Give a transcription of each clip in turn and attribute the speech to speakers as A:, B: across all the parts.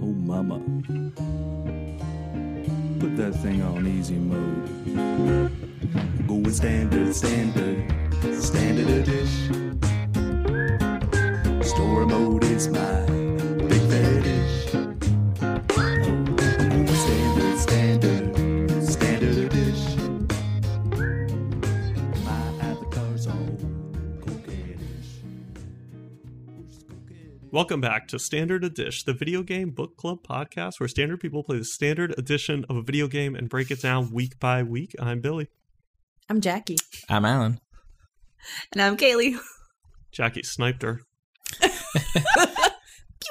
A: Oh, mama. Put that thing on easy mode. Going standard, standard, standard a dish. Store mode is my big fetish. I'm going standard, standard, standard a dish. My avatar's all coquettish.
B: Welcome back to Standard Edition, the video game book club podcast where standard people play the standard edition of a video game and break it down week by week. I'm Billy.
C: I'm Jackie.
D: I'm Alan.
C: And I'm Kaylee.
B: Jackie sniped her.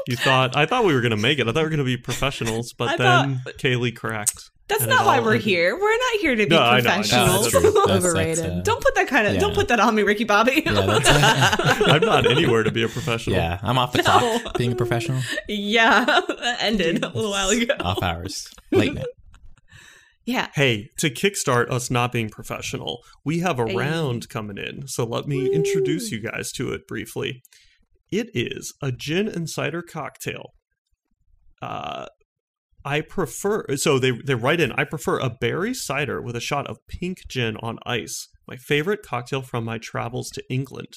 B: you thought I thought we were gonna make it. I thought we were gonna be professionals, but
C: I
B: then Kaylee cracked.
C: That's
B: And it
C: not why
B: all
C: we're
B: ended.
C: here. We're not here to be
B: No, I know, I know.
C: professionals.
B: That's uh, true.
C: Overrated. don't put that kind of don't
D: Yeah.
C: put that on me, Ricky Bobby.
D: Yeah, that's-
B: I'm not anywhere to be a professional.
D: yeah, I'm off the
C: No.
D: clock being a professional.
C: Yeah, that ended a little while ago.
D: Off hours. Late night.
C: Yeah.
B: Hey, to kickstart us not being professional, we have a
C: Hey.
B: round coming in. So let me introduce you guys to it briefly. It is a gin and cider cocktail. Uh, I prefer, so they, they write in, I prefer a berry cider with a shot of pink gin on ice, my favorite cocktail from my travels to England.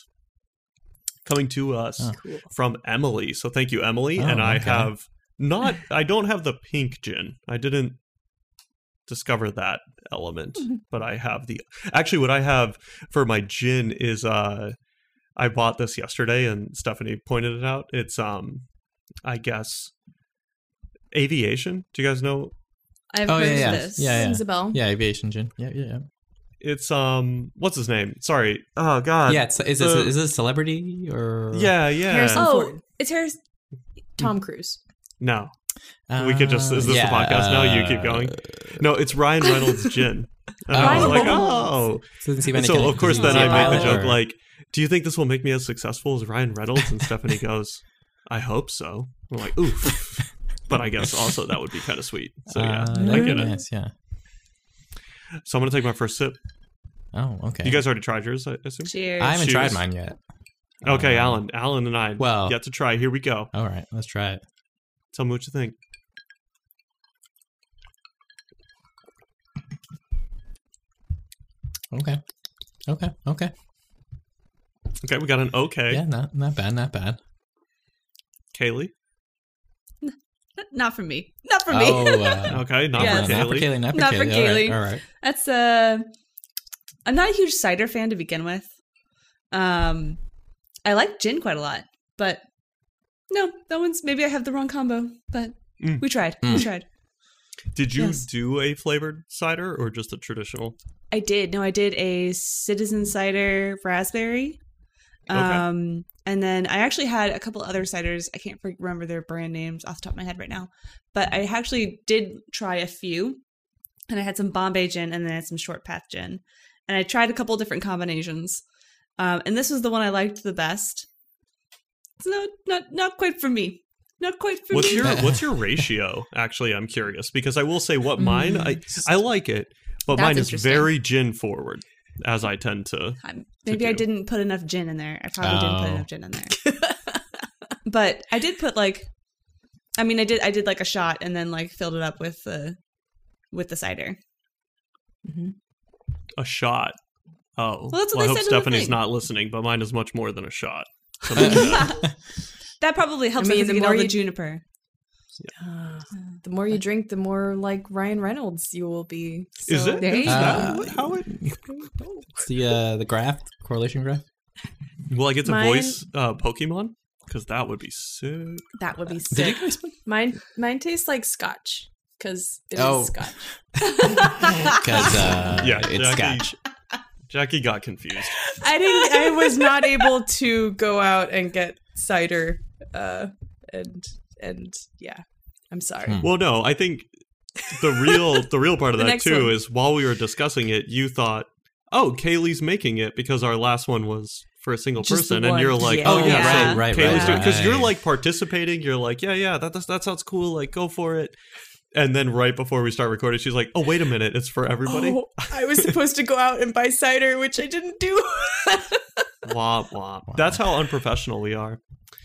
B: Coming to us
D: Oh.
C: Cool.
B: from Emily. So thank you, Emily.
D: Oh,
B: and I
D: okay.
B: have not, I don't have the pink gin. I didn't discover that element, but I have the, actually, what I have for my gin is, uh, I bought this yesterday and Stephanie pointed it out. It's, um, I guess, aviation. Do you guys know?
C: I've
D: Oh, yeah,
C: heard
D: yeah.
C: this.
D: Yeah, yeah.
E: Rings a bell.
D: Yeah, aviation gin. Yeah, yeah,
B: It's, um, what's his name? Sorry. Oh,
D: yeah.
B: God.
D: Uh, Yeah, it's, is, this,
B: the-
D: is this a celebrity or?
B: Yeah. Yeah.
E: Harrison
C: Oh.
E: Ford. It's Harris.
B: Mm.
E: Tom Cruise.
B: No. We could just- is this a
D: the
B: podcast? No, you
D: uh,
B: keep going. No, it's Ryan Reynolds' gin. And I was
D: Ryan
B: like,
C: Reynolds.
B: oh.
D: Doesn't seem any
B: so
D: connection.
B: of course, then
D: Is he
B: I make the
D: violent
B: joke
D: or-
B: like, "Do you think this will make me as successful as Ryan Reynolds?" And Stephanie goes, "I hope so." I'm like, "Oof," but I guess also that would be kind of sweet. So yeah,
D: Uh,
B: I
D: that'd be
B: get it.
D: nice, yeah.
B: So I'm gonna take my first sip.
D: Oh, okay.
B: You guys already tried yours, I assume.
C: Cheers.
D: I haven't
B: Cheers.
D: tried mine yet.
B: Okay,
D: Uh,
B: Alan, Alan, and I
D: well-
B: yet to try. Here we go.
D: All right, let's try it.
B: Tell me what you think.
D: Okay. Okay. Okay.
B: Okay, we got an okay,
D: Yeah, not not bad, not bad.
B: Kaylee.
C: not for me. Not for me.
D: Oh, uh,
B: Okay, not
C: Yes.
B: for
D: not for
B: Kaylee.
D: Kaylee, not for
C: Not for
D: Kaylee. All right,
C: Kaylee.
D: all right.
C: That's uh I'm not a huge cider fan to begin with. Um I like gin quite a lot, but no, that one's maybe I have the wrong combo, but
B: Mm.
C: we tried. We
D: Mm.
C: tried.
B: Did you
C: Yes.
B: do a flavored cider or just a traditional?
C: I did. No, I did a citizen cider raspberry.
B: Okay.
C: Um and then I actually had a couple other ciders. I can't fre- remember their brand names off the top of my head right now, but I actually did try a few. And I had some Bombay gin and then I had some short path gin. And I tried a couple different combinations. Um, and this was the one I liked the best. It's not not not quite for me. Not quite for
B: What's
C: me.
B: your what's your ratio? Actually, I'm curious because I will say what mine I
C: Mm.
B: I like it, but
E: That's
B: mine is
E: interesting.
B: very gin forward, as I tend to.
C: I'm- maybe I
B: do.
C: didn't put enough gin in there. I probably didn't put
D: Oh.
C: enough gin in there. but I did put like, I mean, I did I did like a shot and then like filled it up with the with the cider.
B: A shot. Oh,
C: Well, that's what
B: I
C: they
B: hope
C: said in the
B: Stephanie's
C: thing.
B: not listening, but mine is much more than a shot.
C: That probably helps
E: I mean,
C: because
E: the
C: you get
E: more
C: all the
E: you-
C: juniper.
E: Uh,
D: Hmm.
E: the more you drink, the more like Ryan Reynolds you will be. So
B: Is it?
E: There
B: Is
E: you
B: that
E: go.
B: what- how it?
D: It's the uh, the graph correlation graph.
B: Well, I get to
E: Mine-
B: voice uh, Pokemon because that would be sick.
E: That would be
D: Did you
E: sick.
D: guys?
E: Mine, mine tastes like scotch because it is
D: Oh.
E: scotch.
D: Because uh,
B: Yeah,
D: it's
B: Jackie-
D: scotch.
B: Jackie got confused.
E: I didn't. I was not able to go out and get cider. Uh, and and yeah, I'm sorry.
D: Hmm.
B: Well, no, I think the real the real part of
E: The
B: that
E: next
B: too
E: one.
B: is while we were discussing it, you thought, "Oh, Kaylee's making it because our last one was for a single
E: Just the
B: person," and
E: one.
B: you're like,
E: Yeah.
B: "Oh yeah,
C: Yeah.
B: so
D: Right, right,
B: Kaylee's
C: right,
B: doing because you're
D: right.
B: like participating. You're like, "Yeah, yeah, that that, that sounds cool. Like, go for it." And then right before we start recording, she's like, "Oh, wait a minute, it's for everybody."
E: Oh, I was supposed to go out and buy cider, which I didn't do.
B: womp womp. That's how unprofessional we are.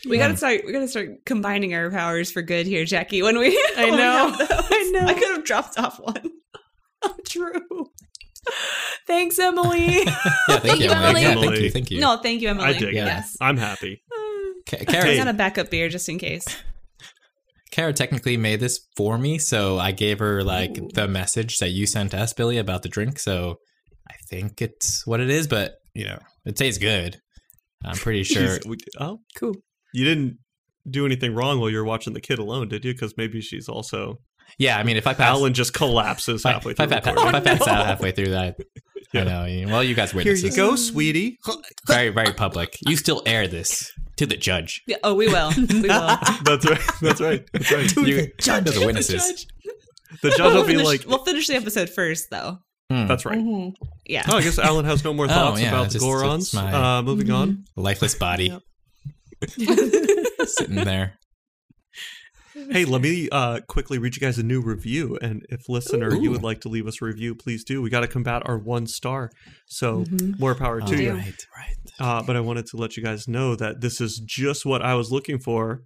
C: We gotta start. We gotta start combining our powers for good here, Jackie. When we,
E: I
C: when we
E: know.
C: have those. I know. I could have dropped off one. Oh, true.
E: Thanks, Emily.
D: Yeah, thank,
C: you, Emily.
D: Yeah, thank you, thank you.
C: No, thank you, Emily.
B: I dig
D: Yeah.
C: Yes.
B: it. I'm happy.
D: Ca-
C: It's
D: Kara,
C: not a backup beer, just in case.
D: Kara technically made this for me, so I gave her like the message that you sent us, Billy, about the drink. So I think it's what it is, but you know, it tastes good. I'm pretty sure.
B: She's- we- oh,
E: cool.
B: you didn't do anything wrong while you were watching the kid alone, did you? Because maybe she's also
D: yeah, I mean, if I pass,
B: Alan just collapses
D: if I,
B: halfway
D: if I
B: through.
D: pa-
B: recording.
D: if I pass out halfway through that,
B: Yeah.
D: I know. you- Well, Oh, you guys
B: Here
D: witnessed
B: you
D: this.
B: go, sweetie.
D: Very, very public. You still air this to the judge.
C: Yeah, oh, we will. We will.
B: That's right. That's right. That's right.
D: To the judge. To the witnesses.
B: The judge will be
C: finish,
B: like,
C: we'll finish the episode first, though.
D: Hmm.
B: "That's right."
E: Mm-hmm.
C: Yeah.
B: Oh, I guess Alan has no more
D: Oh,
B: thoughts
D: yeah,
B: about the
D: just-
B: Gorons.
D: it's my-
B: Uh, moving on.
D: Lifeless body sitting there.
B: Hey, let me uh, quickly read you guys a new review. And if listener, you
D: Ooh.
B: would like to leave us a review, please do. We got to combat our one star. So more power to
D: All
B: you.
D: right, right.
B: Uh, but I wanted to let you guys know that this is just what I was looking for.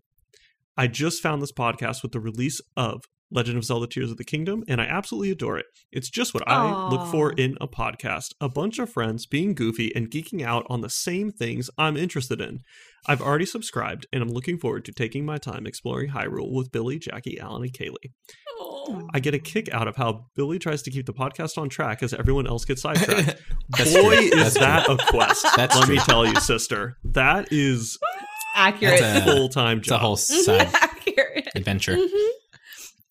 B: I just found this podcast with the release of Legend of Zelda Tears of the Kingdom, and I absolutely adore it. It's just what I look for
C: Aw.
B: in a podcast a bunch of friends being goofy and geeking out on the same things I'm interested in. I've already subscribed, and I'm looking forward to taking my time exploring Hyrule with Billy, Jackie, Alan, and Kaylee.
E: Mm-hmm.
B: I get a kick out of how Billy tries to keep the podcast on track as everyone else gets sidetracked.
D: That's
B: Boy,
D: true.
B: is
D: That's
B: that a quest.
D: That's
B: Let
D: true.
B: me tell you, sister. That is
C: Accurate.
D: That's
B: a
D: Uh,
B: full time
D: It's a
B: job.
D: whole
C: Mm-hmm.
D: side
C: Accurate.
D: adventure.
C: Mm-hmm.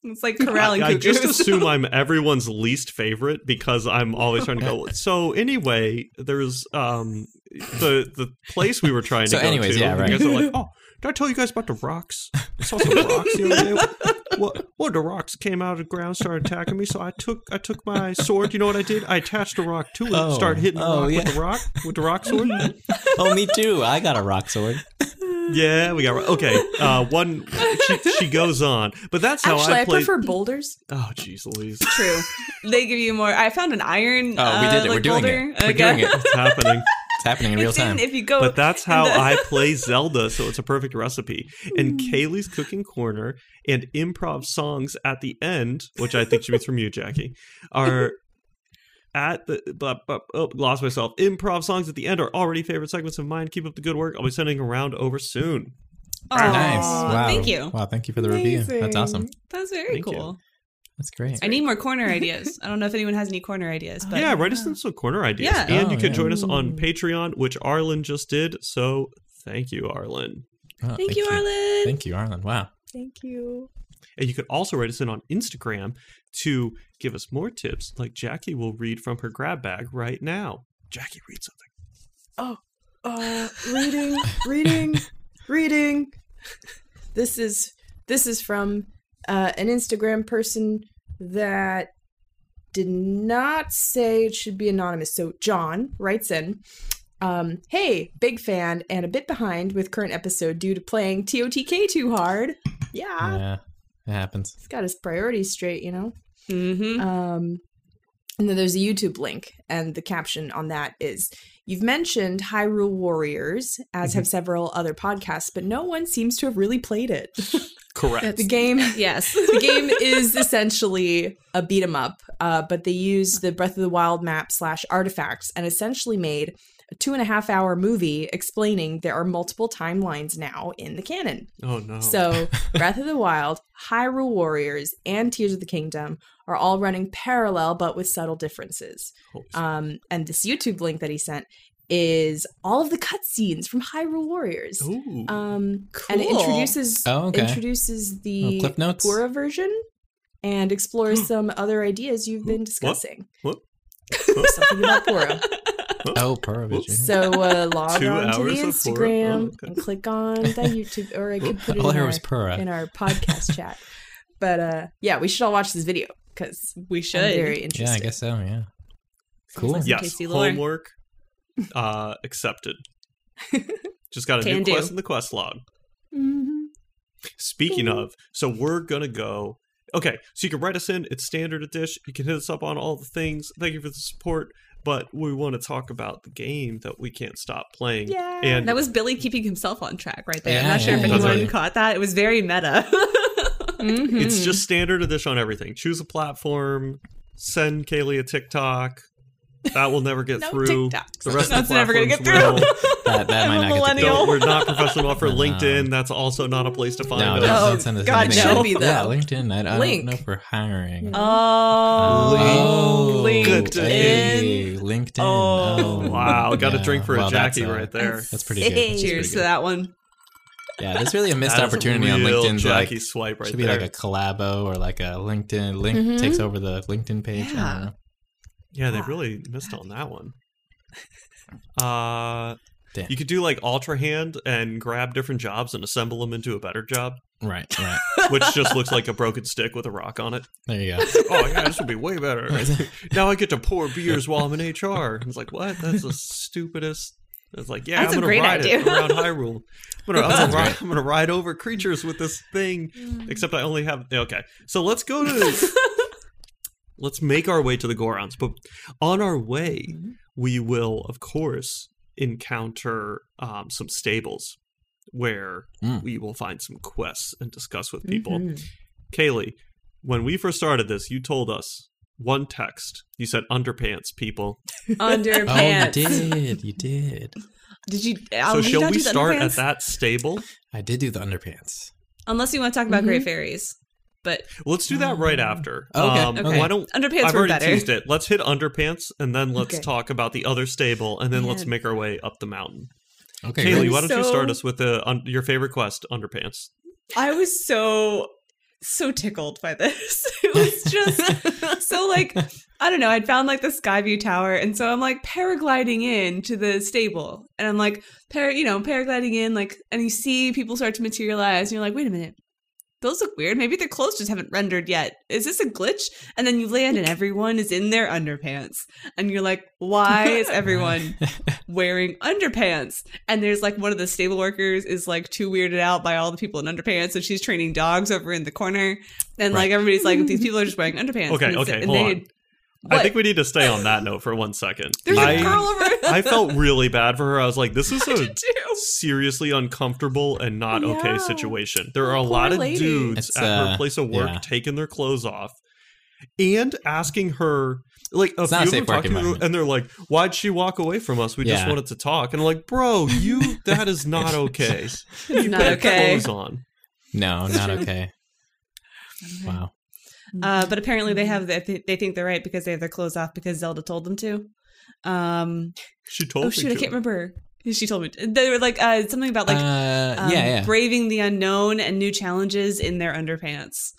C: It's like
B: I,
C: corralling
B: I
C: cuckoos.
B: just assume I'm everyone's least favorite because I'm always trying to go. So anyway, there's um the the place we were trying
D: So
B: to go
D: anyways,
B: to.
D: yeah,
B: you
D: right.
B: guys are like, oh, did I tell you guys about the rocks? I saw some rocks the other day. What? What? The rocks came out of the ground, started attacking me. So I took I took my sword. You know what I did? I attached a rock to it,
D: Oh.
B: started hitting the
D: Oh,
B: rock
D: yeah.
B: with the rock with the rock sword.
D: oh, me too. I got a rock sword.
B: Yeah, we got okay. Uh, one, she, she goes on, but that's how
E: Actually, I,
B: I played.
E: prefer boulders.
B: oh, jeez, Louise,
C: True. They give you more. I found an iron.
D: Oh, we
C: uh,
D: did it.
C: like,
D: We're doing
C: holder.
D: it. We're
C: Okay.
D: doing it.
B: it's happening.
D: It's happening in real
C: It's in,
D: time.
C: if you go,
B: But that's how
C: in the-
B: I play Zelda, so it's a perfect recipe. And
E: Hmm.
B: Kaylee's cooking corner and improv songs at the end, which I think she means from you, Jackie, are at the blah, blah, oh, lost myself. Improv songs at the end are already favorite segments of mine. Keep up the good work. I'll be sending around over soon.
C: Aw,
D: nice. Wow.
C: Thank you.
D: Wow, thank you for the review. That's
E: Amazing.
D: awesome.
C: That's very
B: Thank you.
C: cool.
D: That's great.
C: I need more corner ideas. I don't know if anyone has any corner ideas, but
B: Oh, yeah, write us in some corner ideas.
C: Yeah.
B: And you
D: Oh,
B: can
D: yeah.
B: join us on Patreon, which Arlen just did. So thank you, Arlen.
D: Oh,
C: Thank, you, Arlen.
D: Thank you, Arlen. Wow.
E: Thank you.
B: And you could also write us in on Instagram to give us more tips, like Jackie will read from her grab bag right now. Jackie, read something.
E: Oh, reading, reading, reading. This is this is from uh, an Instagram person that did not say it should be anonymous. So John writes in, um, "Hey, big fan and a bit behind with current episode due to playing TOTK too hard.
C: Ah.
E: Yeah,
D: Yeah, it happens.
E: he's got his priorities straight, you know."
C: Mm-hmm.
E: Um, and then there's a YouTube link, and the caption on that is You've mentioned Hyrule Warriors, as have several other podcasts, but no one seems to have really played it.
B: Correct.
E: the game.
C: Yes.
E: The game is essentially a beat 'em up, uh, but they used the Breath of the Wild map slash artifacts and essentially made a two and a half hour movie explaining there are multiple timelines now in the canon.
B: Oh no.
E: So, Breath of the Wild, Hyrule Warriors, and Tears of the Kingdom are all running parallel but with subtle differences.
B: Holy s-
E: Um, and this YouTube link that he sent is all of the cutscenes from Hyrule Warriors.
B: Ooh.
E: Um, And it
C: Cool.
E: introduces
D: Oh, okay.
E: introduces
D: Oh,
E: the
D: clip notes.
E: Pura version and explores some other ideas you've been discussing.
B: What?
E: Something about Pura.
D: Oh, Pura Vision.
E: So uh, log
B: Two
E: on to the
B: hours of Pura? Oh,
E: Instagram
B: okay.
E: and click on the YouTube, or I could put it
D: All I
E: in
D: heard
E: our,
D: was Pura.
E: in our podcast chat. But uh yeah, we should all watch this video because
C: We
E: I'm
C: should.
E: very interested.
D: yeah, I guess so. Yeah. Cool.
C: like-
B: yes.
C: Tasty lore.
B: Homework uh, accepted. Just got a
C: Can
B: new
C: do. Mm-hmm.
B: quest in the quest log.
E: Mhm.
B: Speaking of, so we're gonna go. Okay, so you can write us in. It's standard at dish. You can hit us up on all the things. Thank you for the support. but we want to talk about the game that we can't stop playing.
E: Yeah.
B: And
C: That was Billy keeping himself on track right there. I'm
D: Yeah,
C: not sure
D: yeah,
C: if
D: yeah.
C: anyone
D: Totally.
C: caught that. It was very meta.
B: it's
C: mm.
B: just standard edition on everything. Choose a platform, send Kaylee a TikTok. That will never get
C: No
B: through.
C: TikToks.
B: The rest of
C: That's
B: the
C: never gonna
B: platforms
C: get through.
B: will.
D: That, that
C: I'm
D: might
C: a
D: not get the
C: millennial.
D: deal.
B: Don't- we're not professional enough for
D: No.
B: LinkedIn. That's also not a place to find
D: No,
B: us.
D: don't,
E: Oh,
D: don't send us
E: God,
D: anything.
E: should
D: about-
E: be, though.
D: Yeah, LinkedIn. I, I
E: Link.
D: don't know if we're hiring.
C: Oh,
B: Link.
C: Link.
D: hey, LinkedIn.
C: Oh.
D: Oh,
B: Wow, got a
D: Yeah,
B: drink for a
D: well, that's,
B: Jackie
D: uh,
B: right there.
D: That's pretty good. That's pretty
C: Cheers to
D: good.
C: that one.
D: Yeah, there's really a missed
B: That's a
D: opportunity on
B: real
D: LinkedIn. Like,
B: Jackie swipe right
D: should be
B: there.
D: like a collabo or like a LinkedIn link
E: Mhm.
D: takes over the LinkedIn page. I
C: Mm-hmm. Yeah.
D: don't know.
B: yeah, they really missed on that one. Uh,
D: Damn.
B: you could do like Ultra Hand and grab different jobs and assemble them into a better job,
D: Right, right.
B: which just looks like a broken stick with a rock on it.
D: There you go.
B: Oh yeah, this would be way better. now I get to pour beers while I'm in HR. It's like what? That's the stupidest. It's like yeah,
C: That's a
B: I'm gonna
C: great
B: ride it
C: idea.
B: around Hyrule. I'm gonna, I'm,
D: Sounds
B: gonna ride, I'm gonna ride over creatures with this thing. Except I only have okay. So let's go to. let's make our way to the Gorons, but on our way,
C: Mm-hmm.
B: we will of course encounter um, some stables where
D: Mm.
B: we will find some quests and discuss
C: Mm-hmm.
B: with people.
E: Mm-hmm.
B: Kaylee, when we first started this, you told us one text. You said underpants, people.
D: oh, you
C: Underpants.
D: did. You did.
C: Did Oh,
B: so
C: you? I'll leave
B: shall
C: that
B: we
C: to the
B: start
C: underpants.
B: at that stable?
D: I did do the underpants.
C: Unless you want to talk about Great Fairies, but
B: Let's do that
C: Oh.
B: right after. Um,
D: Okay, okay.
B: Why don't
C: Underpants
B: I've
C: were
B: already
C: better.
B: teased it. Let's hit underpants and then let's
E: Okay.
B: talk about the other stable and then let's
E: Yeah.
B: make our way up the mountain.
D: Okay.
B: Kaylee,
D: great.
B: why don't you
C: So-
B: start us with the un- your favorite quest, underpants?
C: I was so so tickled by this. It was just so like I don't know. I'd found like the Skyview Tower, and so I'm like paragliding in to the stable, and I'm like para, you know, paragliding in like, and you see people start to materialize, and you're like, wait a minute. Those look weird. Maybe their clothes just haven't rendered yet. Is this a glitch? And then you land and everyone is in their underpants. And you're like, why is everyone wearing underpants. And there's like one of the stable workers is like too weirded out by all the people in underpants, and she's training dogs over in the corner. And like
D: Right.
C: everybody's like, these people are just wearing underpants.
B: Okay,
C: and it's-
B: okay,
C: and
B: hold
C: they-
B: on. I
C: What?
B: think we need to stay on that note for one second.
C: There's
B: I
C: a girl over
B: I felt really bad for her. I was like, this is a
C: too.
B: seriously uncomfortable and not okay
C: Yeah.
B: situation. There are a
C: Poor
B: lot of
C: lady.
B: dudes
D: It's,
B: at her
D: uh,
B: place of work
D: yeah.
B: taking their clothes off and asking her like a
D: It's
B: few
D: not a
B: of
D: safe
B: them
D: work
B: talking to her,
D: environment.
B: and they're like, "Why'd she walk away from us? We just
D: Yeah.
B: wanted to talk." And I'm like, "Bro, you that is not okay.
C: It's not
B: Put
C: okay.
B: clothes on.
D: No, not okay. Wow.
C: Uh, but apparently they have the, they think they're right because they have their clothes off because Zelda told them to. Um,
B: She told
C: oh
B: me
C: shoot, I
B: to.
C: can't remember. She told me they were like uh, something about like
D: uh,
C: um,
D: yeah, yeah.
C: braving the unknown and new challenges in their underpants.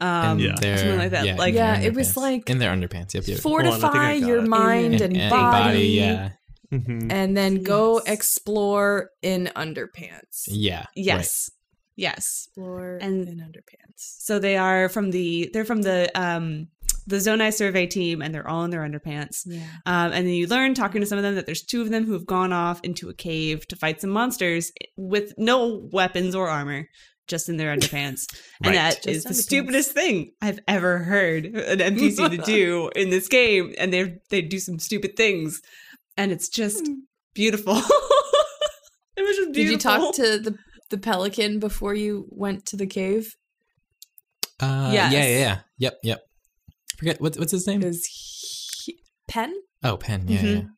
C: Um,
D: And
B: Yeah.
D: their-
C: something like that.
D: in
C: Like-
D: their
E: Yeah, it was
D: underpants.
E: like-
D: in their underpants. Yep, yep.
B: Hold on, I think I
E: Fortify
B: got
E: your
B: it.
E: mind
C: Yeah.
E: and,
C: And- and
E: body,
D: yeah,
B: Mhm.
E: and then go
C: Yes.
E: explore in underpants.
D: yeah, right.
C: yes, yes.
E: Explore
C: And-
E: in underpants.
C: So they are from the they're from the um the Zonai survey team and they're all in their underpants.
E: Yeah.
C: Um, and then you learn talking to some of them that there's two of them who have gone off into a cave to fight some monsters with no weapons or armor, just in their underpants.
D: Right.
C: And that is
E: Just
C: the
E: underpants.
C: stupidest thing I've ever heard an NPC to do in this game. And they they do some stupid things, and it's just beautiful. it was just beautiful.
E: Hmm. Did you talk to the the pelican before you went to the cave?
D: Uh,
C: Yes.
D: Yeah, yeah, yeah. Yep, yep. I forget what, what's his name?
E: Is he, Penn? I
D: Oh, Penn. Yeah,
C: Mhm.
D: yeah.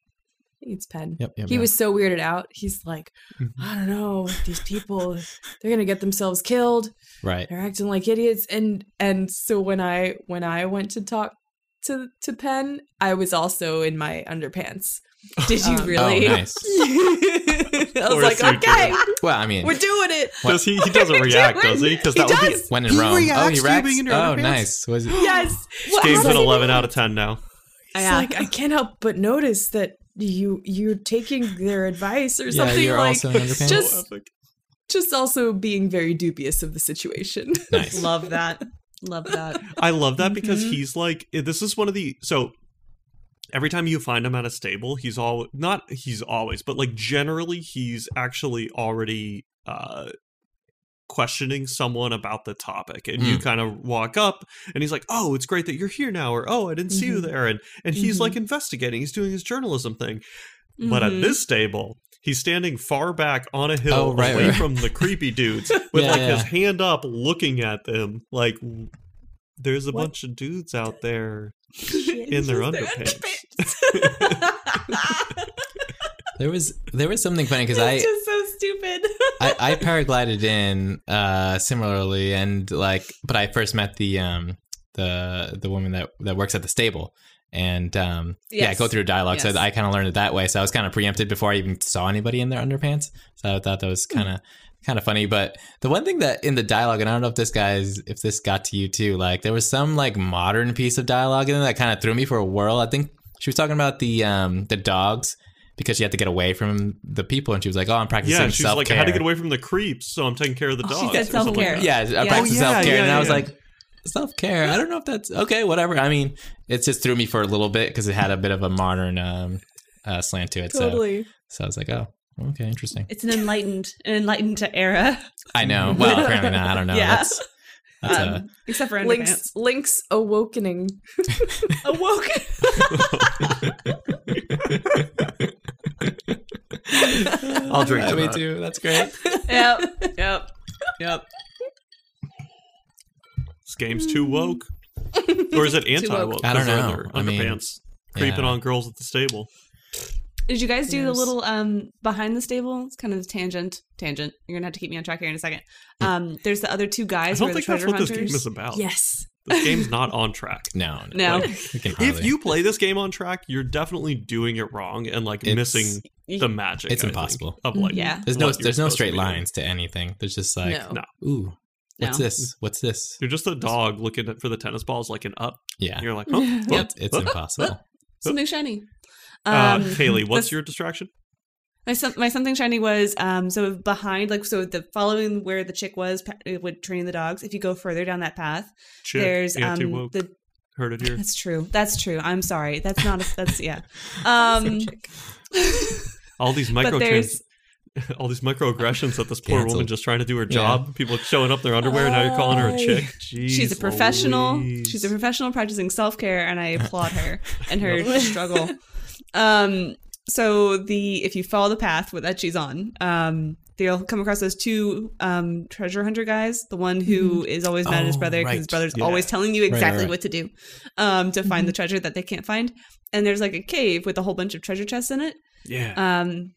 E: think it's Penn.
D: Yep, yep.
E: He
D: yep.
E: was so weirded out. He's like,
B: Mhm.
D: Mm-hmm.
E: I don't know, these people, they're gonna get themselves killed.
D: right.
E: They're acting like idiots. And and so when I when I went to talk to to Penn, I was also in my underpants.
C: Did you
E: Um,
C: really?
D: Oh, nice.
E: I was
B: course
E: like,
B: you do.
E: okay,
D: Well, I mean,
E: we're doing it.
B: Does he? He doesn't react, does he? Because that would be
D: when in
B: He
D: Rome. oh,
B: reacts
D: he
B: to
D: reacts.
B: being in your
D: oh,
B: underpants?
D: nice. Was it?
E: Yes. What
B: game's an
E: happened?
B: 11 out of 10 now.
E: He's
C: Yeah.
E: like, I can't help but notice that you you're taking their advice or
D: yeah,
E: something
D: you're
E: like
D: also in underpants.
E: just- just also being very dubious of the situation.
D: nice.
C: Love that. Love that.
B: I love that because
C: Mhm.
B: he's like eh, this is one of the so every time you find him at a stable, he's all not he's always, but like generally he's actually already uh questioning someone about the topic and you kind of walk up and he's like oh it's great that you're here now or oh i didn't see you there and and he's
C: Mhm.
B: like investigating he's doing his journalism thing but at
C: Mhm.
B: this table he's standing far back on a hill
D: Oh, right,
B: away
D: right.
B: from the creepy dudes with
D: Yeah,
B: like
D: yeah.
B: his hand up looking at them like there's a
E: What?
B: bunch of dudes out there
E: Shit.
B: in their
C: Their
B: underpants
C: underpants.
D: There was there was something funny because I,
C: It's just so stupid.
D: I I paraglided in uh similarly and like but I first met the um the the woman that that works at the stable and um yeah
C: Yes.
D: go through dialogue
C: Yes.
D: so I kind of learned it that way so I was kind of preempted before I even saw anybody in their underpants so I thought that
C: Hmm.
D: was kind of kind of funny but the one thing that in the dialogue and I don't know if this guy's if this got to you too like there was some like modern piece of dialogue in there that kind of threw me for a whirl I think she was talking about the um the dogs because she had to get away from the people and she was like oh I'm practicing
B: yeah she's like i
D: self-care
B: had to get away from the creeps so i'm taking care of the
C: Oh, she
B: dogs
C: said
B: or something like
C: self-care.
B: that.
D: yeah, I practiced
B: yeah,
D: self care,
B: yeah,
D: and I
B: yeah,
D: was
B: yeah.
D: like, self care. I don't know if that's okay. Whatever. I mean, it just threw me for a little bit because it had a bit of a modern um, uh, slant to it.
E: Totally.
D: So, so I was like, oh, okay, interesting.
C: It's an enlightened, an enlightened era.
D: I know. Well, apparently not. I don't know.
C: Yeah.
D: That's, that's uh
C: Um, except for
E: Link's
C: underpants.
E: Link's awakening.
C: Awoke.
A: I'll drink to
D: me
A: that.
D: too. That's great.
C: yep. Yep.
D: Yep.
B: This game's too woke. Or is it anti woke?
D: I don't know.
B: Their
D: I mean,
B: underpants creeping
D: yeah.
B: on girls at the stable.
C: Did you guys do the
E: Yes.
C: little um behind the stable? It's kind of a tangent. Tangent. You're gonna have to keep me on track here in a second. Um, there's the other two
B: Hmm. I
C: guys who
B: don't
C: are the
B: think that's
C: treasure
B: what
C: hunters.
B: this game is about.
E: Yes.
B: This game's not on track.
D: No.
C: No.
D: like, we can
B: If
D: hardly-
B: you play this game on track, you're definitely doing it wrong and like
D: It's-
B: missing the magic.
D: it's
B: I think,
D: impossible.
B: of like,
C: Mm-hmm. Yeah.
D: there's no
B: what you're
D: there's no
B: supposed to
D: straight
B: be doing.
D: lines to anything. There's just like,
E: no.
B: no.
D: ooh, what's
C: No.
D: this? What's this?
B: You're just a dog looking at, for the tennis balls like an up.
D: Yeah.
B: You're like, huh?
D: It's-
B: What?
D: It's impossible.
C: Something shiny.
B: Uh,
C: Um,
B: Kaylee, what's
C: that's-
B: your distraction?
C: My, some, my something shiny was um so behind like so the following where the chick was pa- would train the dogs. If you go further down that path,
B: Chick,
C: there's
B: anti
C: um
B: woke.
C: the
B: Heard it here.
C: that's true that's true. I'm sorry. That's not a, that's yeah. Um,
B: All these
C: but
B: microtrans-
C: there's
B: all these microaggressions at this poor woman
D: Cancelled.
B: just trying to do her
D: Yeah.
B: job. People showing up in their underwear. now you're calling her a chick. Jeez
C: she's a professional.
B: Louise.
C: She's a professional practicing self care, and I applaud her and her struggle. Um, so the if you follow the path that she's on, um, they'll come across those two um, treasure hunter guys. The one who is always mad at his
D: Oh,
C: brother because his
D: right.
C: brother's
B: Yeah.
C: always telling you
D: right,
C: exactly
D: right. Mm-hmm.
C: what to do um, to find the treasure that they can't find. And there's like a cave with a whole bunch of treasure chests in it.
B: yeah.
C: Um,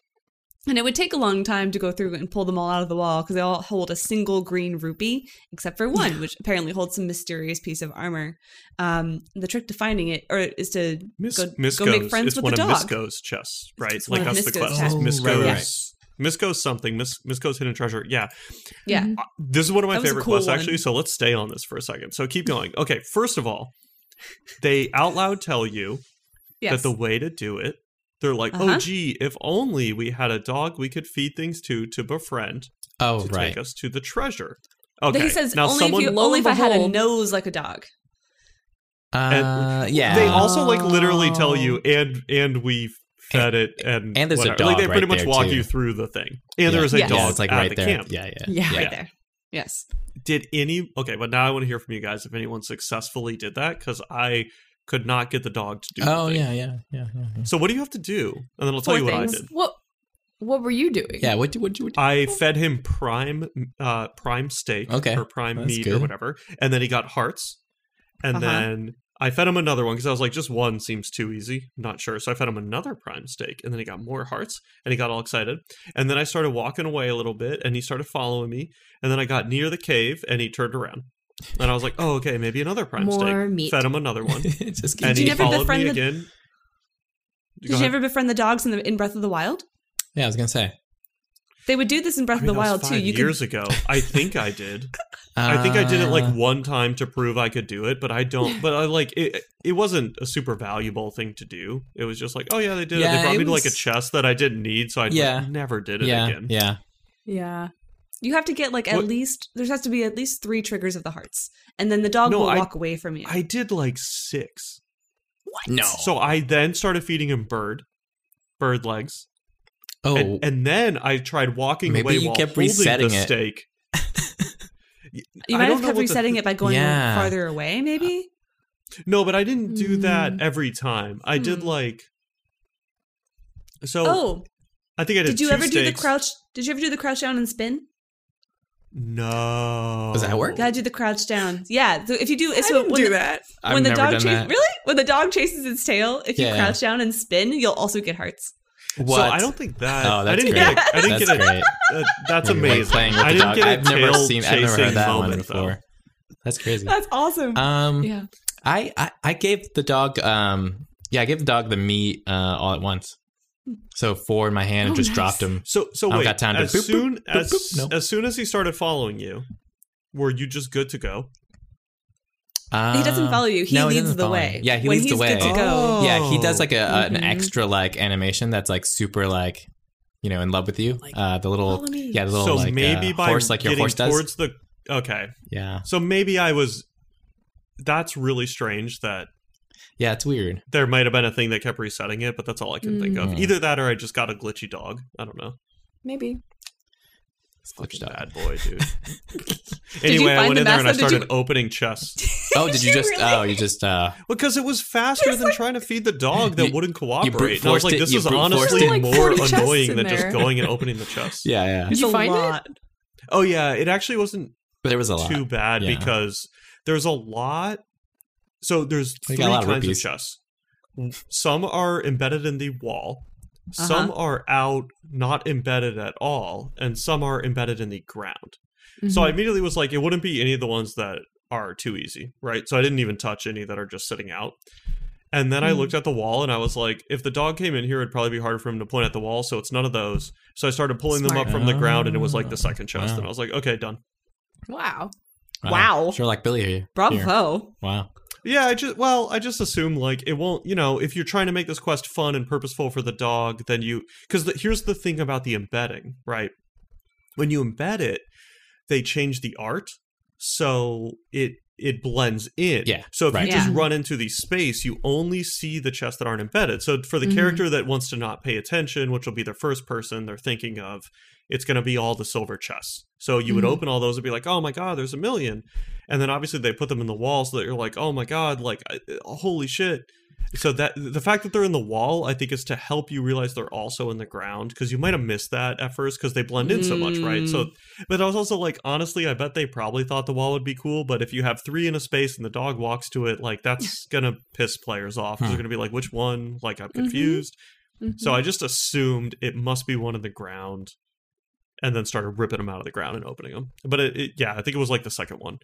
C: and it would take a long time to go through and pull them all out of the wall because they all hold a single green rupee, except for one, which apparently holds some mysterious piece of armor. Um, the trick to finding it, or is to
B: Mis-
C: go,
B: Misco's,
C: go make friends
B: it's
C: with
B: one
C: the
B: of
C: dog.
B: Misco's chests, right?
C: It's
B: like
C: one of
B: that's the
C: Misco's
B: quest.
C: chests.
D: Oh,
B: Misco's,
D: right,
B: Misco's something. Mis- Misco's hidden treasure. Yeah,
C: Yeah,
B: Uh, this is one of my
C: That was a
B: favorite
C: cool
B: quests
C: one.
B: actually. So let's stay on this for a second. So keep going. Okay, first of all, they out loud tell you
C: yes.
B: that the way to do it, they're like, "Oh,
C: Uh-huh.
B: gee, if only we had a dog we could feed things to to befriend
D: Oh,
B: to
D: right.
B: take us to the treasure."
C: But
B: Okay,
C: He says
B: now
C: only
B: someone
C: if you
E: lo
C: only if
E: and
C: I had a
E: behold-
C: nose like a dog.
D: Uh, yeah.
B: They also like literally
E: Oh.
B: tell you, and and we fed it, and
D: and there's a
B: whatever."
D: dog
B: Like they pretty
D: right
B: much
D: there,
B: walk
D: too.
B: you through the thing, and there is a
C: Yes.
B: dog
D: Yeah, it's like
B: at
D: right
B: the
D: there.
B: camp.
D: Yeah, yeah,
E: Yeah.
C: Right there. Yes.
B: Did any? Okay, but now I want to hear from you guys if anyone successfully did that because I could not get the dog to do. the
D: Oh
B: thing.
D: yeah, yeah, yeah, yeah. yeah.
B: So what do you have to do? And then I'll tell
C: Four
B: you what I
C: things.
B: did.
E: What what were you doing?
D: Yeah, what do what do what? do-
B: I fed him prime, uh, prime steak
D: Okay,
B: or prime
D: that's
B: meat or
D: good.
B: whatever, and then he got hearts, and
C: Uh-huh.
B: then I fed him another one because I was like, just one seems too easy. I'm not sure, so I fed him another prime steak, and then he got more hearts, and he got all excited, and then I started walking away a little bit, and he started following me, and then I got near the cave, and he turned around, and I was like, oh okay, maybe another prime
E: More
B: steak.
E: meat.
B: Fed him another one,
D: Just
B: and
C: you
B: he
C: never
B: followed
C: befriend
B: me
C: the-
B: again. Go
C: Did you
B: ahead.
C: ever befriend the dogs in the in Breath of the Wild?
D: yeah, I was gonna say.
C: They would do this in Breath
B: I mean,
C: of the
B: that was
C: Wild too.
B: five
C: You could
B: years ago, I think I did. I think I did it like
D: Uh,
B: one time to prove I could do it, but I don't. But I like it. It wasn't a super valuable thing to do. It was just like, oh yeah, they did it. They
D: Yeah,
B: brought
D: it
B: me to like a
D: was-
B: chest that I didn't need, so I just
D: Yeah.
B: never did it
D: yeah,
B: again.
D: yeah.
E: Yeah.
C: You have to get like at
B: What-
C: least there has to be at least three triggers of the hearts, and then the dog
B: No,
C: will
B: I-
C: walk away from you.
B: I did like six.
D: No.
B: So I then started feeding him bird, bird legs,
D: oh,
B: and, and then I tried walking
D: Maybe
B: away
D: you
B: while
D: kept
B: holding
D: resetting
B: the
D: it.
B: steak.
C: You
B: I
C: might
B: don't
C: have
B: know
C: kept
B: what the-
C: resetting it by going
D: Yeah.
C: farther away, maybe.
B: No, but I didn't do that
C: Hmm.
B: every time. I did
C: Hmm.
B: like. So
C: Oh,
B: I think I did.
C: did you
B: two
C: ever do the
B: stakes.
C: crouch? Did you ever do the crouch down and spin?
B: No.
D: Does that work?
C: Gotta do the crouch down. Yeah. So if you do,
E: I
C: so
E: didn't
C: when
E: do
C: the,
E: that.
D: I've
C: when the
D: never
C: dog
D: done
C: chases,
D: that.
C: really, when the dog chases its tail, if you
D: Yeah.
C: crouch down and spin, you'll also get hearts.
D: What?
B: So I don't think that.
D: Oh, that's
B: I didn't
D: great.
B: get. A, I didn't
D: That's
B: get a.
D: great.
B: Uh, that's
D: You're, like,
B: amazing.
D: playing with
B: I
D: the
B: didn't
D: dog.
B: get a
D: I've never
B: tail
D: seen. I've never
B: chasing
D: heard that one
B: moment, though.
D: before. That's crazy.
C: That's awesome.
D: Um,
C: yeah.
D: I, I I gave the dog um yeah I gave the dog the meat uh all at once, so four in my hand and
C: Oh,
D: just
C: nice.
D: dropped him.
B: So so
D: I don't
B: wait.
D: got time to
B: as
D: boop, boop,
B: soon
D: boop,
B: as
D: boop. No.
B: as soon as he started following you, were you just good to go?
D: Um,
C: He doesn't follow you. He
D: no,
C: leads
D: doesn't
C: the
D: follow me.
C: way.
D: Yeah, he
C: when
D: leads the
C: he's
D: way.
C: Good to
E: Oh.
C: go.
D: Eh. Um, Yeah, he does like a, a- an
C: Mhm.
D: extra like animation that's like super like you know in love with you. uh, the little
E: follow me.
D: yeah, the little
B: so
D: like
B: maybe
D: uh,
B: by
D: horse like your
B: getting
D: horse does.
B: towards the okay.
D: yeah,
B: So maybe I was. That's really strange that
D: yeah, it's weird.
B: there might have been a thing that kept resetting it, but that's all I can think of.
D: Mm.
B: Either that or I just got a glitchy dog. I don't know.
E: Maybe.
D: It's glitched out.
B: Bad boy, dude.
C: you
B: anyway, I went
C: find the
B: in there and I
C: master? Did you-
B: started opening chests.
D: Oh, did you just?
C: really?
D: Oh, you just. uh
B: Because it was faster than trying to feed the dog that
D: You-
B: wouldn't
D: you brute
B: cooperate. And I was
D: forced
B: like,
D: it-
B: this
D: you
B: is
D: brute forced
B: honestly
D: it.
E: Like
B: more
E: 40 chests
B: annoying
E: in
B: than just
E: there.
B: going and opening the chest.
D: Yeah, yeah.
E: Did you
C: It's a
E: find it?
C: lot.
B: Oh yeah, it actually wasn't
D: There was a lot.
B: too bad
D: yeah.
B: because there's a lot. So there's
D: We
B: three
D: got a lot
B: kinds
D: of
B: of
D: rupees.
B: chests. Some are embedded in the wall. Some
C: Uh-huh.
B: are out, not embedded at all, and some are embedded in the ground.
E: Mm-hmm.
B: So I immediately was like, it wouldn't be any of the ones that are too easy, right? So I didn't even touch any that are just sitting out. And then I looked at the wall and I was like, if the dog came in here, it'd probably be harder for him to point at the wall. So it's none of those. So I started pulling them
C: Smart.
B: up from the ground and it was like the second chest.
D: Wow.
B: And I was like, okay, done.
E: Wow.
C: Wow.
D: Sure, like Billy here. Here.
C: Bravo.
D: Wow.
B: Yeah, I just, well, I just assume like it won't, you know, if you're trying to make this quest fun and purposeful for the dog, then you, because the, here's the thing about the embedding, right? When you embed it, they change the art. So it, it blends in.
D: Yeah,
B: So if
D: right.
B: you just
C: Yeah.
B: run into the space, you only see the chests that aren't embedded. So for the
C: Mhm.
B: character that wants to not pay attention, which will be their first person they're thinking of, it's going to be all the silver chests. So you would
C: Mhm.
B: open all those and be like, oh my God, there's a million. And then obviously they put them in the wall so that you're like, oh my God, like, I- uh, holy shit. So that the fact that they're in the wall, I think, is to help you realize they're also in the ground because you might have missed that at first because they blend in so much, right? So, but I was also like, honestly, I bet they probably thought the wall would be cool, but if you have three in a space and the dog walks to it, like that's gonna piss players off. 'cause They're
D: Hmm.
B: gonna be like, which one? Like, I'm confused. So I just assumed it must be one in the ground, and then started ripping them out of the ground and opening them. But it, it- yeah, I think it was like the second one.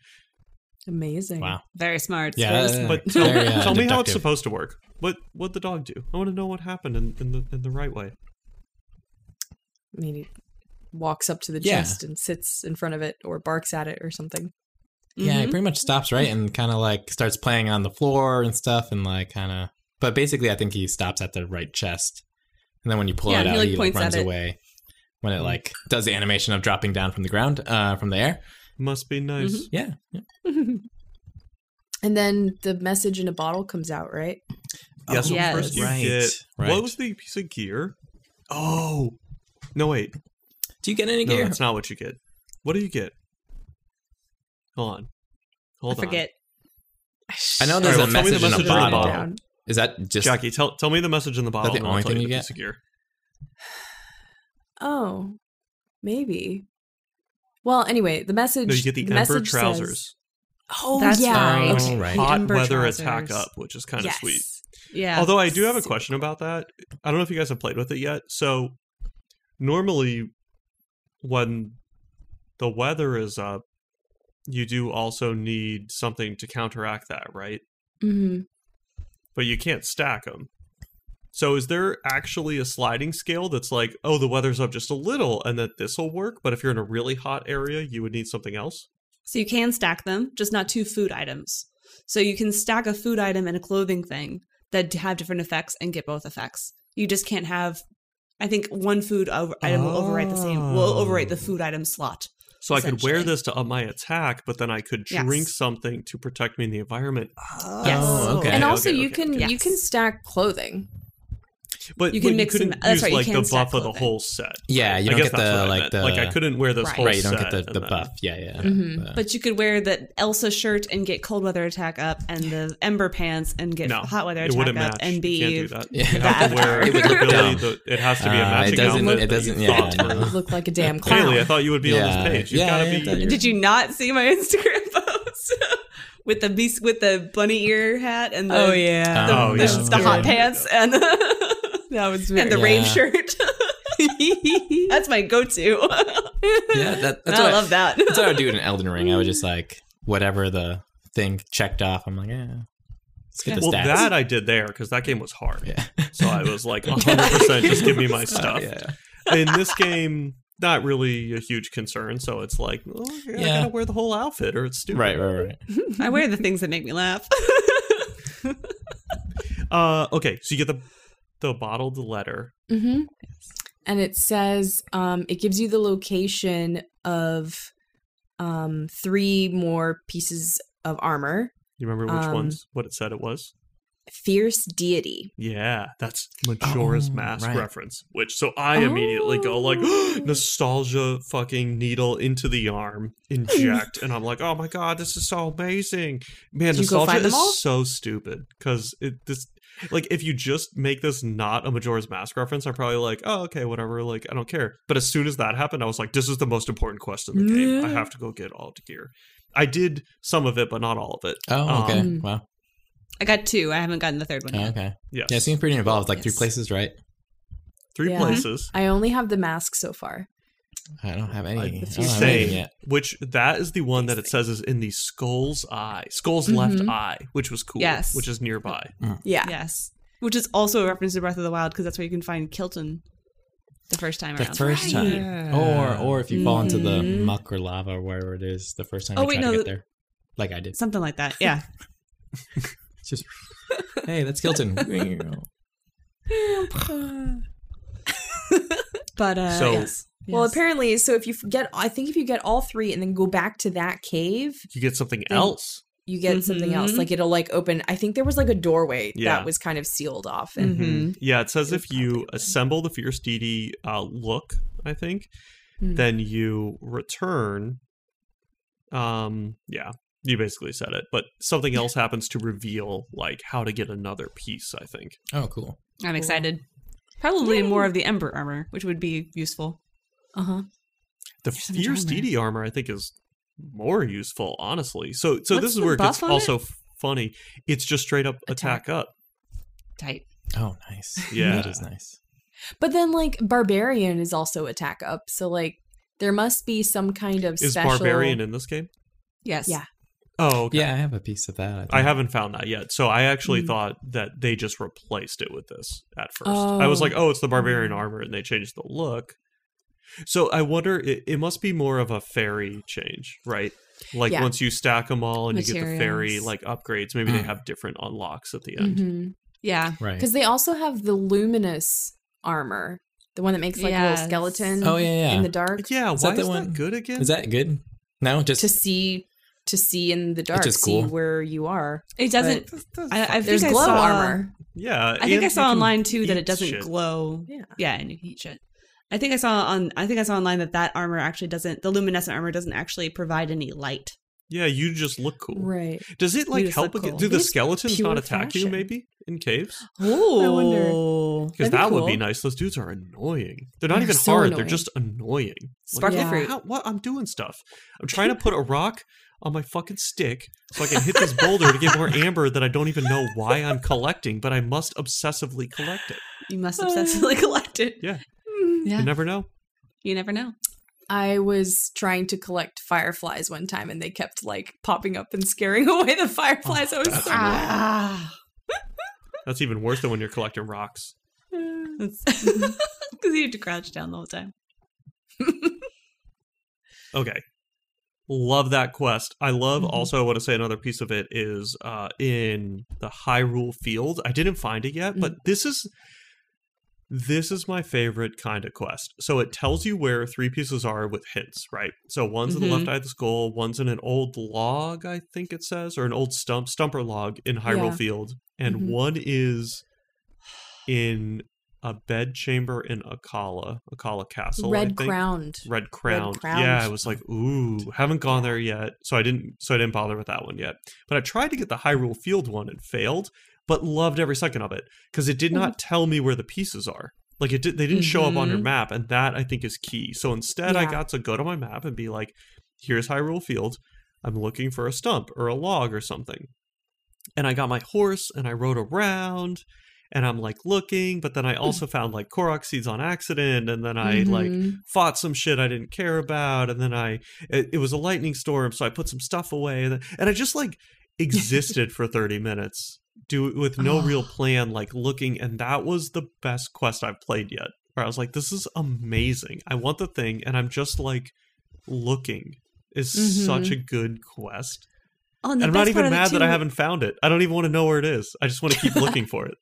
E: Amazing.
D: Wow.
C: Very smart.
D: Yeah,
C: Very
D: that-
C: smart.
B: But tell,
D: Very, uh,
B: tell me how it's
D: deductive.
B: supposed to work. What what the dog do? I want to know what happened in, in the in the right way.
E: I mean, he walks up to the
D: Yeah.
E: chest and sits in front of it or barks at it or something.
D: Yeah, he
C: Mhm.
D: pretty much stops right and kind of like starts playing on the floor and stuff and like kind of. But basically, I think he stops at the right chest, and then when you pull
C: Yeah,
D: it
C: he,
D: out,
C: like,
D: he like
C: points at
D: runs
C: it.
D: away. When
B: Mm.
D: it like does the animation of dropping down from the ground, uh, from the air.
B: Must be nice.
D: Yeah.
E: And then the message in a bottle comes out, right?
D: Oh,
B: Yeah. So
C: Yes.
B: first you
D: Right,
B: get
D: right.
B: what was the piece of gear? Oh, no wait,
D: Do you get any
B: no,
D: gear?
B: that's not what you get. What do you get? Hold on,
C: I
B: hold on.
C: forget.
D: I know
E: All
D: there's
B: well,
D: a
B: tell me
D: message,
B: the
D: in a
B: message
E: written
D: bottle.
E: down.
D: Is that just
B: Jackie, tell tell me the message in the bottle.
D: the
B: and I'll
D: only
B: tell
D: thing
B: you
D: you
B: the
D: get?
B: piece of gear.
E: Oh, maybe. Well, anyway, the message.
B: No, you get the,
E: the
B: emperor
E: message says-
B: trousers.
E: oh,
C: That's
E: yeah.
D: right.
E: Okay.
D: Oh, right.
B: Hot
C: Ember
B: weather attack
C: trousers.
B: up, which is kind of
E: Yes.
B: sweet.
C: Yeah.
B: Although I do have a question about that. I don't know if you guys have played with it yet. So normally when the weather is up, you do also need something to counteract that, right?
E: Mhm.
B: But you can't stack them. So is there actually a sliding scale that's like, oh, the weather's up just a little and that this will work, but if you're in a really hot area, you would need something else?
C: So you can stack them, just not two food items. So you can stack a food item and a clothing thing that d- have different effects and get both effects. You just can't have. I think one food over- item will overwrite the same. Will overwrite the
B: Oh.
C: food item slot.
B: So I could wear
C: Essentially.
B: this to up my attack, but then I could
C: Yes.
B: drink something to protect me in the environment.
C: Yes.
D: Oh, okay.
E: And also, you
B: okay.
E: can you
C: Yes.
E: can stack clothing.
B: But
C: You can
B: but
C: mix and
B: couldn't
C: ma- that's
B: use
C: right, you
B: like the
C: can't stack
B: buff of the
C: clothing.
B: whole set.
D: Yeah, you
B: I
D: don't
B: guess
D: get
B: that's
D: the
B: what I
D: like
B: meant.
D: the
B: like I couldn't wear this
C: Right.
B: whole
D: right. You don't
B: set
D: get the,
B: and
D: the
B: then-
D: buff. Yeah, yeah.
C: Mm-hmm.
E: Mhm.
D: The-
C: But you could wear the Elsa shirt and get cold weather attack up, and the Ember pants and get
B: No,
C: hot weather
B: it
C: attack up,
B: wouldn't match.
C: and
B: you
C: be
B: can't do that.
D: Yeah.
B: You have to wear
C: It
D: would look
B: the ability
D: dumb.
B: that it has to be a
D: Uh, it
B: matching
D: doesn't-
B: outfit.
D: it
B: that you
D: doesn't- yeah,
B: thought
D: I
E: You
B: through.
D: know.
E: look like a damn clown.
B: Haley, I thought you would be on
D: Yeah,
B: this page. You've
D: yeah,
B: got to
D: yeah,
B: be.
D: that-
C: Did you not see my Instagram post with the beast with the bunny ear hat and the
E: yeah.
C: the,
B: Oh,
C: the-
B: yeah.
C: the
B: Yeah.
C: hot pants and that was and the
D: Yeah.
C: rave shirt. That's my go-to.
D: yeah, that, that's
C: Oh, I
D: what
C: love that.
D: That's what I would do in Elden Ring. I would just like whatever the thing checked off. I'm like, yeah, let's get the
B: Well,
D: stats.
B: that I did there because that game was hard.
D: yeah.
B: So I was like, 100% just give me my stuff.
D: yeah.
B: In this game, not really a huge concern. So it's like, well, yeah, I
D: Yeah.
B: got to wear the whole outfit or it's stupid.
D: Right, right, right.
C: I wear the things that make me laugh.
B: Uh, okay, so you get the the bottled letter.
E: Mm-hmm. And it says um, it gives you the location of um, three more pieces of armor.
B: You remember which
E: Um,
B: ones? What it said it was?
E: Fierce deity.
B: Yeah, that's Majora's
D: Oh,
B: Mask
D: right.
B: reference. Which so I immediately go like
E: Oh.
B: nostalgia fucking needle into the arm, inject, and I'm like, oh my god, this is so amazing, man.
E: Did you go
B: nostalgia
E: find them all?
B: is so stupid because it this like if you just make this not a Majora's Mask reference, I'm probably like, oh okay, whatever, like I don't care. But as soon as that happened, I was like, this is the most important quest in the game. I have to go get all the gear. I did some of it, but not all of it.
D: Oh, okay.
E: Um,
D: wow.
C: I got two. I haven't gotten the third one
D: Oh,
C: yet.
D: okay.
B: Yes.
D: Yeah, it seems pretty involved. Like three
E: Yes.
D: places, right?
B: three
E: Yeah.
B: places.
E: I only have the mask so far.
D: I don't have any. I
B: I-
D: don't
E: you
D: have
E: say-
D: anything yet.
B: Which that is the one that it says is in the skull's eye, skull's left
E: Mhm.
B: eye, which was cool.
C: Yes.
B: which is nearby.
E: Yeah.
C: Yes. Which is also a reference to Breath of the Wild because that's where you can find Kilton the first time
D: The
C: around.
D: first time, or or if you fall into the muck or lava or wherever it is, the first time
C: Oh,
D: you
C: wait,
D: try
C: no,
D: to
C: the-
D: get there, like I did.
C: Something like that. Yeah.
D: It's just hey, that's Kilton.
C: But uh
B: So-
C: yes.
E: Well,
C: Yes.
E: apparently, so if you f- get, I think if you get all three and then go back to that cave,
B: You get something
E: Then-
B: else.
E: you get something else.
C: Mhm.
E: Like it'll like open. I think there was like a doorway
B: Yeah.
E: that was kind of sealed off. And
D: Mm-hmm.
C: Mhm.
B: Yeah, it says
E: Mm-hmm. It
B: if you
E: probably would.
B: assemble the fierce deity uh, look, I think,
E: Hmm.
B: then you return. Um, yeah, you basically said it, but something else happens to reveal like how to get another piece. I think.
D: oh, cool.
C: I'm excited. Probably more of the Ember armor, which would be useful.
E: uh huh.
B: The
C: so much
B: fierce
C: armor.
B: DD armor, I think, is more useful, honestly. So, so
C: What's
B: this is
C: the
B: where it gets
C: buff on it?
B: also f- funny. It's just straight up attack, up.
C: Tight.
D: Oh, nice.
B: Yeah.
D: that is nice.
E: But then like barbarian is also attack up. So like there must be some kind of
B: Is
E: special.
B: barbarian in this game?
C: Yes.
E: Yeah.
B: Oh, okay.
D: Yeah, I have a piece of that.
B: I
D: think.
B: haven't found that yet. So I actually
C: Hmm.
E: Mm.
B: thought that they just replaced it with this at first. I was
E: Oh.
B: like, oh, it's the barbarian
E: Mm.
B: armor, and they changed the look. So I wonder, it, it must be more of a fairy change, right? Like
E: Yeah.
B: once you stack them all and you get the fairy
C: Materials. Mm-hmm.
B: like upgrades, maybe they
D: Mm.
B: have different unlocks at the end.
E: Mhm.
C: Yeah.
D: Right.
E: Because they also have the luminous armor, the one that makes like a
C: Yes.
E: little skeleton.
D: Oh, yeah, yeah.
E: in the dark
B: Yeah,
D: Is
B: why
D: that the
B: is
D: one-
B: that good again?
D: Is that good? No, just
E: to see to see in the dark,
D: is
E: see
D: cool.
E: where you are.
C: It doesn't
B: That's- that's
C: I- I
B: fucking-
E: There's
C: I
E: glow
C: saw-
E: armor.
B: yeah,
C: I think
B: and
C: I
B: you
C: saw
B: can
C: online too that
B: eat
C: it doesn't
B: shit.
C: glow.
E: Yeah.
C: Yeah, and you can eat shit. I think I saw on I think I saw online that that armor actually doesn't the luminescent armor doesn't actually provide any light.
B: Yeah, you just look cool.
E: Right.
B: Does it like
C: just
B: help?
C: look
B: again-
C: cool.
B: Do the
E: It's
B: skeletons
E: pure
B: not attack you?
E: fashion.
B: Maybe in caves
E: I wonder.
C: Oh.
B: because
E: That'd be
B: that would be
E: cool.
B: nice. Those dudes are annoying. They're not
E: They're
B: even
E: so
B: hard. They're
E: annoying.
B: just annoying.
C: Sparkly
E: Yeah.
C: fruit.
B: How, what I'm doing stuff. I'm trying to put a rock on my fucking stick so I can hit this boulder to get more amber that I don't even know why I'm collecting, but I must obsessively collect it.
C: You must obsessively collect it.
B: Uh, Yeah.
C: Yeah.
B: You never know.
C: You never know.
E: Mm-hmm. I was trying to collect fireflies one time and they kept like popping up and scaring away the fireflies.
B: Oh,
E: I was so
C: Ah.
B: That's even worse than when you're collecting rocks.
C: Because
B: Mm-hmm.
C: you have to crouch down the whole time.
B: Okay. Love that quest. I love also I want to say another piece of it is uh in the Hyrule field. I didn't find it yet, but this is this is my favorite kind of quest. So it tells you where three pieces are with hints, right? So one's in the left eye of the skull, one's in an old log, I think it says, or an old stump stumper log in Hyrule
E: Yeah.
B: Field, and
E: Mhm.
B: one is in a bedchamber in Akala, Akala Castle. I
E: Red
B: think.
E: crowned.
B: Red Crown.
E: Crowned.
B: Yeah, I was like, ooh, haven't gone there yet. So I didn't so I didn't bother with that one yet. But I tried to get the Hyrule Field one and failed, but loved every second of it because it did
E: Mm-hmm.
B: not tell me where the pieces are. Like it did, they didn't show up on your
C: Mhm.
B: map, and that I think is key. So instead, I
E: Mm-hmm. Yeah.
B: got to go to my map and be like, here's Hyrule Field. I'm looking for a stump or a log or something. And I got my horse and I rode around and I'm like looking, but then I
E: Hmm.
B: also found like Korok seeds on accident. And then I like
E: Mhm.
B: fought some shit I didn't care about, and then I it, it was a lightning storm, so I put some stuff away, and, and I just like existed for thirty minutes, do with no
C: Ah.
B: real plan, like looking, and that was the best quest I've played yet. Where I was like, this is amazing. I want the thing, and I'm just like looking. Is such a good quest.
C: Oh, Mm-hmm.
B: And
C: and the
B: I'm not
C: best
B: even
C: part of it,
B: mad that I
C: too-
B: haven't found it. I don't even want to know where it is. I just want to keep looking for it.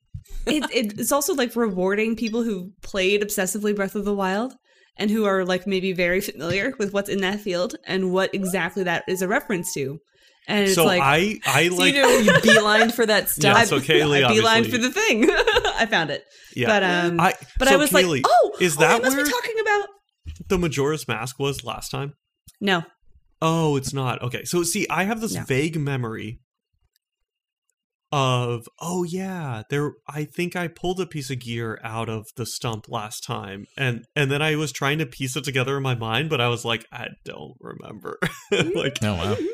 C: it, it- it's also like rewarding people who played obsessively Breath of the Wild and who are like maybe very familiar with what's in that field and what exactly that is a reference to. And it's
B: so
C: like,
B: I, I
E: So you
B: like,
E: know, you beelined for that stuff.
B: Yeah, so Kaylee
C: I beeline
B: obviously-
C: for the thing. I found it.
B: yeah.
C: But um,
B: I,
C: but
B: so
C: I was
B: Kaylee,
C: like, oh,
B: is
C: oh, they
B: that
C: must
B: where-
C: be talking about?
B: the Majora's Mask was last time?
C: No,
B: Oh, it's not. Okay. So see, I have this
C: No.
B: vague memory of oh yeah, there I think I pulled a piece of gear out of the stump last time and and then I was trying to piece it together in my mind, but I was like I don't remember. like
D: Oh wow.
B: do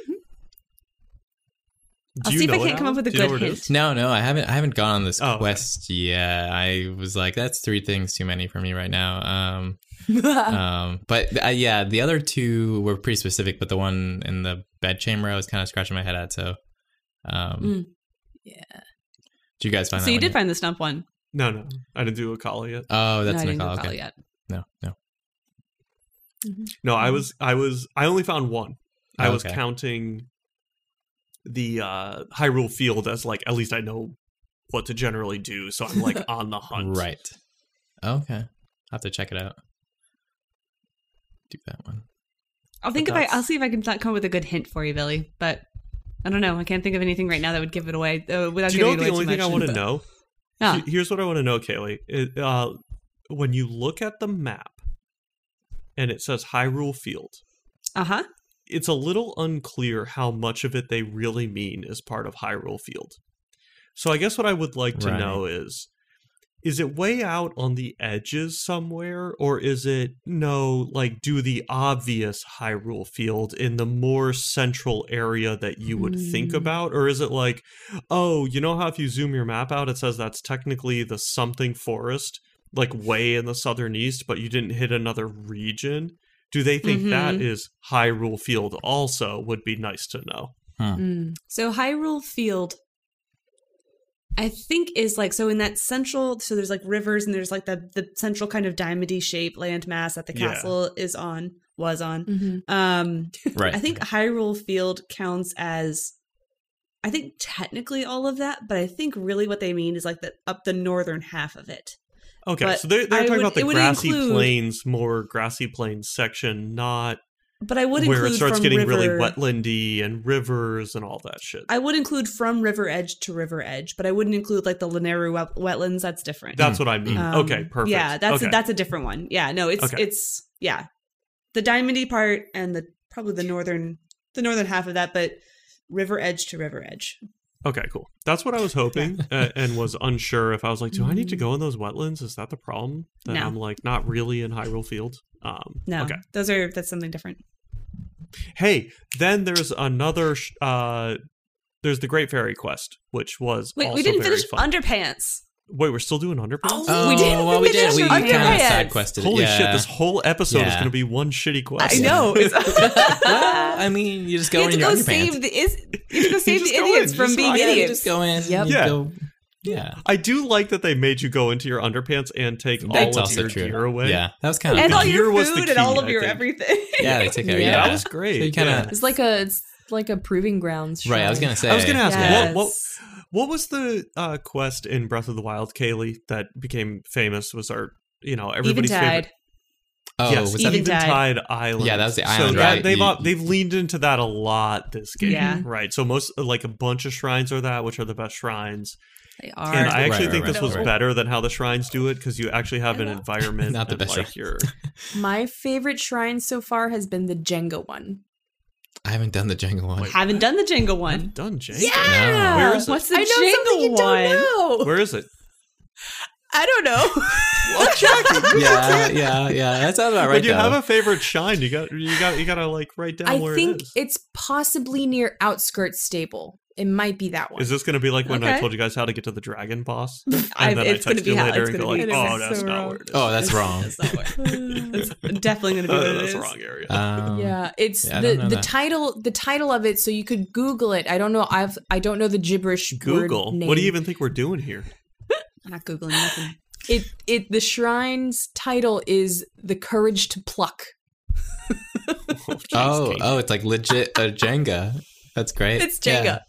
C: Mm, I'll
B: you
C: see if
B: know
C: I
B: it,
C: can't come up
B: Alan?
C: with a
B: Do you know
C: good
B: where it is?
C: hint.
D: No, no, I haven't. I haven't gone on this
B: Oh, okay.
D: quest yet. I was like, that's three things too many for me right now. Um,
E: Mm-hmm.
C: Oh.
D: um, but uh, yeah, the other two were pretty specific, but the one in the bedchamber, I was kind of scratching my head at. So, um,
C: Mm.
E: Yeah.
D: do you guys find?
C: So
D: that
C: you
D: one
C: did
D: yet?
C: find the stump one.
B: No, no. I didn't do a call yet.
D: Oh,
C: no,
D: that's
C: I didn't
D: Nicole.
C: do Kali
D: Okay.
C: yet.
D: No, no.
B: No, I was I was I only found one. I was
D: Mm-hmm. Okay.
B: counting the uh Hyrule Field as like at least I know what to generally do, so I'm like on the hunt.
D: Right. Okay. I'll have to check it out. Do that one.
C: I'll think if I,
B: that's-
C: I'll see if I can th- come up with a good hint for you, Billy. But I don't know. I can't think of anything right now that would give it away uh, without
B: Do you know what
C: giving it
B: the
C: away
B: only
C: too
B: thing I
C: much.
B: want to know?
C: Ah.
B: He- Here's what I want to know, Kaylee. It, uh, when you look at the map and it says Hyrule Field,
C: Uh huh.
B: it's a little unclear how much of it they really mean is part of Hyrule Field. So I guess what I would like to
D: Right.
B: know is is it way out on the edges somewhere or is it no like do the obvious Hyrule Field in the more central area that you would think
C: Hmm.
B: about or is it like oh you know how if you zoom your map out it says that's technically the something forest like way in the southern east but you didn't hit another region do they think that
C: Mhm.
B: is Hyrule Field also would be nice to know.
C: So Hyrule Field, I think, is like so in that central. So there's like rivers, and there's like the the central kind of diamond shape land mass that the
B: Yeah. Mm-hmm.
C: castle is on was on.
E: Mhm.
C: Um,
D: Right.
C: I think Hyrule Field counts as. I think technically all of that, but I think really what they mean is like the up the northern half of it.
B: Okay,
C: But
B: so they're, they're
C: I
B: talking
C: would-
B: about the
C: it would
B: grassy
C: include-
B: plains, more grassy plains section, not
C: But I would
B: where
C: include
B: it starts
C: from
B: getting
C: river,
B: really wetlandy and rivers and all that shit.
C: I would include from river edge to river edge, but I wouldn't include like the Lineru wet- wetlands. That's different.
B: That's what I mean.
C: Um,
B: okay, perfect.
C: Yeah, that's
B: okay.
C: a, that's a different one. Yeah, no, it's
B: Okay.
C: it's yeah, the diamondy part and the probably the northern the northern half of that, but river edge to river edge.
B: okay, cool. That's what I was hoping uh, and was unsure if I was like, do I need to go in those wetlands? Is that the problem? That
C: Mm-hmm. No.
B: I'm like not really in Hyrule Field. Um,
C: No,
B: Okay.
C: those are that's something different.
B: Hey, then there's another. Sh- uh, there's the Great Fairy Quest, which was
C: Wait,
B: also
C: we didn't
B: very
C: finish
B: fun.
C: underpants.
B: Wait, we're still doing underpants.
D: Oh,
C: we didn't
D: well, we did.
C: finish
D: We
C: on
D: kind of
C: Underpants.
D: side quested.
B: Holy
D: yeah.
B: shit! This whole episode is
D: Yeah.
B: going to be one shitty quest.
C: I know. It's,
D: well, I mean, you just go
C: you have to
D: in your
C: go
D: underpants.
C: save the is, you have to go save
B: just
C: the
B: go in,
C: idiots
B: you
C: from
B: just
C: being
B: log in, you
C: idiots.
D: just go in.
E: Yep.
D: you
B: Yeah.
D: go- yeah.
B: I do like that they made you go into your underpants and take
D: That's
B: all of
D: also
B: your
D: true.
B: gear away.
D: Yeah, that was kind of
C: and all
B: The
C: your
B: gear was the
C: food and all
B: key,
C: of
B: I
C: your
B: think.
C: everything.
D: yeah. They take out.
E: Yeah.
D: Yeah,
B: that was great.
D: So you kinda-
B: yeah.
E: It's like a it's like a proving grounds.
D: right. I was
E: shrine.
D: gonna say.
B: I was gonna ask
C: Yes.
B: what, what what was the uh, quest in Breath of the Wild, Kaylee, that became famous? Was our you know everybody's favorite?
C: Eventide.
D: Oh,
B: yes,
D: was that the-
C: Eventide.
B: Eventide Island.
D: Yeah, that was the
B: So
D: island,
B: that,
D: right?
B: they've
D: You-
B: op- they've leaned into that a lot this game,
C: Yeah.
B: right? So most like a bunch of shrines are that, which are the best shrines.
C: They are.
B: And I
D: Right,
B: actually
D: right,
B: think
D: right,
B: this was
D: right.
B: better than how the shrines do it because you actually have an environment.
D: Not the
B: and,
D: best
B: like
D: shrine.
B: your
E: My favorite shrine so far has been the Jenga one.
D: I haven't done the Jenga one.
B: Wait.
C: Haven't done the Jenga one.
B: done, Jake.
D: No.
B: Where is it?
C: What's the
E: I know something
C: Jenga
E: you
C: one?
E: don't know.
B: Where is it?
E: I don't know.
B: Well, Jackie,
D: yeah, yeah, yeah. That sounds about right.
B: But you
D: though.
B: have a favorite shine. You got you got you gotta like write down
E: I
B: where
E: think
B: it is.
E: it's possibly near Outskirts Stable. It might be that one.
B: Is this gonna be like when I
C: Okay.
B: told you guys how to get to the dragon boss?
C: I-
B: And then
C: it's
B: I
C: gonna
B: text
C: be
B: you
C: how-
B: later
C: it's
B: and go
C: gonna
B: like,
C: be- it is
B: oh,
C: so
B: that's not
C: wrong.
B: where it is.
D: oh, that's wrong.
C: That's not where- That's definitely going to be
B: Uh,
C: what it
B: that's
C: is.
B: the wrong area.
D: Um,
E: yeah, it's
D: yeah, I
E: the
D: don't know
E: the
D: that.
E: title the title of it. So you could Google it. I don't know. I've I don't know the gibberish word
B: Google.
E: name.
B: What do you even think we're doing here?
C: I'm not googling nothing.
E: It it the shrine's title is the courage to pluck.
B: Oh, jeez,
D: Oh,
B: Kate.
D: oh, it's like legit a Jenga. That's great.
E: It's
D: Yeah.
E: Jenga.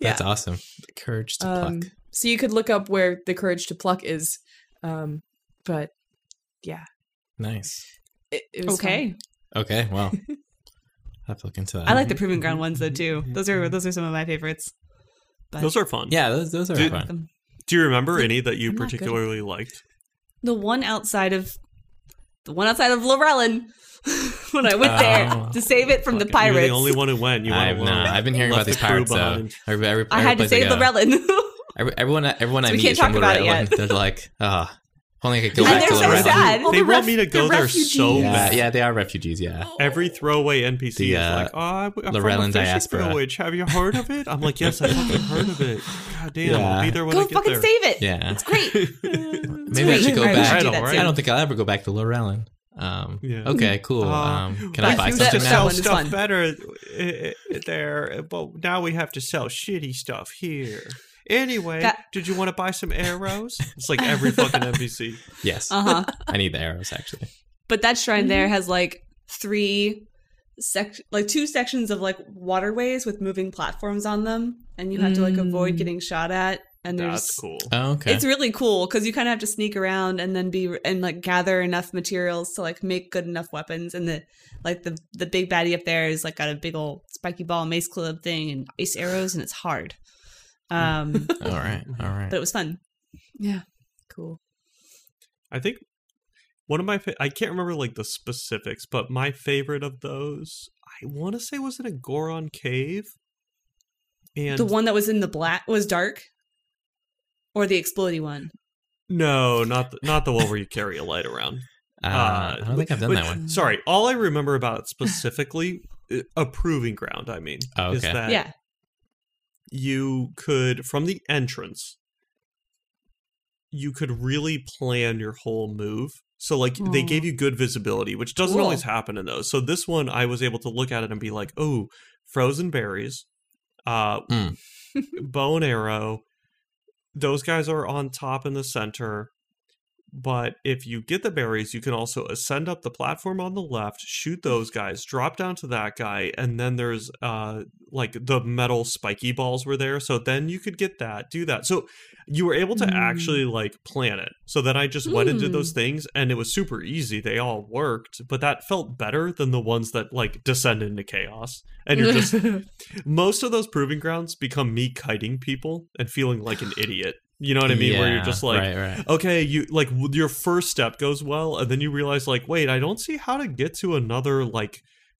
D: That's awesome. The courage to
E: Um,
D: pluck.
E: so you could look up where the courage to pluck is. Um, but
D: Nice.
E: it, it was
C: Okay.
E: fun.
D: Okay. Well, I have to look into that.
C: I like the proving ground ones though too. Those are those are some of my favorites. But
B: Those are fun.
D: Yeah, those those are
B: Dude.
D: fun.
B: Do you remember any that you
E: I'm not good at-
B: particularly liked?
C: the one outside of the one outside of Lorelin when I went
D: Oh.
C: there to save it from the
B: Fuck it,
C: pirates.
B: You're the only one who went. You
D: I've
B: went alone.
D: not. I've been hearing
B: Left
D: about these
B: the crew
D: pirates uh, though.
B: behind.
D: Every, every,
C: I had to
D: every
C: save
D: place go.
C: Lorelin.
D: Every, everyone, everyone
C: So
D: I
C: we
D: meet
C: can't
D: is from
C: talk about
D: Lorelei
C: it
D: Island.
C: yet.
D: They're like, ah, only I could go
C: And
D: back
C: they're
D: to
C: so
D: Lorelei. Island.
C: sad.
E: All
B: They
E: the
B: want
E: ref-
B: me to
E: the
B: go there so
E: refugees.
D: Yeah,
B: bad.
D: yeah, they are refugees. Yeah.
B: Every throwaway NPC
D: The,
B: is like,
D: uh,
B: "Oh, I- I'm from
D: Lorelin
B: a fishing
D: diaspora.
B: village. Have you heard of it?" I'm like, "Yes, I fucking heard of it. God damn, I'll
D: Yeah.
B: be there when I
C: Go
B: get
C: fucking
B: there."
C: save it.
D: Yeah.
C: It's great.
D: Maybe I should go
C: Alright, we
D: back.
B: Right,
C: should do that
B: alright.
C: soon.
D: I don't think I'll ever go back to Lorelin. Um,
B: Yeah.
D: Okay, cool.
B: Uh,
D: um, can
B: we
D: I buy
B: used
C: that-
D: something
B: to
C: that
D: now?
B: sell
C: one is
B: stuff
C: fun.
B: better uh, uh, there, but now we have to sell shitty stuff here. Anyway,
C: That-
B: did you want to buy some arrows? It's like every fucking NPC.
D: Yes.
C: Uh huh.
D: I need the arrows, actually.
C: But that shrine there has like three sec like two sections of like waterways with moving platforms on them, and you have to like avoid
E: Mm.
C: getting shot at. And there's
B: That's cool.
C: Uh,
D: Oh, okay.
C: It's really cool because you kind of have to sneak around and then be and like gather enough materials to like make good enough weapons. And the like the the big baddie up there is like got a big old spiky ball mace club thing and ice arrows, and it's hard. Um,
D: all right. All right. Uh,
C: but it was fun.
E: Yeah. Cool.
B: I think one of my fa- I can't remember like the specifics, but my favorite of those I want to say was in a Goron cave. And
C: the one that was in the black was dark, or the explodey one.
B: no, not the, not the one where you carry a light around.
D: Uh, I don't think I've done
B: but-
D: that one.
B: Sorry, all I remember about it specifically uh, a proving ground. I mean,
D: Oh,
B: is
D: okay.
B: that
C: yeah,
B: you could from the entrance you could really plan your whole move so like they
C: Aw.
B: gave you good visibility which doesn't
C: Mm. Cool.
B: always happen in those so this one i was able to look at it and be like oh frozen berries uh
D: Mm.
B: bow and arrow those guys are on top in the center but if you get the berries you can also ascend up the platform on the left shoot those guys drop down to that guy and then there's uh like the metal spiky balls were there so then you could get that do that so you were able to
C: Mm.
B: actually like plan it so then i just went and did
C: Mm.
B: those things and it was super easy they all worked but that felt better than the ones that like descend into chaos and you're just most of those proving grounds become me kiting people and feeling like an idiot you know what i mean where you're
D: Yeah,
B: just like
D: right, right.
B: okay you like w- your first step goes well and then you realize like wait i don't see how to get to another like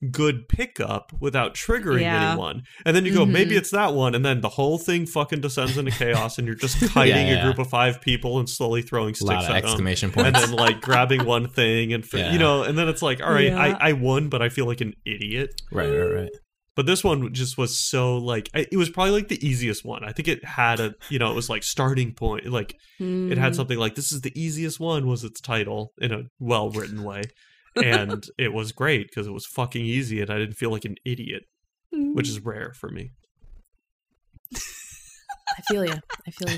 B: good pickup without triggering
C: Yeah.
B: anyone and then you go maybe
C: Mhm.
B: it's that one and then the whole thing fucking descends into chaos and you're just kiting
D: Yeah,
B: a
D: yeah.
B: group of five people and slowly throwing
D: A
B: sticks
D: lot of
B: at them
D: exclamation
B: um, and
D: points.
B: then like grabbing one thing and fi-
D: Yeah.
B: you know and then it's like all right
E: Yeah.
B: I, I won but i feel like an idiot
D: right, right, right.
B: but this one just was so like I, it was probably like the easiest one i think it had a you know it was like starting point like it
E: Mm.
C: Mm-hmm.
B: had something like this is the easiest one was its title in a well written way and it was great because it was fucking easy and i didn't feel like an idiot which
E: Mm.
B: is rare for me
E: I feel you. I feel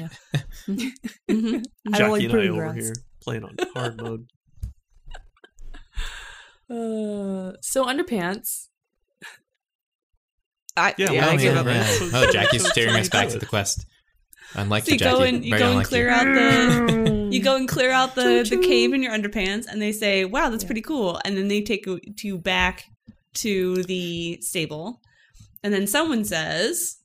E: you.
C: Mhm.
E: I
B: jackie
E: don't like
B: and i
E: proving
B: over
E: grounds.
B: here playing on hard mode
E: Uh, so underpants.
C: I,
B: Yeah,
C: yeah,
B: well,
C: I give
B: yeah,
C: up.
B: yeah.
D: Oh, Jackie's steering us back to the quest. Unlike
C: So
D: the
C: you
D: Jackie,
C: go and you
D: very
C: go and
D: unlike
C: clear out the you go and clear out the, the cave in your underpants and they say wow that's pretty cool and then they take you- you back to the stable and then someone says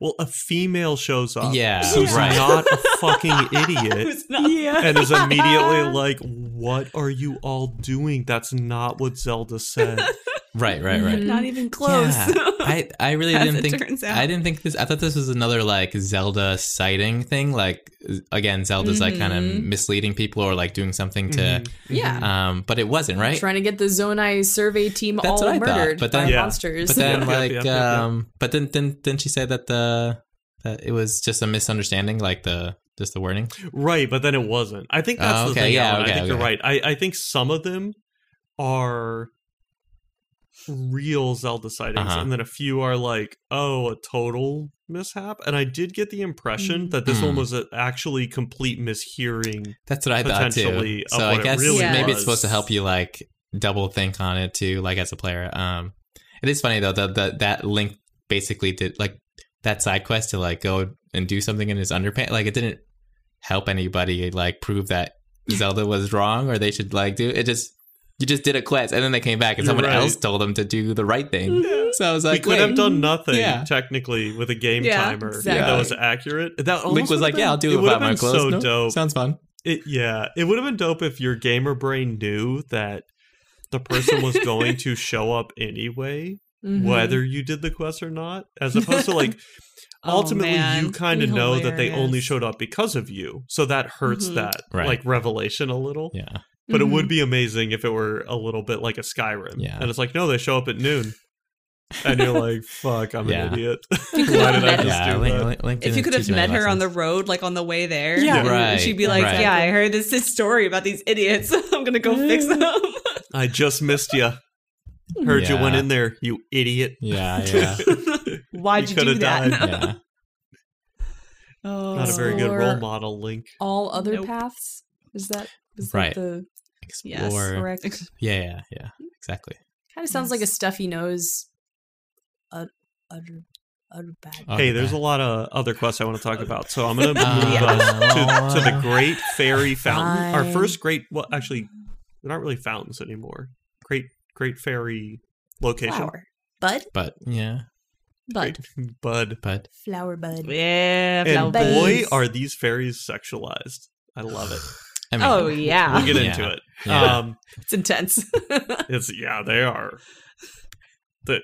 B: Well, a female shows up.
D: Yeah,
B: Who's
D: right.
B: not a fucking idiot.
C: It's not
B: And is immediately like, "What are you all doing? That's not what Zelda said."
D: Right, right, right.
C: not even close.
D: Yeah. I, I really
C: As
D: didn't
C: it
D: think
C: turns out.
D: I didn't think this I thought this was another like Zelda sighting thing. Like again, Zelda's like kind of
C: Mhm.
D: misleading people or like doing something to
B: Mm-hmm.
E: Yeah.
C: Mm-hmm.
D: um but it wasn't, right?
E: Trying to get the Zonai survey team
D: That's
E: all
D: what I thought,
E: murdered
D: but then-
E: by
B: Yeah.
E: monsters.
D: But then
B: Yep, yep,
D: like
B: yep, yep, yep.
D: um but then then then she said that the that it was just a misunderstanding, like the just the wording.
B: Right, but then it wasn't. I think that's
D: Oh,
B: the
D: okay,
B: thing.
D: yeah,
B: Alan.
D: okay,
B: I think you're
D: okay.
B: right. I, I think some of them are real Zelda sightings,
D: Uh-huh.
B: and then a few are like, oh, a total mishap. And I did get the impression that this one
D: Hmm.
B: was a actually complete mishearing.
D: That's what I thought too.
B: Potentially of
D: So I
B: what it
D: guess
C: really
D: maybe
B: was.
D: it's supposed to help you like double think on it too, like as a player. Um, it is funny though that that that link basically did like that side quest to like go and do something in his underpants. Like it didn't help anybody like prove that Zelda was wrong or they should like do it. Just you just did a quest and then they came back and
B: You're
D: someone
B: right.
D: else told them to do the right
C: Mm-hmm.
D: thing. So I was
B: we
D: like,
B: could have
D: wait. mm,
B: done nothing
D: Yeah.
B: technically with a game
E: Yeah,
B: timer that
E: exactly.
B: was accurate. That
D: Link
B: almost
D: was
B: would've
D: like,
B: been-
D: yeah, I'll do it
B: would've
D: without my
B: been
D: clothes.
B: So
D: No,
B: dope.
D: Sounds fun.
B: It, yeah, it would have been dope if your gamer brain knew that the person was going to show up anyway,
E: Mhm.
B: whether you did the quest or not, as opposed to like
C: Mm-hmm. Oh,
B: ultimately
C: man.
B: you kind of
C: Be
B: know that they only
C: hilarious. Mm-hmm.
B: showed up because of you, so that hurts
E: Mhm.
B: that
D: Right.
B: like revelation a little.
D: Yeah.
B: But it would be amazing if it were a little bit like a Skyrim,
D: Yeah.
B: and it's like no, they show up at noon, and you're like, fuck, I'm
D: Yeah.
B: an idiot.
C: You could
B: Why
C: have
B: did I
C: met-
B: just
D: Yeah,
B: do
D: Link-
B: that?
D: Link- Link
C: If you
D: didn't
C: could have
D: teach me
C: met
D: any
C: her on
D: lessons.
C: the road, like on the way there,
E: Yeah.
D: Right,
C: she'd be like,
D: right.
C: "Yeah, I heard this, this story about these idiots. I'm gonna go fix them."
B: I just missed you. Heard you went
D: Yeah.
B: in there, you idiot.
D: Yeah, yeah.
C: Why'd you,
B: coulda
C: do that?
B: died.
D: yeah.
C: Oh,
B: Not a very good
E: Or-
B: role model, Link.
E: all other
C: Nope.
E: paths. Is that is
D: Right.
E: that the
C: Yes,
D: Explore.
E: correct?
C: Ex-
D: yeah, yeah, yeah. Exactly.
E: Kind of sounds like a
C: Yes.
E: stuffy nose. Utter, utter, utter bad.
D: Oh,
B: Hey, there's a
D: okay.
B: lot of other quests I want to talk about, so I'm going to move
D: Yeah.
B: us to, to the Great Fairy Fountain. Our
E: Oh. Fine.
B: first great, well, actually, they're not really fountains anymore. Great, Great Fairy location.
E: flower bud,
D: But yeah,
E: bud,
B: Bud.
D: but
E: flower bud.
C: yeah, flower
B: And
E: Bud.
B: boy,
C: buds.
B: are these fairies sexualized. I love it.
D: I mean,
C: oh yeah,
B: We'll get
D: Yeah.
B: into it.
D: Yeah.
B: Um,
C: it's intense.
B: It's yeah, they are. The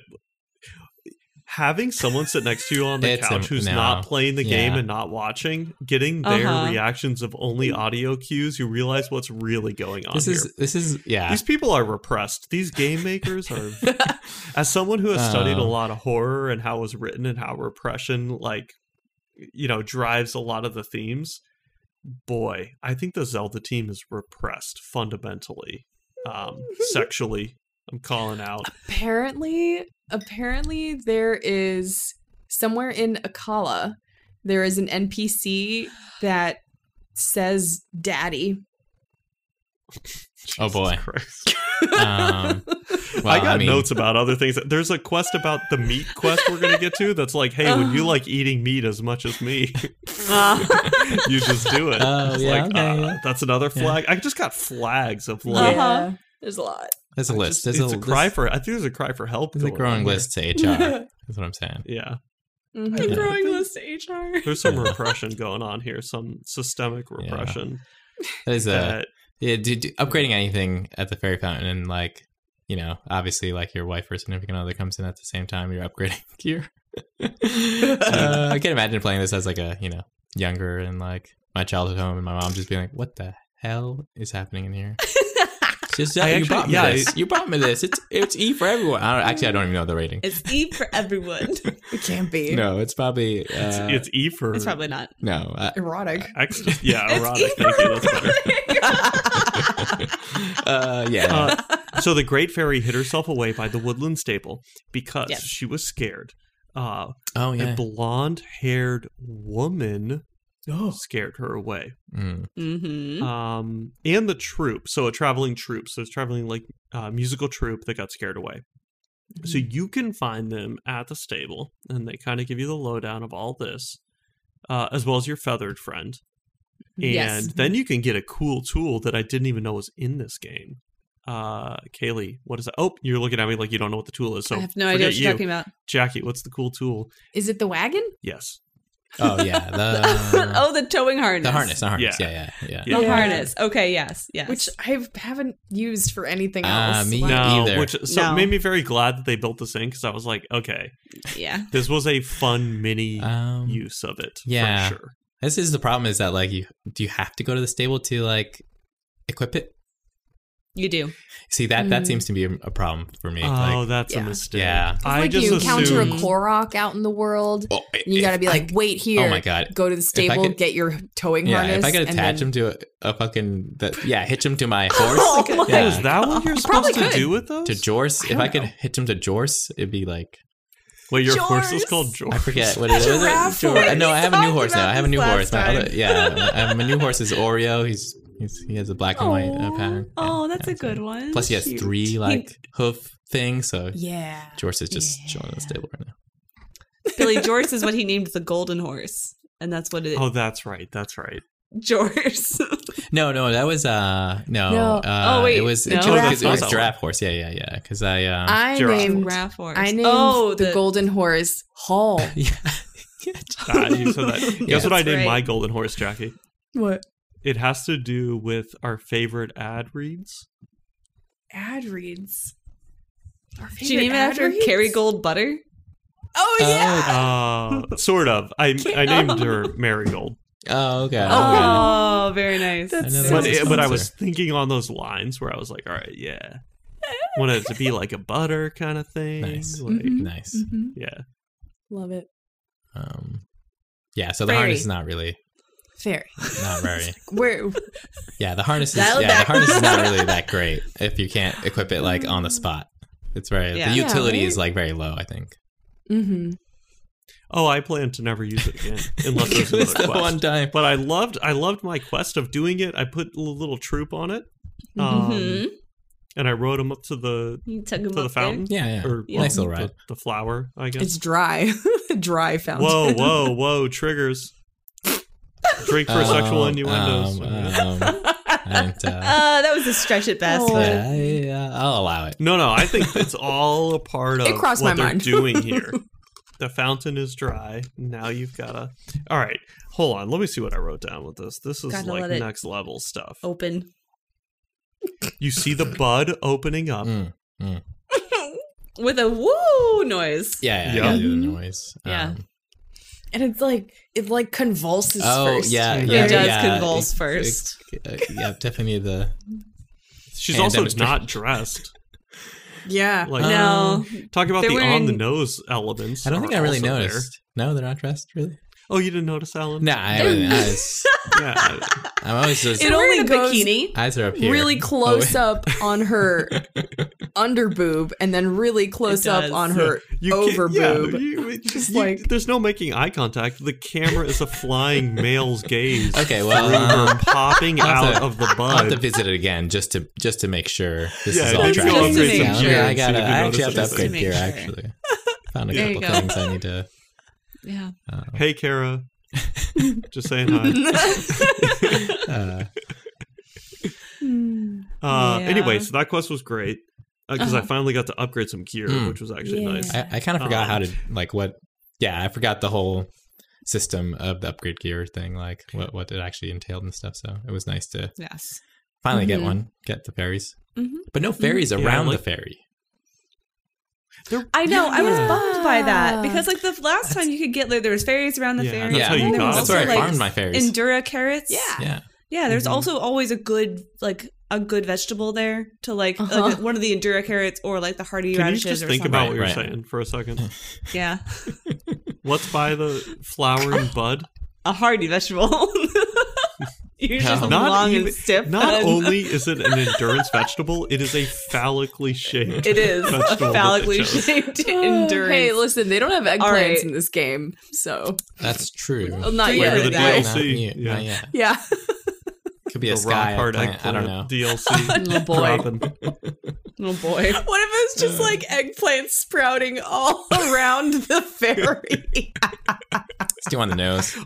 B: having someone sit next to you on the
D: It's
B: couch
D: im-
B: who's
D: no.
B: not playing the game
D: Yeah.
B: and not watching, getting their
C: Uh-huh.
B: reactions of only audio cues, you realize what's really going on
D: this
B: here.
D: is this is yeah.
B: These people are repressed. These game makers are. as someone who has studied a
D: Um.
B: lot of horror and how it was written and how repression, like, you know, drives a lot of the themes, boy, I think the Zelda team is repressed fundamentally, um, sexually. I'm calling out.
E: Apparently, apparently there is somewhere in Akala, there is an NPC that says "daddy."
D: Oh, boy.
B: Jesus Christ.
D: um, well,
B: I got
D: mean,
B: notes about other things. There's a quest about the meat quest we're gonna get to. That's like, hey, would you like eating meat as much as me? you just do it.
D: Oh,
B: It's
D: yeah,
B: like,
D: okay,
B: uh,
D: yeah.
B: that's another
D: Yeah.
B: flag. I just got flags of like.
C: Uh-huh.
E: There's a lot.
D: There's a
B: I
D: list.
B: just-
D: there's
B: it's
D: a,
B: a, cry
D: this-
B: for. I think there's a cry for help.
D: There's a
B: going on
D: growing
B: here.
D: list to HR. That's what I'm saying.
B: Yeah,
E: Mhm.
B: Yeah.
C: growing list to HR.
B: there's some
D: Yeah.
B: repression going on here. Some systemic repression.
D: That is a
B: That
D: yeah. Do, do- upgrading anything at the fairy fountain and like you know, obviously, like your wife or significant other comes in at the same time you're upgrading gear. uh, I can imagine playing this as like a you know younger and like my childhood home and my mom just being like, "What the hell is happening in here?" Just
B: I
D: you
B: actually-
D: bought me
B: yeah,
D: this. you bought me this. It's it's E for everyone. I don't, actually, I don't even know the rating.
C: It's E for everyone.
E: It can't be
D: No, it's probably uh,
B: it's, it's E for
C: It's probably not.
D: no. I,
E: erotic.
B: extra. Yeah, erotic.
C: E for
B: Thank you. That's better.
D: uh, yeah,
B: E. Uh, so the great fairy hid herself away by the woodland stable because
C: Yes.
B: she was scared. Uh,
D: Oh
B: A
D: yeah.
B: blonde haired woman
D: Oh.
B: scared her away.
D: Mm.
C: Mm-hmm.
B: Um, and the troupe, so a traveling troupe, so it's traveling like uh, musical troupe that got scared away. So
C: Mm-hmm.
B: you can find them at the stable, and they kind of give you the lowdown of all this, uh, as well as your feathered friend. And
C: Yes. mm-hmm.
B: then you can get a cool tool that I didn't even know was in this game. Uh, Kaylee, what is that? Oh, you're looking at me like you don't know what the tool is. So
C: I have no idea what
B: forget
C: you're
B: you.
C: talking about.
B: Jackie, what's the cool tool?
E: Is it the wagon?
B: Yes.
D: Oh yeah, the,
C: oh, the towing harness.
D: Uh, the harness, the harness.
B: Yeah.
D: Yeah, yeah, yeah.
C: The
E: Yeah.
C: harness. Okay, yes, yes.
E: Which I haven't used for anything
D: Ah,
E: else.
D: me
E: Wow.
B: No,
D: either.
B: which so it
C: No.
B: made me very glad that they built this in because I was like, okay,
C: yeah.
B: this was a fun mini
D: Um,
B: use of it.
D: yeah.
B: for sure.
D: This is the problem is that like you do you have to go to the stable to like equip it?
C: You do.
D: See that that
E: Mm.
D: seems to be a a problem for me.
B: Oh,
D: like,
B: that's a
E: yeah.
B: mistake.
D: Yeah. It's
B: I
E: like
B: just
E: you encounter a
B: assumed.
C: assume-
E: Korok out in the world,
D: oh, i-
E: and you
D: if
E: got to be
D: I-
E: like, wait here.
D: oh my god.
E: Go to the
D: I
E: stable,
D: could-
E: get your towing
D: Yeah,
E: harness.
D: if I could
E: and
D: attach
E: then-
D: him to a, a fucking the, yeah, hitch him to my
E: Oh
D: horse
E: my
B: Oh,
D: Yeah.
B: is that what you're supposed
E: probably
B: to
E: could.
B: do with those?
D: to Jorce.
B: I
D: If
B: don't
D: I could
B: know.
D: hitch him to Jorce, it'd be like
B: Wait, your horse is
E: Jorce.
B: called George.
D: I forget what it is.
E: Giraffe
D: Jor-
E: horse.
D: No, I
E: We
D: have a new
E: talked
D: horse now.
E: about
D: I have a
E: this
D: new
E: last
D: horse. My
E: time.
D: other, yeah, I have my new horse is Oreo. He's, he's he has a black and white uh, pattern.
C: Oh,
D: Yeah,
C: that's
D: yeah,
C: a good
D: so-
C: one.
D: Plus, he has
C: Cute.
D: three like hoof things. So
E: Yeah.
D: Jorce is just chilling in the stable right now.
C: Billy Jorce is what he named the golden horse, and that's what it is.
B: Oh, that's right. That's right.
C: Jorce.
D: No, no, that was uh no.
E: No. Ah.
D: Uh,
C: Oh, wait,
D: it was
C: no?
D: it, was-
B: Giraffe
D: it was
B: horse.
D: giraffe horse. Yeah, yeah, yeah. Because I um
E: I
B: Giraffe.
E: named,
C: Giraffe horse.
E: I named
C: oh,
E: the, golden horse Hall.
D: yeah.
B: Ah, you said that. Guess
D: Yeah.
B: what I named
C: right.
B: my golden horse, Jackie?
E: what?
B: It has to do with our favorite ad reads.
E: Ad reads. Our
C: Did you
E: favorite
C: name it
E: ad
C: after
E: reads?
C: Carrie Gold Butter?
E: Oh, yeah.
B: Uh, sort of. I I named her Marigold,
D: Oh okay. okay.
C: Oh, very nice.
E: That's
D: I know
E: so
B: but
D: that's
B: it,
D: a
B: but I
D: sponsor.
B: was thinking on those lines where I was like, all right, yeah, wanted it to be like a butter kind of thing.
D: Nice.
B: Like,
E: Mhm.
D: nice.
C: mm-hmm.
E: Mhm.
B: Yeah,
E: Love it.
D: Um, yeah. So the
E: Very.
D: harness is not really
E: Fairy.
D: not very.
E: Where
D: Yeah, the harness is
E: Dial it
D: yeah, the
E: back.
D: harness is not really that great if you can't equip it like on the spot. It's very
C: Yeah.
D: the utility
E: Yeah, right?
D: is like very low. I think.
E: Mm-hmm.
B: Oh, I plan to never use it again unless there's
D: It's
B: another
D: the
B: quest.
D: one time.
B: But I loved I loved my quest of doing it. I put a little troop on it, um,
C: Mhm.
B: and I rode them up to the
C: You took him
B: to the
C: up there.
B: fountain.
D: Yeah, yeah.
B: Or
C: Yeah.
D: Nice little
B: the-
D: ride.
B: The, flower, I guess.
E: It's dry. dry fountain.
B: whoa, whoa, whoa! Triggers. Drink for sexual
D: Um,
B: innuendos.
D: um, um, and, uh,
C: Uh, that was a stretch at best.
E: Oh.
C: but-
D: yeah, yeah, uh, I'll allow it.
B: no, no, I think it's all a part of
E: It crossed
B: what
E: my
B: they're
E: mind.
B: doing here. The fountain is dry. Now you've gotta. All right, hold on. Let me see what I wrote down with this. This is
C: Gotta
B: like
C: let it-
B: next level stuff.
E: Oh.
C: Open.
B: You see the bud opening up.
D: Mm.
C: With a woo noise.
D: Yeah, yeah. I
B: Yeah.
D: gotta do the noise.
C: Yeah.
D: Um,
E: And it's like it like convulses
D: oh
E: first.
D: yeah,
B: It
D: yeah,
C: It does
D: yeah.
C: convulse
D: It- it-
C: first.
D: uh, yeah, definitely need the.
B: She's
D: And
B: also
D: demonstration.
B: not dressed.
E: Yeah.
B: Like
C: no.
B: talk about
C: They're
B: the on the
C: wearing-
B: nose elements.
D: um, I don't think
B: are
D: I really
B: also there.
D: noticed. No, they're not dressed really.
B: Oh, you didn't notice, Alan?
D: Nah, I haven't. I was-
B: Yeah, I-
D: I'm always just
E: It
C: They're wearing
E: only
C: a
E: goes-
C: bikini.
D: eyes are up here.
E: really close
D: Oh,
E: up on her under boob and then really close up
C: does.
E: on her
B: you can't-
E: over
B: yeah,
E: boob.
B: you- it
E: Just
B: just- you-
E: like-
B: there's no making eye contact. The camera is a flying male's gaze.
D: Okay, well,
B: through her
D: um,
B: popping
D: I'll have
B: out
D: to-
B: of the
D: I'll have to
B: bud.
D: visit it again just to just to make sure this
B: Yeah,
D: is all
B: just
D: tracking.
C: go upgrade some
D: Yeah,
C: gear
D: yeah,
B: and
D: I
B: see if
D: gotta.
B: you
D: I actually have
B: notice
D: to
B: anything.
D: upgrade gear.
C: Just to make sure.
D: Actually, found a
C: There you
D: couple
C: go.
D: things I need to.
C: Yeah.
D: Uh,
B: Hey, Kara. Just saying hi.
D: uh,
B: Uh,
C: Yeah.
B: Anyway, so Uh, that quest was great because I
C: Uh-huh.
B: finally got to upgrade some gear,
D: Mm.
B: which was actually
E: Yeah.
B: nice.
D: I, I kind of forgot
B: Um,
D: how to like what. Yeah, I forgot the whole system of the upgrade gear thing, like what what it actually entailed and stuff. So it was nice to
C: Yes.
D: finally
E: Mhm.
C: Mm-hmm.
D: get one, get the fairies,
C: Mhm.
D: but no fairies
B: Mm-hmm. Yeah,
D: around
B: like-
D: the fairy.
C: I know. I was
E: Yeah.
C: bummed by that because, like, the last time you could get there, there was fairies around the
B: Yeah,
C: fairy.
B: that's
D: yeah,
B: how you
C: And there
B: got
C: was
B: it.
D: that's
C: also,
D: where I
C: like,
D: farmed my fairies.
C: Endura carrots.
E: Yeah.
D: yeah,
C: Yeah, there's
B: Mhm.
C: also always a good like a good vegetable there to like, like,
E: Uh-huh.
C: one of the endura carrots or like the hardy
B: Can you
C: radishes
B: just
C: or
B: think
C: something.
B: about what you're
D: Right, right.
B: saying for a second?
C: yeah,
B: Let's buy the flowering bud.
C: a hardy vegetable. you're just
D: No.
B: Not
C: long
B: even-
C: and stiff.
B: Not
C: and-
B: only is it an endurance vegetable, it is a phallically shaped.
C: it is a
B: vegetable that they
C: phallically
B: chose.
C: shaped endurance.
E: Hey, listen, they don't have eggplants
C: All right.
E: in this game, so
D: that's true.
E: well, not
C: Flavor
E: yet.
C: the
E: anyway.
B: DLC.
D: Not yet,
B: yeah.
D: not yet.
E: Yeah,
D: Could be
B: The
D: a sky.
B: rock hard
D: plant, I don't know.
B: eggplant DLC.
C: little Oh, boy,
B: Robin.
E: Oh,
C: little boy.
E: what if it's just like eggplants sprouting all around the fairy?
D: It's too on the nose.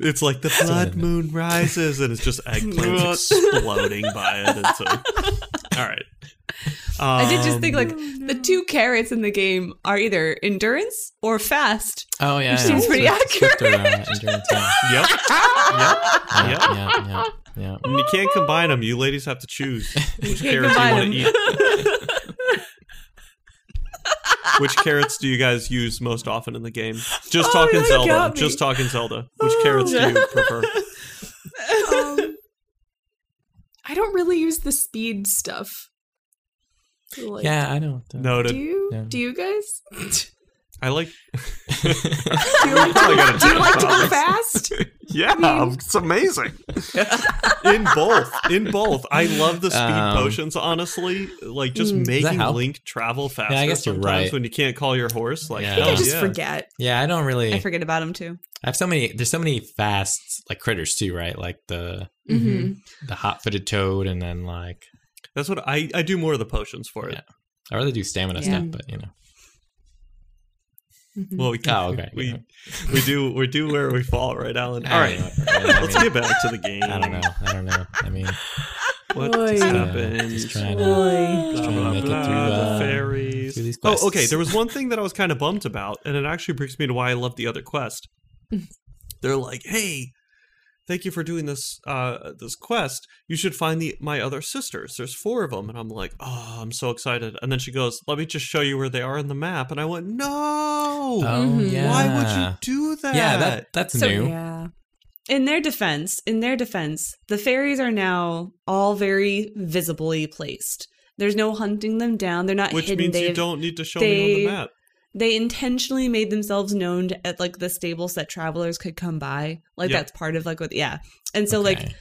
B: It's like the blood moon rises, and it's just eggplants exploding by it. It's a All right.
C: I did just think
B: Um,
C: like the two carrots in the game are either endurance or fast.
D: Oh yeah,
C: Which
D: yeah.
C: seems pretty accurate.
D: around it, endurance, yeah.
B: Um, Yep. Yep.
D: Yeah,
B: Yep.
D: yeah, yeah, yeah.
B: And you can't combine them. You ladies have to choose which
C: can't
B: carrots you want
C: combine
B: to eat. Which carrots do you guys use most often in the game? Just
E: Oh,
B: talking
E: you
B: Zelda.
E: got me.
B: Just talking Zelda. Which carrots do you prefer?
E: Um, I don't really use the speed stuff. Like,
D: Yeah, I don't. uh, know.
E: Do
B: Noted.
E: you?
D: Yeah.
E: Do you guys? do
B: I like.
E: you like
B: I
E: to,
B: gotta
E: do you
B: check
E: like to go
B: that.
E: fast?
B: Yeah, it's amazing. in both, in both, I love the speed
D: Um,
B: potions. Honestly, like just
E: Mm.
D: that
B: making
D: help?
B: Link travel faster.
D: guess you're
B: sometimes
D: right.
B: When you can't call your horse, like
D: Yeah. I
E: I think I
B: hell
E: just
B: yeah.
E: forget.
D: Yeah, I don't really.
C: I forget about them too.
D: I have so many. There's so many fast like critters too, right? Like the
E: Mhm.
D: the hot footed toad, and then like
B: That's what I I do more of the potions for it.
D: Yeah. I rather do stamina stuff, but you know.
B: Well, we can,
D: Oh, okay.
B: we
D: Yeah.
B: we do we do where we fall, right, Alan?
D: I
B: All right,
D: don't know. I
B: let's
D: mean,
B: get back to the game.
D: I don't know. I don't know. I mean,
B: what
E: Oy.
B: just
E: Yeah,
B: happened.
D: just trying to.
E: Boy.
B: Blah,
D: Just trying to
B: blah,
D: make it
B: blah,
D: through,
B: the
D: uh,
B: fairies.
D: through these quests.
B: oh, okay. There was one thing that I was kind of bummed about, and it actually brings me to why I love the other quest. They're like, "Hey, thank you for doing this uh, this quest. You should find the my other sisters. There's four of them." And I'm like, "Oh, I'm so excited!" And then she goes, "Let me just show you where they are in the map." And I went, "No,
D: Oh, yeah.
B: why would you do that?"
D: Yeah, that that's
C: Mm-hmm. So-
D: new.
E: Yeah.
C: In their defense, in their defense, the fairies are now all very visibly placed. There's no hunting them down. They're not
B: Which
C: hidden.
B: means you
C: They've-
B: don't need to show me on the
C: they-
B: map.
C: they intentionally made themselves known to- at like the stables that travelers could come by like
B: Yep.
C: that's part of like what yeah and so like
D: Okay.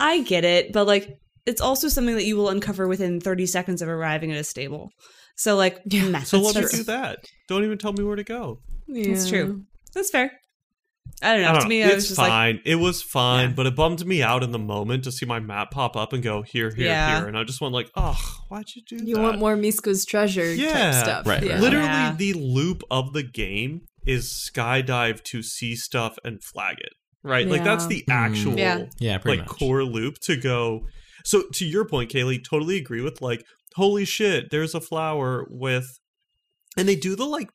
C: i get it but like it's also something that you will uncover within 30 seconds of arriving at a stable so like yeah
B: So let
C: that's,
B: me do
C: true.
B: that. Don't even tell me where to go.
C: That's true that's fair i don't know
B: I don't
C: to
B: know.
C: me i was
B: it's
C: just like
B: fine. it was fine,
C: Yeah.
B: but it bummed me out in the moment to see my map pop up and go here, here,
C: Yeah.
B: here, and I just went like, oh, why'd you do
E: You
B: that?
E: want more Misko's treasure
B: Yeah.
E: type stuff.
D: Right, right,
E: Yeah.
D: right.
B: Literally,
C: Yeah.
B: the loop of the game is skydive to see stuff and flag it. Right, like that's
E: Yeah.
B: the
D: Mm.
B: actual
E: Yeah.
D: Yeah, pretty
B: like
D: much.
B: core loop to go. So to your point, Kaylee, totally agree with like, holy shit, there's a flower with, and they do the like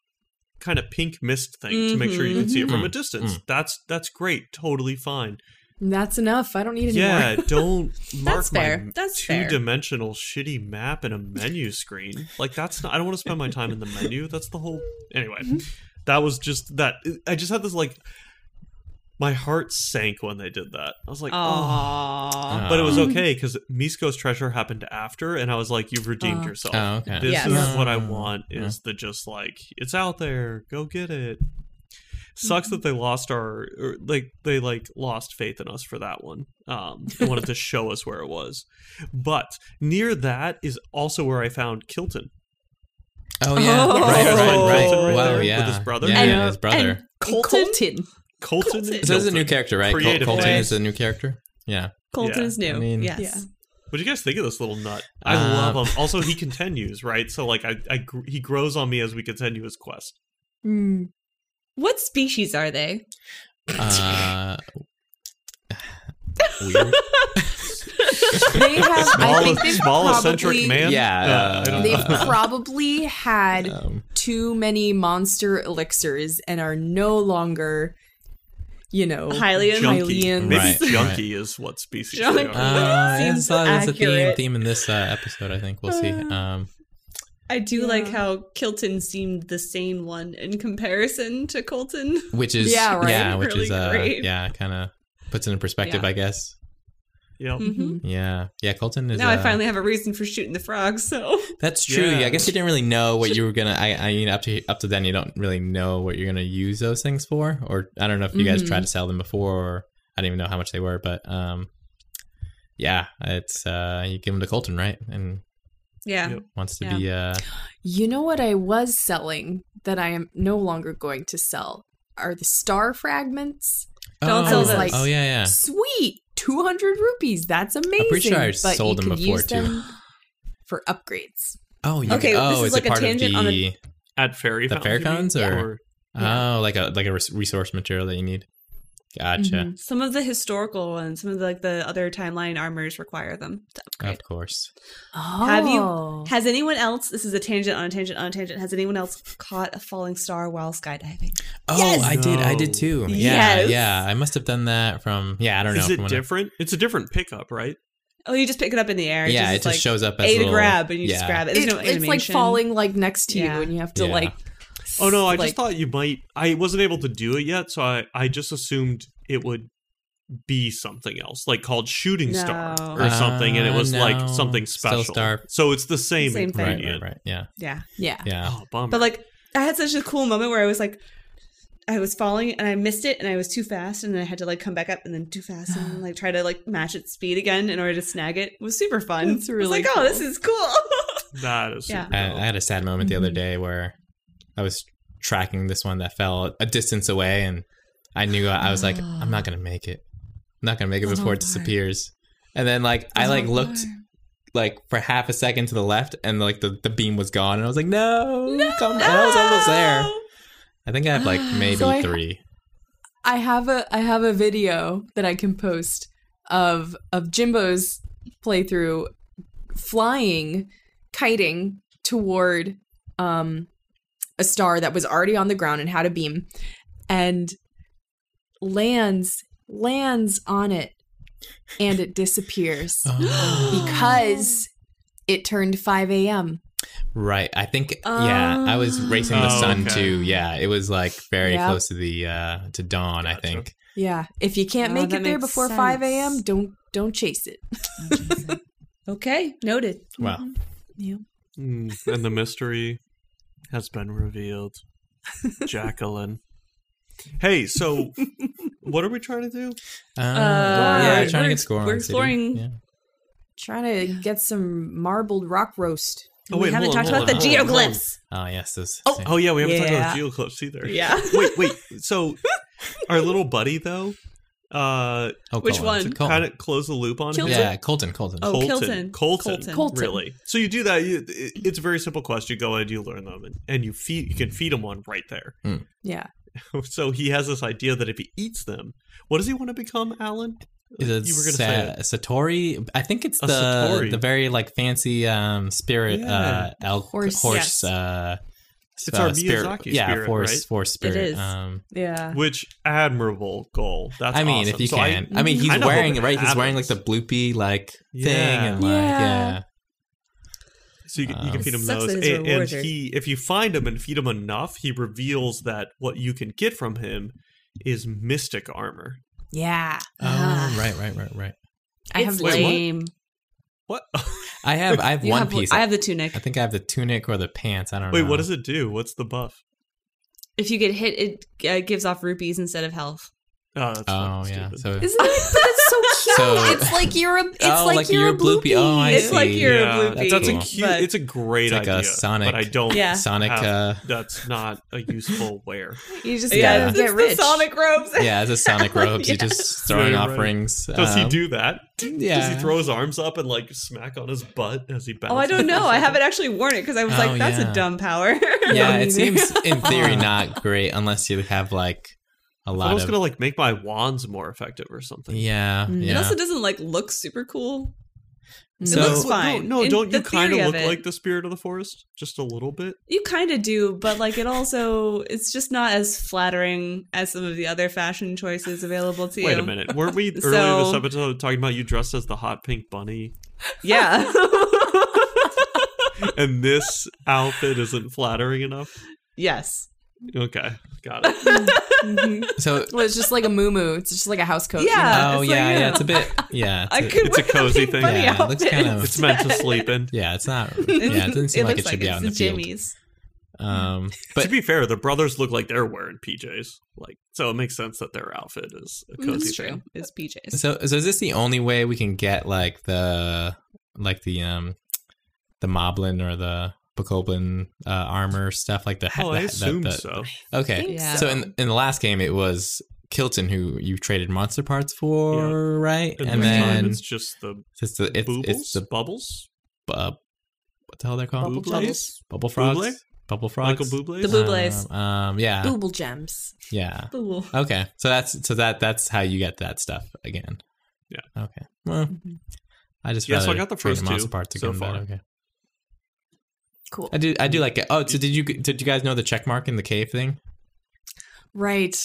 B: kind of pink mist thing to make sure you
C: Mm-hmm.
B: can see it from a
D: Mhm.
B: distance.
D: Mm.
B: That's that's great, totally fine.
E: That's enough. I don't need any
B: Yeah,
E: more.
B: don't mark my
C: fair. That's fair.
B: two-dimensional shitty map in a menu screen. Like that's not. I don't want to spend my time in the menu. That's the whole. Anyway,
C: Mm-hmm.
B: that was just that. I just had this like. My heart sank when they did that. I was like, oh.
C: Aww.
B: But it was
D: Oh.
B: okay because Misko's treasure happened after, and I was like, "You've redeemed
E: Oh.
B: yourself.
D: Oh, okay.
B: This
C: Yes.
B: is what I want.
D: Yeah.
B: Is the just like it's out there? Go get it." Sucks that they lost our or like they like lost faith in us for that one. Um, they wanted to show us where it was, but near that is also where I found Kilton.
D: Oh yeah,
C: Oh.
D: right, right, right.
B: Right
D: wow,
B: there with
D: yeah,
B: his brother.
D: yeah,
C: And-
D: yeah, his brother.
C: and colton colton,
B: Colton.
C: Colton.
D: so this is a
B: Hilton.
D: new character, right? Col-
B: Creative
D: Colton
B: name.
D: is a new character. Yeah,
B: Yeah.
C: is new
D: I mean-
C: yes
E: Yeah.
B: What do you guys think of this little nut? I
D: Uh,
B: love him. Also, he continues right. So like I, I gr- he grows on me as we continue his quest.
E: Mm.
C: what species are they
D: uh, weird.
E: They have. I
B: small,
E: think they've
B: small
E: probably,
B: eccentric man.
D: Yeah,
B: Uh, I don't
E: They've
B: know.
E: probably had
D: Um,
E: too many monster elixirs and are no longer, you
D: Oh,
E: know,
C: highly
B: Junkie.
E: aliens.
B: Maybe
D: Right,
B: junky is what species.
C: Junkie.
B: They are.
D: uh, yeah,
C: Seems
D: so that's a theme
C: accurate. Uh.
D: theme in this uh, episode. I think we'll see. Um,
C: I do like
E: Yeah.
C: how Kilton seemed the sane one in comparison to Colton.
D: which is
E: Yeah, right?
D: yeah, which is
C: Really
D: uh,
C: great.
D: yeah, kind of puts it in perspective,
C: Yeah.
D: I guess.
B: Yep.
C: Mm-hmm.
E: Mhm.
D: Yeah, yeah. Colton is
C: Now I
D: uh,
C: finally have a reason for shooting the frog. So
D: That's true.
B: Yeah.
D: Yeah. I guess you didn't really know what you were gonna. I, I mean, up to up to then, you don't really know what you're gonna use those things for. Or I don't know if you guys
E: Mhm.
C: Mm-hmm.
D: tried to sell them before. or I didn't even know how much they were, but um, yeah, it's uh, you give them to Colton, right? And
C: yeah,
B: Yep.
D: wants to be uh,
E: You know what I was selling that I am no longer going to sell are the star fragments.
C: Don't
D: oh,
C: sell
D: oh,
C: those.
D: Oh yeah, yeah.
E: Sweet, two hundred rupees. That's amazing.
D: sure I
E: But you
D: sold them
E: could
D: before,
E: use
D: too.
E: them For upgrades.
D: Oh, you
C: Okay,
D: Can, oh,
C: this is
D: is
C: like
D: it
C: a
D: part of
C: tangent on a-
D: the?
B: At fairy
D: The
B: fountains,
D: fair
B: you mean?
D: cones, or- Oh, like a like a res- resource material that you need. Gotcha.
E: Mhm.
C: Some of the historical ones, some of the, like the other timeline armors require them to upgrade.
D: Of course.
E: Oh.
C: Have you- Has anyone else? This is a tangent on a tangent on a tangent. Has anyone else caught a falling star while skydiving?
D: Oh,
C: Yes!
D: I did. I
B: No.
D: did too. Yeah.
C: Yes.
D: Yeah. I must have done that from. Yeah. I don't know.
B: Is
D: from
B: it
D: when I-
B: different? It's a different pickup, right?
C: Oh, you just pick it up in the air.
D: yeah. It
C: it's
D: just shows up as
C: a to
D: little-
C: grab, and you
D: yeah.
C: just grab it. There's
E: It-
C: no
E: it's like
C: animation.
E: falling like next to
C: Yeah.
E: you, and you have to
D: Yeah.
E: like.
B: Oh no, I just
E: like-
B: thought you might. I wasn't able to do it yet, so I I just assumed it would be something else, like called Shooting Star
C: No.
B: or something, and it
D: Uh,
B: was
D: no.
B: like something
D: Still
B: special.
D: Star.
B: So it's the same,
C: Same thing.
D: Right.
B: ingredient.
D: Right. Right. Yeah.
C: Yeah,
E: Yeah.
D: Yeah.
B: Oh, bummer.
C: but like I had such a cool moment where I was like, I was falling and I missed it, and I was too fast, and then I had to like come back up and then too fast, and then, like try to like match its speed again in order to snag it. It was super fun.
E: That's
C: I
E: really
C: was like, oh,
E: cool.
C: this is cool.
B: that is
C: Yeah.
B: super
D: I,
B: dope.
D: I had a sad moment the other
E: Mhm.
D: day where I was tracking this one that fell a distance away, and I knew I was like, I'm not gonna make it. I'm not gonna make it
E: Little
D: before it
E: barn.
D: disappears. And then like I like looked like for half a second to the left, and like the, the beam was gone, and I was like, no, come. And I was almost there. I think I have like maybe
E: So I-
D: three.
E: I have a I have a video that I can post of of Jimbo's playthrough flying kiting toward um a star that was already on the ground and had a beam and lands lands on it and it disappears
D: Oh.
C: Oh.
E: because it turned 5 a.m.
D: Right. I think yeah, I
C: Ah.
D: was racing the
B: Oh,
D: sun
B: okay.
D: too. Yeah, it was like very
E: Yeah.
D: close to the uh to dawn, I
B: Gotcha.
D: think.
E: Yeah, if you can't
C: Oh,
E: make
C: that
E: it there
C: makes
E: before 5 a.m.,
C: sense.
E: don't don't chase it.
C: okay, noted.
D: Wow.
E: Yeah.
B: Mm, and the mystery has been revealed. Jacqueline. Hey, so what are we trying to do?
D: Uh, yeah,
C: we're-
D: trying to get score.
C: we're
D: on City.
C: exploring-
D: Yeah.
E: Trying to get some marbled rock roast.
B: Oh,
C: we
B: wait,
C: haven't
B: hold on,
C: talked
B: hold
C: about the
B: on, hold on, hold on.
C: geoglyphs.
D: Oh yes, those.
E: Oh,
B: Oh yeah, we haven't
C: Yeah.
B: talked about geoclips either.
C: Yeah.
B: wait, wait. So our little buddy though, uh
C: which one?
D: Colton.
B: kind of close the loop on
C: Kilton?
B: him.
D: Yeah, Colton. Colton.
C: Oh.
B: Colton.
C: Kilton.
B: Colton.
C: Colton.
E: Colton.
B: Really. So you do that. You, it- it's a very simple quest. You go in, you learn them, and, and you feed. You can feed him one right there.
E: Yeah.
B: So he has this idea that if he eats them, what does he want to become, Alan?
D: Is it
B: you were gonna
D: Sa-
B: say it.
D: Satori. I think it's
B: A
D: the
B: Satori.
D: the very like fancy um spirit
B: Yeah.
D: uh elk
E: Horse.
D: horse,
C: Yes.
D: uh
B: It's our
D: uh, spirit,
B: Miyazaki
D: yeah,
B: spirit,
D: horse
B: right?
D: horse spirit.
C: is.
D: Um
E: Yeah.
B: Which admirable goal. That's
D: I mean, if
B: awesome.
D: you
B: So I-
D: can. I, mean, he's
B: kind of
D: wearing
B: hope it
D: it right. He's wearing like
B: happens.
D: the bloopy like thing
B: Yeah.
D: and like
E: Yeah.
D: yeah.
B: So you can, you can
D: Um,
B: feed him
C: Sucks
B: those,
C: that
B: and,
C: his
B: and
C: rewards are-
B: he if you find him and feed him enough, he reveals that what you can get from him is mystic armor.
E: Yeah.
D: Oh, right, right, right, right.
E: I have
B: Wait,
E: like,
B: what? What?
D: I have I have
C: You
D: one
C: have-
D: piece.
C: I
D: I,
C: have the tunic.
D: think I have the tunic or the pants. I don't
B: Wait,
D: know.
B: what does it do? What's the buff?
C: If you get hit, it uh, gives off rupees instead of health.
B: Oh, that's
D: Oh
B: fucking
D: yeah.
B: stupid.
D: So
E: Isn't it? But it's so cute.
D: So-
E: it's like you're a. It's
D: Oh,
E: like, you're, a bloopy.
D: Oh, I
C: it's
D: see.
C: like you're
B: yeah,
C: a bloopy.
B: That's a
D: Cool.
B: cute.
C: but-
B: It's a great
D: It's like a
B: idea.
D: Sonic-
B: but I don't.
C: Yeah.
D: Sonic.
B: have-
D: Uh,
B: That's not a useful wear.
E: You just
D: Yeah.
E: gotta
C: It's
E: get
C: the
E: rich.
C: Sonic robes.
D: yeah, as a Sonic robes, you just throwing
B: Yeah,
D: off
B: right.
D: rings.
B: Does he
D: um,
B: do that? Does he
D: yeah.
B: throw his arms up and like smack on his butt as he bounces?
C: Oh, I don't know.
B: or
C: I
B: something?
C: haven't actually worn it because I was
D: Oh,
C: like, that's
D: yeah.
C: a dumb power.
D: Yeah,
E: Me
D: it seems
E: neither.
D: in theory not great unless you have like a
B: I thought I
D: lot
B: was
D: of.
B: gonna like make my wands more effective or something.
D: yeah,
E: Mm. It
C: It
D: yeah.
C: also doesn't like look super cool.
D: So-
C: it looks
B: Well,
C: fine.
B: No, no
C: In
B: don't
C: the
B: you kind
C: theory
B: of
C: of
B: look
C: it.
B: like the spirit of the forest? Just a little bit.
C: You kind of do, but like it also, it's just not as flattering as some of the other fashion choices available to you.
B: Wait a minute. Weren't we
C: So-
B: earlier this episode talking about you dressed as the hot pink bunny?
C: Yeah.
B: And this outfit isn't flattering enough?
C: yes.
B: Okay. Got it.
E: Mm-hmm.
D: so.
E: Well, it's just like a moo It's just like a house coat.
C: Yeah.
D: Oh
C: it's like,
D: yeah,
C: yeah.
D: yeah. It's a bit. Yeah, it's
C: I
D: a-
C: could
B: it's a
C: wear the
B: cozy
C: pink
B: thing.
C: bunny
D: Yeah, it looks
C: outfit
D: kinda-
B: It's meant to sleep in.
D: Yeah, it's not. Yeah, it doesn't seem like it
C: looks
D: should be out in the
C: it's
D: field.
C: Jimmy's.
D: Um,
B: to
D: but
B: be fair, the brothers look like they're wearing PJs. Like so it makes sense that their outfit is a cozy
C: Mm, That's true.
B: thing.
C: It's BJ's.
D: so so is this the only way we can get like the like the um the moblin or the bokoblin uh, armor stuff like the ha-
B: Oh,
D: the,
B: I
D: the-
B: assumed
D: the-
B: so.
D: Okay,
E: Yeah.
D: so in in the last game it was Kilton who you traded monster parts for,
B: Yeah.
D: right?
B: And,
D: And
B: this time
D: then
B: it's just the
D: it's the it's,
B: boobles,
D: it's the
B: bubbles,
D: uh, what the hell they're called
E: Bubble
D: bubble,
E: Bubbles.
B: boobles.
D: frogs.
B: Bubble?
D: Bubble frogs.
B: Michael Bublé.
C: The Bub- Bublés.
D: Um, um, yeah,
E: Booble gems.
D: yeah.
C: Ooh.
D: Okay, so that's so that that's how you get that stuff again.
B: Yeah. Mm-hmm.
D: Okay. Well,
E: Mhm.
D: I just
B: Yeah, so I
D: rather
B: got the
D: trade
B: first
D: them off
B: two
D: apart to
B: so
D: get them
B: far.
D: better, Okay.
E: Cool.
D: I do I do like it. Oh, so did you did you guys know the check mark in the cave thing?
E: Right.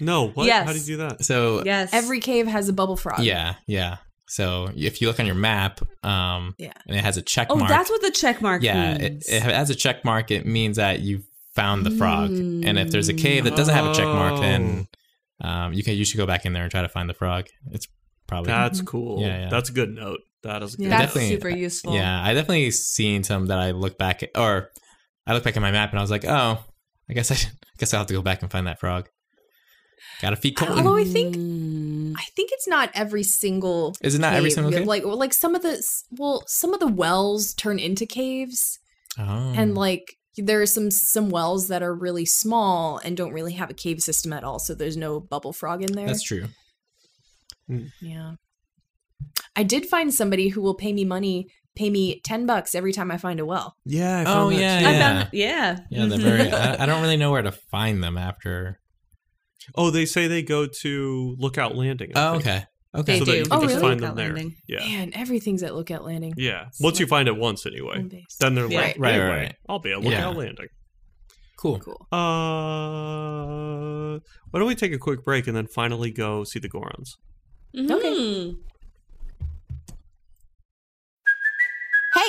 B: no, what? How do
C: Yes.
B: you do that?
D: So
C: Yes.
E: Every cave has a bubble frog.
D: yeah, yeah. So if you look on your map, um,
E: Yeah.
D: and it has a check
C: oh,
D: mark.
C: that's what the check mark
D: yeah, it,
C: means.
D: it has a check mark. It means that you found the frog. And if there's a cave that doesn't have a check mark, then
B: Oh.
D: um, you can you should go back in there and try to find the frog. It's probably
B: That's cool.
D: Oh, Yeah, yeah.
B: That's a good note. That is a good.
D: Yeah,
C: that's
D: definitely-
C: super useful.
D: Yeah, I definitely seen some that I look back at, or I look back at my map and I was like, oh, I guess I, I guess I'll have to go back and find that frog. Gotta feed Colton.
C: Oh,
E: Although I think
B: Mm.
E: I think it's not every single
D: Is it not every single cave?
E: Like well, like some of the well some of the wells turn into caves
D: oh.
B: Hmm.
E: and like there are some some wells that are really small and don't really have a cave system at all so there's no bubble frog in there.
D: that's true.
E: Yeah. I did find somebody who will pay me money, pay me 10 bucks every time I find a well.
B: Yeah. I
D: Oh
B: found that
D: yeah,
B: too.
C: I
D: yeah,
C: found yeah.
D: yeah. They're
C: Mhm.
D: very. I, I don't really know where to find them after.
B: Oh, they say they go to Lookout Landing. I
D: Oh,
B: think.
C: They
D: okay, okay.
B: so that
C: do.
B: you can
E: Oh,
B: just
E: really?
B: find them
C: Lookout
B: there.
C: Landing.
B: Yeah.
E: Man, everything's at Lookout Landing.
B: Yeah. Once you find it once, anyway,
E: Home base.
B: then they're
C: Yeah.
B: like,
D: Mm-hmm. Right, right,
B: anyway,
D: right.
B: I'll be at
D: Yeah.
B: Lookout Landing.
D: Cool.
E: Cool.
B: Uh, why don't we take a quick break and then finally go see the Gorons?
E: Mm-hmm.
C: Okay.
F: Hey,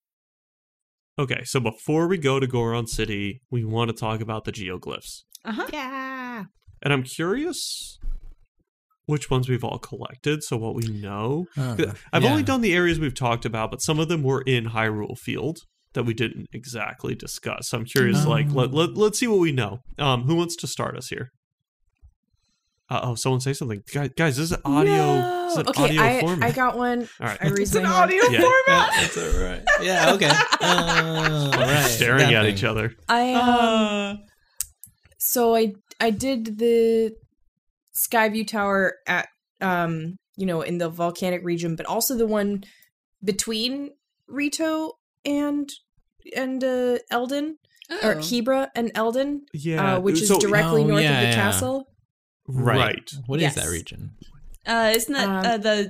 B: Okay, so before we go to Goron City, we want to talk about the geoglyphs.
C: Uh-huh.
F: Yeah.
B: And I'm curious which ones we've all collected, so what we know.
D: Oh,
B: 'Cause I've only
D: yeah.
B: done the areas we've talked about, but some of them were in Hyrule Field that we didn't exactly discuss. So I'm
D: Oh.
B: curious, like, let, let, let's see what we know. Um, who wants to start us here? Uh oh, someone say something. Guys, guys this is audio. This is an
E: Okay,
B: audio
E: I,
B: format.
E: I got one.
B: all right.
E: I raised my hand.
B: Yeah.
D: Yeah, that's all right. Yeah. Okay. Uh, all right.
B: Staring
D: That
B: at
D: thing.
B: each other.
E: I
B: Ah.
E: um, so I I did the Skyview Tower at um you know in the volcanic region, but also the one between Rito and and uh, Eldon
C: Oh.
E: or Hebra and Eldon,
B: Yeah.
E: uh, which is
B: so-
E: directly
D: Oh,
E: north
D: yeah,
E: of the
D: yeah.
E: castle.
D: Right.
B: right.
D: What is
E: Yes.
D: that region?
C: Uh, isn't that
E: Um,
C: uh, the?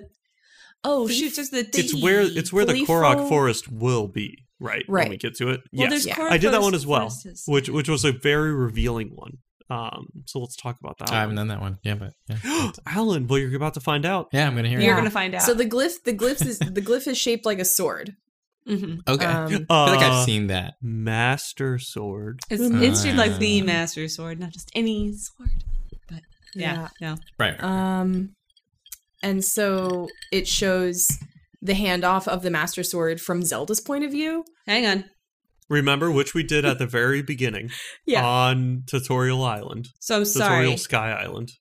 C: Oh
E: thief-
C: shoot! There's the.
B: it's where it's where the
E: Gleeful-
B: Korok forest will be, right? When we
E: Right.
B: get to it. yes.
C: Well, there's
E: Yeah.
C: Korok
B: I did that one
C: forest-
B: as well,
C: forests.
B: which which was a very revealing one. Um, so let's talk about that.
D: Oh, I haven't
B: one.
D: done that one. Yeah, but yeah.
B: Alan, well, you're about to find out.
D: yeah, I'm gonna hear.
C: You're
E: Yeah.
D: it.
C: gonna find out.
E: So the glyph the glyph is the glyph is shaped like a sword.
C: Mhm.
D: Okay.
E: Um,
D: I feel like
B: Uh,
D: I've seen that.
B: Master Sword.
C: It's
E: Mm.
C: it's shaped like the
B: Uh.
D: Ah.
C: master sword, not just any sword. But yeah, no.
D: Right.
E: Um, and so it shows the handoff of the Master Sword from Zelda's point of view.
C: Hang on.
B: Remember, which we did at the very beginning on Tutorial Island,
C: So I'm
B: Tutorial
C: sorry.
B: Sky Island.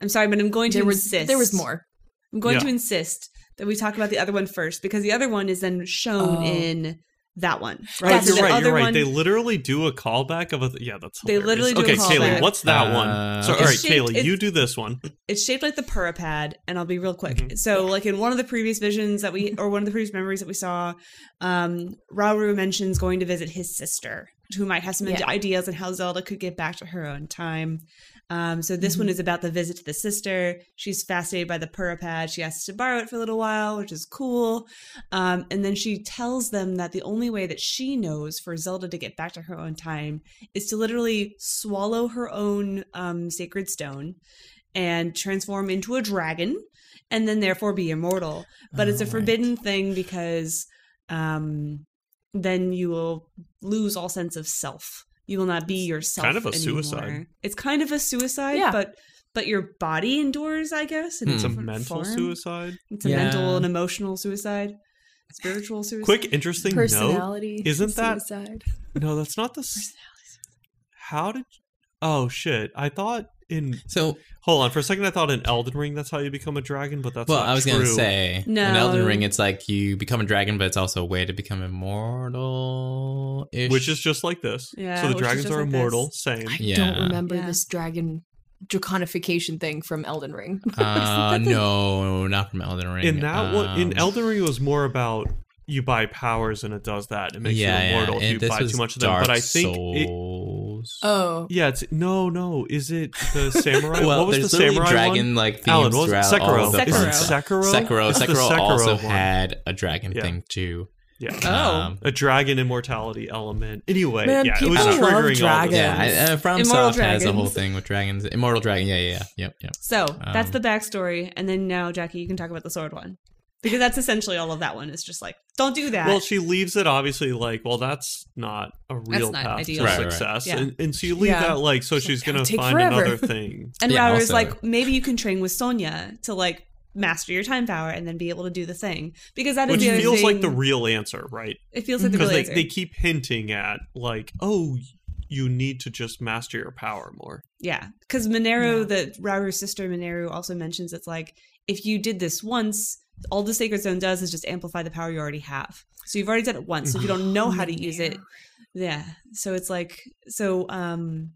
C: I'm sorry, but I'm going to
E: there was
C: insist.
E: there was more.
C: I'm going
B: Yeah.
C: to insist that we talk about the other one first because the other one is then shown
E: Oh.
C: in that one.
B: Right,
E: That's
B: you're
C: the
B: right.
C: other
B: You're right.
C: one-
B: They literally do a callback of a. Th- yeah, that's
C: They
B: hilarious.
C: literally do a
B: okay, Kaylee,
C: callback.
B: what's that
D: Uh,
B: one? So, all
D: It's
B: right,
C: shaped-
B: Kaylee,
C: it's-
B: you do this one.
C: it's shaped like the Pura pad, and I'll be real quick.
B: Mhm.
C: So, like in one of the previous visions that we, or one of the previous memories that we saw, um, Rauru mentions going to visit his sister, who might have some
E: Yeah.
C: ideas on how Zelda could get back to her own time. Um, so this one is about the visit to the sister. She's fascinated by the Purapad. She asks to borrow it for a little while, which is cool. Um, and then she tells them that the only way that she knows for Zelda to get back to her own time is to literally swallow her own um, sacred stone and transform into a dragon and then therefore be immortal. But it's a
D: Alright.
C: forbidden thing because um, then you will lose all sense of self. You will not be yourself.
B: kind of a suicide.
C: anymore. It's kind of a suicide,
E: Yeah.
C: but but your body endures, I guess. In
D: Hmm.
B: It's a
C: different
B: mental
C: form.
B: suicide.
C: It's a
D: Yeah.
C: mental and emotional suicide, spiritual suicide.
B: Quick, interesting note.
E: Personality.
B: Isn't that-
E: suicide.
B: No, that's not the. s- How did? Oh shit! I thought in.
D: So,
B: Hold on for a second. I thought in Elden Ring that's how you become a dragon, but that's
D: well,
B: not
D: I was
B: true.
D: gonna say in Elden
C: No.
D: Ring, it's like you become a dragon, but it's also a way to become immortal.
B: which is just like this.
C: Yeah,
B: so
C: which
B: the
C: is
B: dragons
C: just
B: are
C: like this.
B: immortal. Same.
E: I
D: Yeah.
E: don't remember
C: Yeah.
E: this dragon draconification thing from Elden Ring.
D: uh, no, not from Elden Ring.
B: In that one, in
D: Um,
B: Elden Ring, it was more about you buy powers and it does that. It makes you immortal
D: and
B: if you
D: this
B: buy
D: was
B: too much of them. But
D: Dark
B: I think it,
D: Souls.
E: Oh,
B: yeah, it's no, no. Is it the samurai?
D: well,
B: what was
D: there's
B: the
D: literally
B: samurai
D: dragon
B: one?
D: like themes
B: Alan, what was it?
D: throughout
B: Sekiro.
D: all of the
B: Is it
C: Sekiro.
B: Sekiro?
D: Sekiro,
B: It's the
D: Sekiro also
B: one.
D: had a dragon
B: Yeah.
D: thing too.
B: yeah.
C: Oh,
D: Um,
B: a dragon immortality element. Anyway,
E: Man,
B: yeah, it was
D: people
E: love
B: triggering all this.
E: dragons.
D: yeah, I, uh, From
C: Immortal
D: Soft has a whole
C: dragons.
D: thing with dragons. Immortal dragon, yeah, yeah, yeah, yep, yep.
C: So that's
D: Um,
C: the backstory, and then now Jackie, you can talk about the sword one because that's essentially all of that one. It's just like don't do that.
B: Well, she leaves it obviously like, well, that's not a real
C: not
B: path
C: ideal.
B: to
D: Right, right, right.
B: success,
C: Yeah.
B: and, and so you leave
E: Yeah.
B: that like, so she's
E: "That'll
B: gonna
E: take
B: find
E: forever."
B: another thing.
C: and
D: yeah,
C: Router's
D: also-
C: like, maybe you can train with Sonya to like master your time power and then be able to do the thing because that is
B: Which
C: the other
B: feels like the
C: thing-
B: real answer, right?
C: it feels like the real
B: Because they,
C: answer.
B: they keep hinting at like, oh, you need to just master your power more.
C: Yeah, because Monero, the Raru's sister Monero, also mentions it's like if you did this once, all the Sacred Stone does is just amplify the power you already have. So you've already done it once. So if you don't know how to
E: Mm-hmm.
C: use it, yeah. So it's like so. um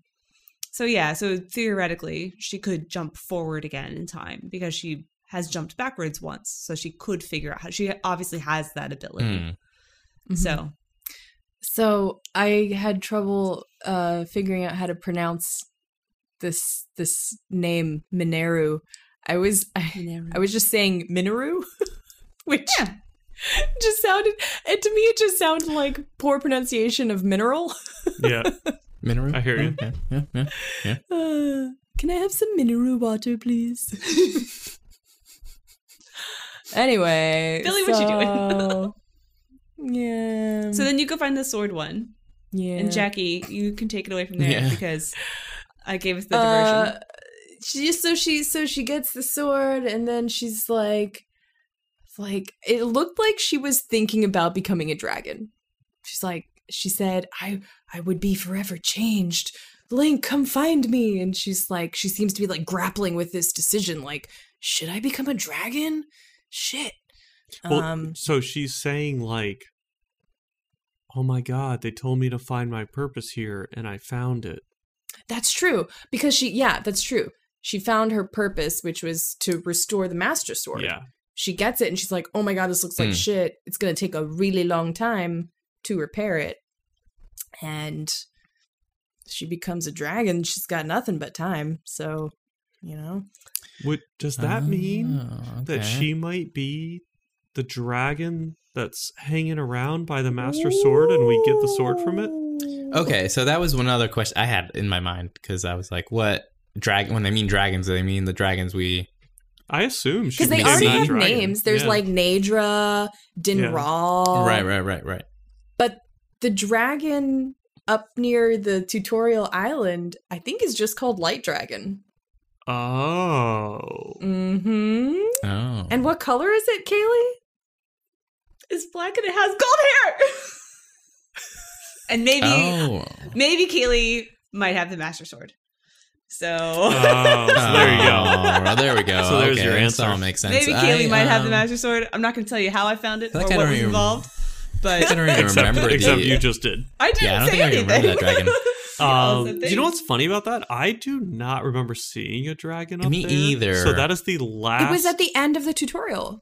C: So yeah. So theoretically, she could jump forward again in time because she has jumped backwards once. So she could figure out how. She obviously has that ability.
D: Hmm.
E: Mm-hmm.
C: So
E: So I had trouble uh figuring out how to pronounce this this name Mineru. I was I, I was just saying Mineru, which
C: Yeah.
E: just sounded it to me it just sounded like poor pronunciation of mineral.
B: Yeah,
D: Minoru?
B: I hear you.
D: Yeah, yeah, yeah.
E: Uh, can I have some Mineru water, please? anyway,
C: Billy, what you
E: so- yeah.
C: so then you go find the sword one.
E: yeah.
C: And Jackie, you can take it away from there
D: Yeah.
C: because I gave us the
E: Uh,
C: diversion.
E: she just so she so she gets the sword and then she's like like it looked like she was thinking about becoming a dragon she's like she said i i would be forever changed link come find me and she's like she seems to be like grappling with this decision like should i become a dragon shit
B: Well,
E: um
B: so she's saying like, oh my god, they told me to find my purpose here, and I found it.
E: that's true because she yeah that's true she found her purpose which was to restore the master sword
B: Yeah,
E: she gets it and she's like, "Oh my god, this looks like
D: Hmm.
E: shit. It's going to take a really long time to repair it." And she becomes a dragon. She's got nothing but time. So, you know.
B: What does that mean?
D: Oh,
B: that
D: okay.
B: she might be the dragon that's hanging around by the master sword and we get the sword from it
D: Okay, so that was one other question I had in my mind because I was like, what dragon? When they mean dragons, do they mean the dragons we?
B: i assume she
E: Cuz they
B: means
E: already
B: that
E: have
B: dragon.
E: names. There's
B: Yeah.
E: like Nadra, Dinral.
D: right, right, right, right.
E: But the dragon up near the tutorial island, I think is just called Light Dragon.
B: oh
E: Mhm.
D: Oh,
E: And what color is it, Kaylee?
C: it's black and it has gold hair. and maybe
D: oh,
C: maybe Keely might have the master sword. So
B: Oh, so there you go
D: Oh, well, there we go.
B: So there's
D: okay,
B: your
D: this
B: answer.
D: all makes sense.
C: maybe Keely
D: I,
C: might have the
D: um,
C: master sword. I'm not going to tell you how I found it
D: I
C: or
D: like
C: what
D: I don't
C: was
D: even-
C: involved,
D: I
C: but
D: don't even
B: except,
D: remember the-
B: except you just did
C: I didn't
D: Yeah, I don't
C: say
D: think I can
C: anything.
D: remember that dragon.
B: um,
C: Yeah,
B: do you know what's funny about that i do not remember seeing a dragon up
D: Me
B: there.
D: either.
B: so that is the last
E: It was at the end of the tutorial.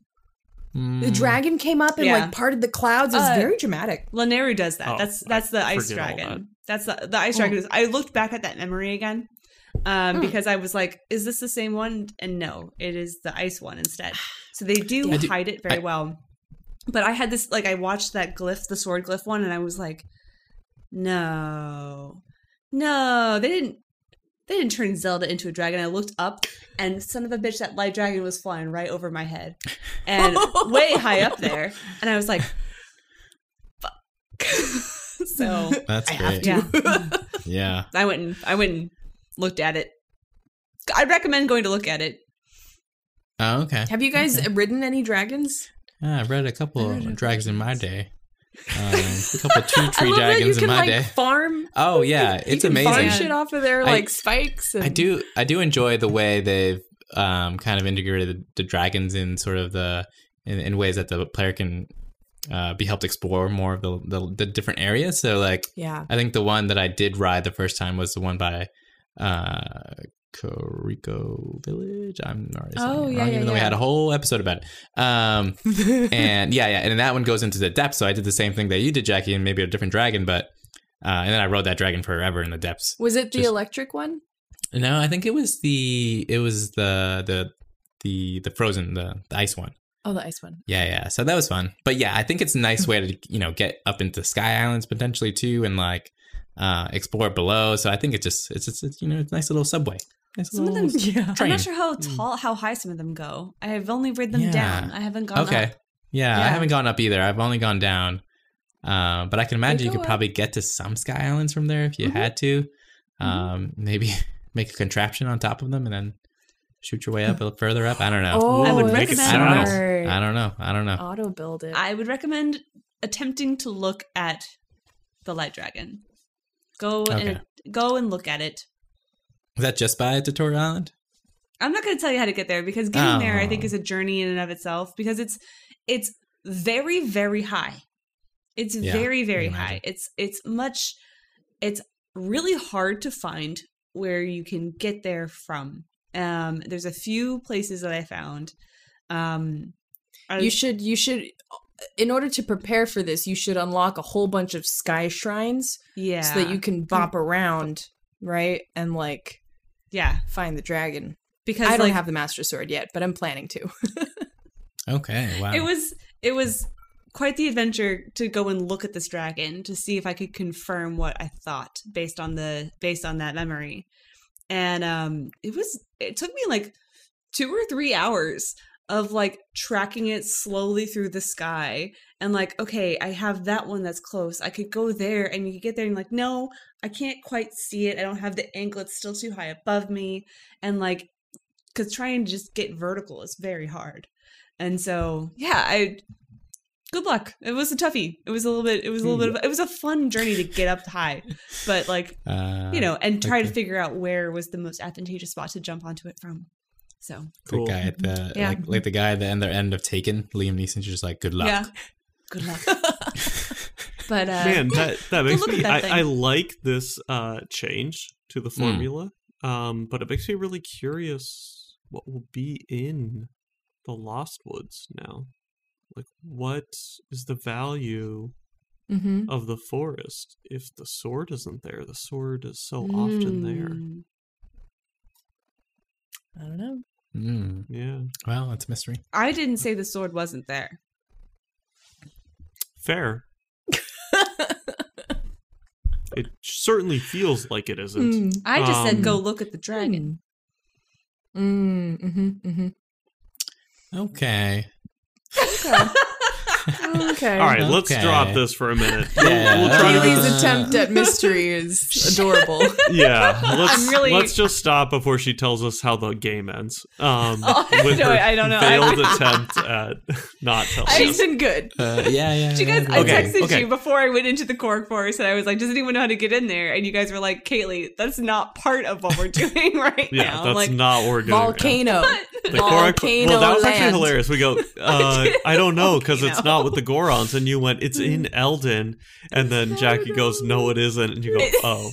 D: Mm,
E: The dragon came up and
C: Yeah.
E: like parted the clouds. It was
C: Uh,
E: very dramatic.
C: Laneru does that.
B: Oh,
C: that's
B: I
C: that's the ice
B: forget all
C: dragon. That's the, the ice dragon. Is, I looked back at that memory again um, because I was like, "Is this the same one?" And no, it is the ice one instead. So they do
D: I do-
C: hide it very
D: I-
C: well. But I had this like I watched that glyph, the sword glyph one, and I was like, "No, no, they didn't." They didn't turn Zelda into a dragon. I looked up, and son of a bitch, that light dragon was flying right over my head, and way high up there. And I was like, so
D: That's great.
C: yeah,
D: Yeah.
C: I went and I went and looked at it. I'd recommend going to look at it.
D: Oh, okay.
E: Have you guys ridden any dragons?
D: Yeah, I read a couple of dragons in my day. Um, a couple two
E: I
D: tree
E: love that you
D: dragons
E: can
D: in my
E: like
D: day.
E: farm.
D: Oh yeah,
E: you
D: it's
E: can
D: amazing.
E: Farm shit off of their
D: I-
E: like spikes. And
D: I do I do enjoy the way they've um, kind of integrated the, the dragons in sort of the in, in ways that the player can uh, be helped explore more of the, the the different areas. So like
E: Yeah.
D: I think the one that I did ride the first time was the one by uh Corico Village. I'm already saying
E: Oh,
D: it
E: yeah,
D: wrong,
E: yeah,
D: even though we
E: yeah.
D: had a whole episode about it. Um, and yeah, yeah, and that one goes into the depths. So I did the same thing that you did, Jackie, and maybe a different dragon, but uh, and then I rode that dragon forever in the depths.
E: Was it the
D: Just-
E: electric one?
D: No, I think it was the it was the the the the frozen the, the ice one.
E: Oh, the ice one.
D: Yeah, yeah. So that was fun. But yeah, I think it's a nice way to, you know, get up into Sky Islands potentially too and like uh explore below. So I think it's just it's it's, it's you know, it's a nice little subway. Nice
C: Some of
D: little
C: them-
D: yeah.
C: I'm
D: train. Hmm.
C: not sure how tall, how high some of them go. I have only rid them
D: Yeah.
C: down. I haven't gone
D: okay.
C: up.
D: Yeah, I
C: Yeah.
D: haven't gone up either. I've only gone down. Uh, but I can imagine you
E: go
D: could
E: up.
D: probably get to some Sky Islands from there if
C: Mm-hmm.
D: you had to. Um, maybe make a contraption on top of them and then shoot your way
C: Mm.
D: up a little further up. I don't know.
E: Oh,
C: I would
E: that's
C: recommend-
D: I don't
E: smart.
D: know. I don't know. I don't know.
E: Auto build it.
C: I would recommend attempting to look at the light dragon. Go
D: Okay.
C: and go and look at it.
D: Is that just by Tutorial Island?
C: I'm not going to tell you how to get there because getting there, I think,
D: Oh.
C: is a journey in and of itself because it's it's very very high. It's
D: Yeah,
C: very very
D: can
C: high.
D: imagine.
C: It's it's much. It's really hard to find where you can get there from. Um, there's a few places that I found. Um, I-
E: you should you should in order to prepare for this, you should unlock a whole bunch of sky shrines
C: yeah, Hmm.
E: so that you can bop around, right? And like
C: yeah,
E: find the dragon.
C: because
E: I don't
C: like,
E: have the master sword yet, but I'm planning to.
D: Okay. Wow.
C: it was it was quite the adventure to go and look at this dragon to see if I could confirm what I thought based on the based on that memory. And um it was it took me like 2 or 3 hours of like tracking it slowly through the sky and like okay I have that one that's close I could go there and you get there and like no I can't quite see it I don't have the angle it's still too high above me and like cuz trying to just get vertical is very hard and so, yeah, I good luck. It was a toughie. It was a little bit. It was a little bit.
B: Mm.
C: Of, it was a fun journey to get up high, but like
D: uh,
C: you know, and try to
D: okay.
C: figure out where was the most advantageous spot to jump onto it from. So
B: Cool.
D: the guy at the
C: Yeah.
D: like like the guy at the end the end of Taken, Liam Neeson's just like good luck.
C: yeah, good luck. but uh,
B: Man, that that makes
C: look at
B: me.
C: that thing. Hmm.
B: I, I like this uh, change to the formula, um, but it makes me really curious what will be in the Lost Woods now. Like, what is the value
E: mm-hmm.
C: Mm.
B: of the forest if the sword isn't there? The sword is so often there.
C: Mm.
E: I don't know.
D: Mm.
B: Yeah,
D: Well, it's a mystery.
C: I didn't say the sword wasn't there.
B: fair. it certainly feels like it isn't.
C: Mm. I just said
B: Um,
C: go look at the dragon.
B: Hmm.
E: Mm, mm-hmm, mm-hmm.
D: Okay.
E: Okay.
B: All right, let's
D: Okay.
B: drop this for a minute.
D: Yeah.
B: We'll, we'll try to
E: Haley's
D: Uh,
E: attempt at mystery is adorable.
B: yeah let's
C: I'm really-
B: let's just stop before she tells us how the game ends um
E: Oh,
B: with
C: no,
B: her
C: I don't know.
B: failed attempt at not telling
E: She's
B: us
E: been good.
D: Uh, yeah, yeah.
C: You guys,
D: yeah,
C: I
B: Okay,
C: texted
B: okay.
C: you before I went into the cork forest, and I was like, "Does anyone know how to get in there?" And you guys were like, "Kaylee, that's not part of what we're doing right
B: yeah
C: now." I'm
B: that's
C: like,
B: not what we're doing
E: Volcano.
B: now. the Goron-
E: Volcano
B: well that was actually
E: land.
B: hilarious we go uh i don't know because it's not with the gorons and you went it's in eldon and then jackie goes no it isn't and you go oh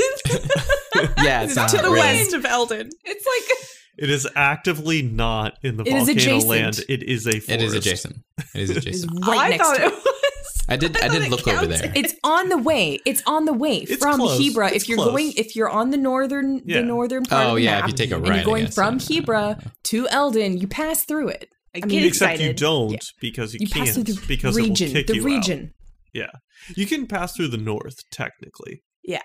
D: yeah, it's, not
E: to the
D: really.
E: west of Eldon.
C: it's like
B: It is actively not in the
E: It is
B: volcano
E: adjacent.
B: land. It is a forest.
D: It is adjacent. It is
E: It's
D: adjacent.
E: right
C: I
E: next
C: thought
E: to
C: it was.
D: I did.
C: I
D: I,
C: thought
D: did
C: it
D: look over there.
E: It's on the way. It's on the way
B: It's
E: from
B: close.
E: Hebra.
B: It's
E: if you're
B: close.
E: going, if you're on the northern,
B: Yeah.
E: the northern part.
D: Oh,
E: of the
D: yeah, if
E: map,
D: you take a
E: and
D: right, I
E: you're going
D: guess,
E: from
D: yeah.
E: Hebra to Eldon, you pass through it.
C: I
E: mean,
C: get
B: Except
C: excited.
B: you don't
E: Yeah.
B: because you,
E: You
B: can't
E: pass through the
B: because
E: region.
B: it will kick
E: the
B: you out.
E: region.
B: Yeah, you can pass through the north technically.
E: Yeah.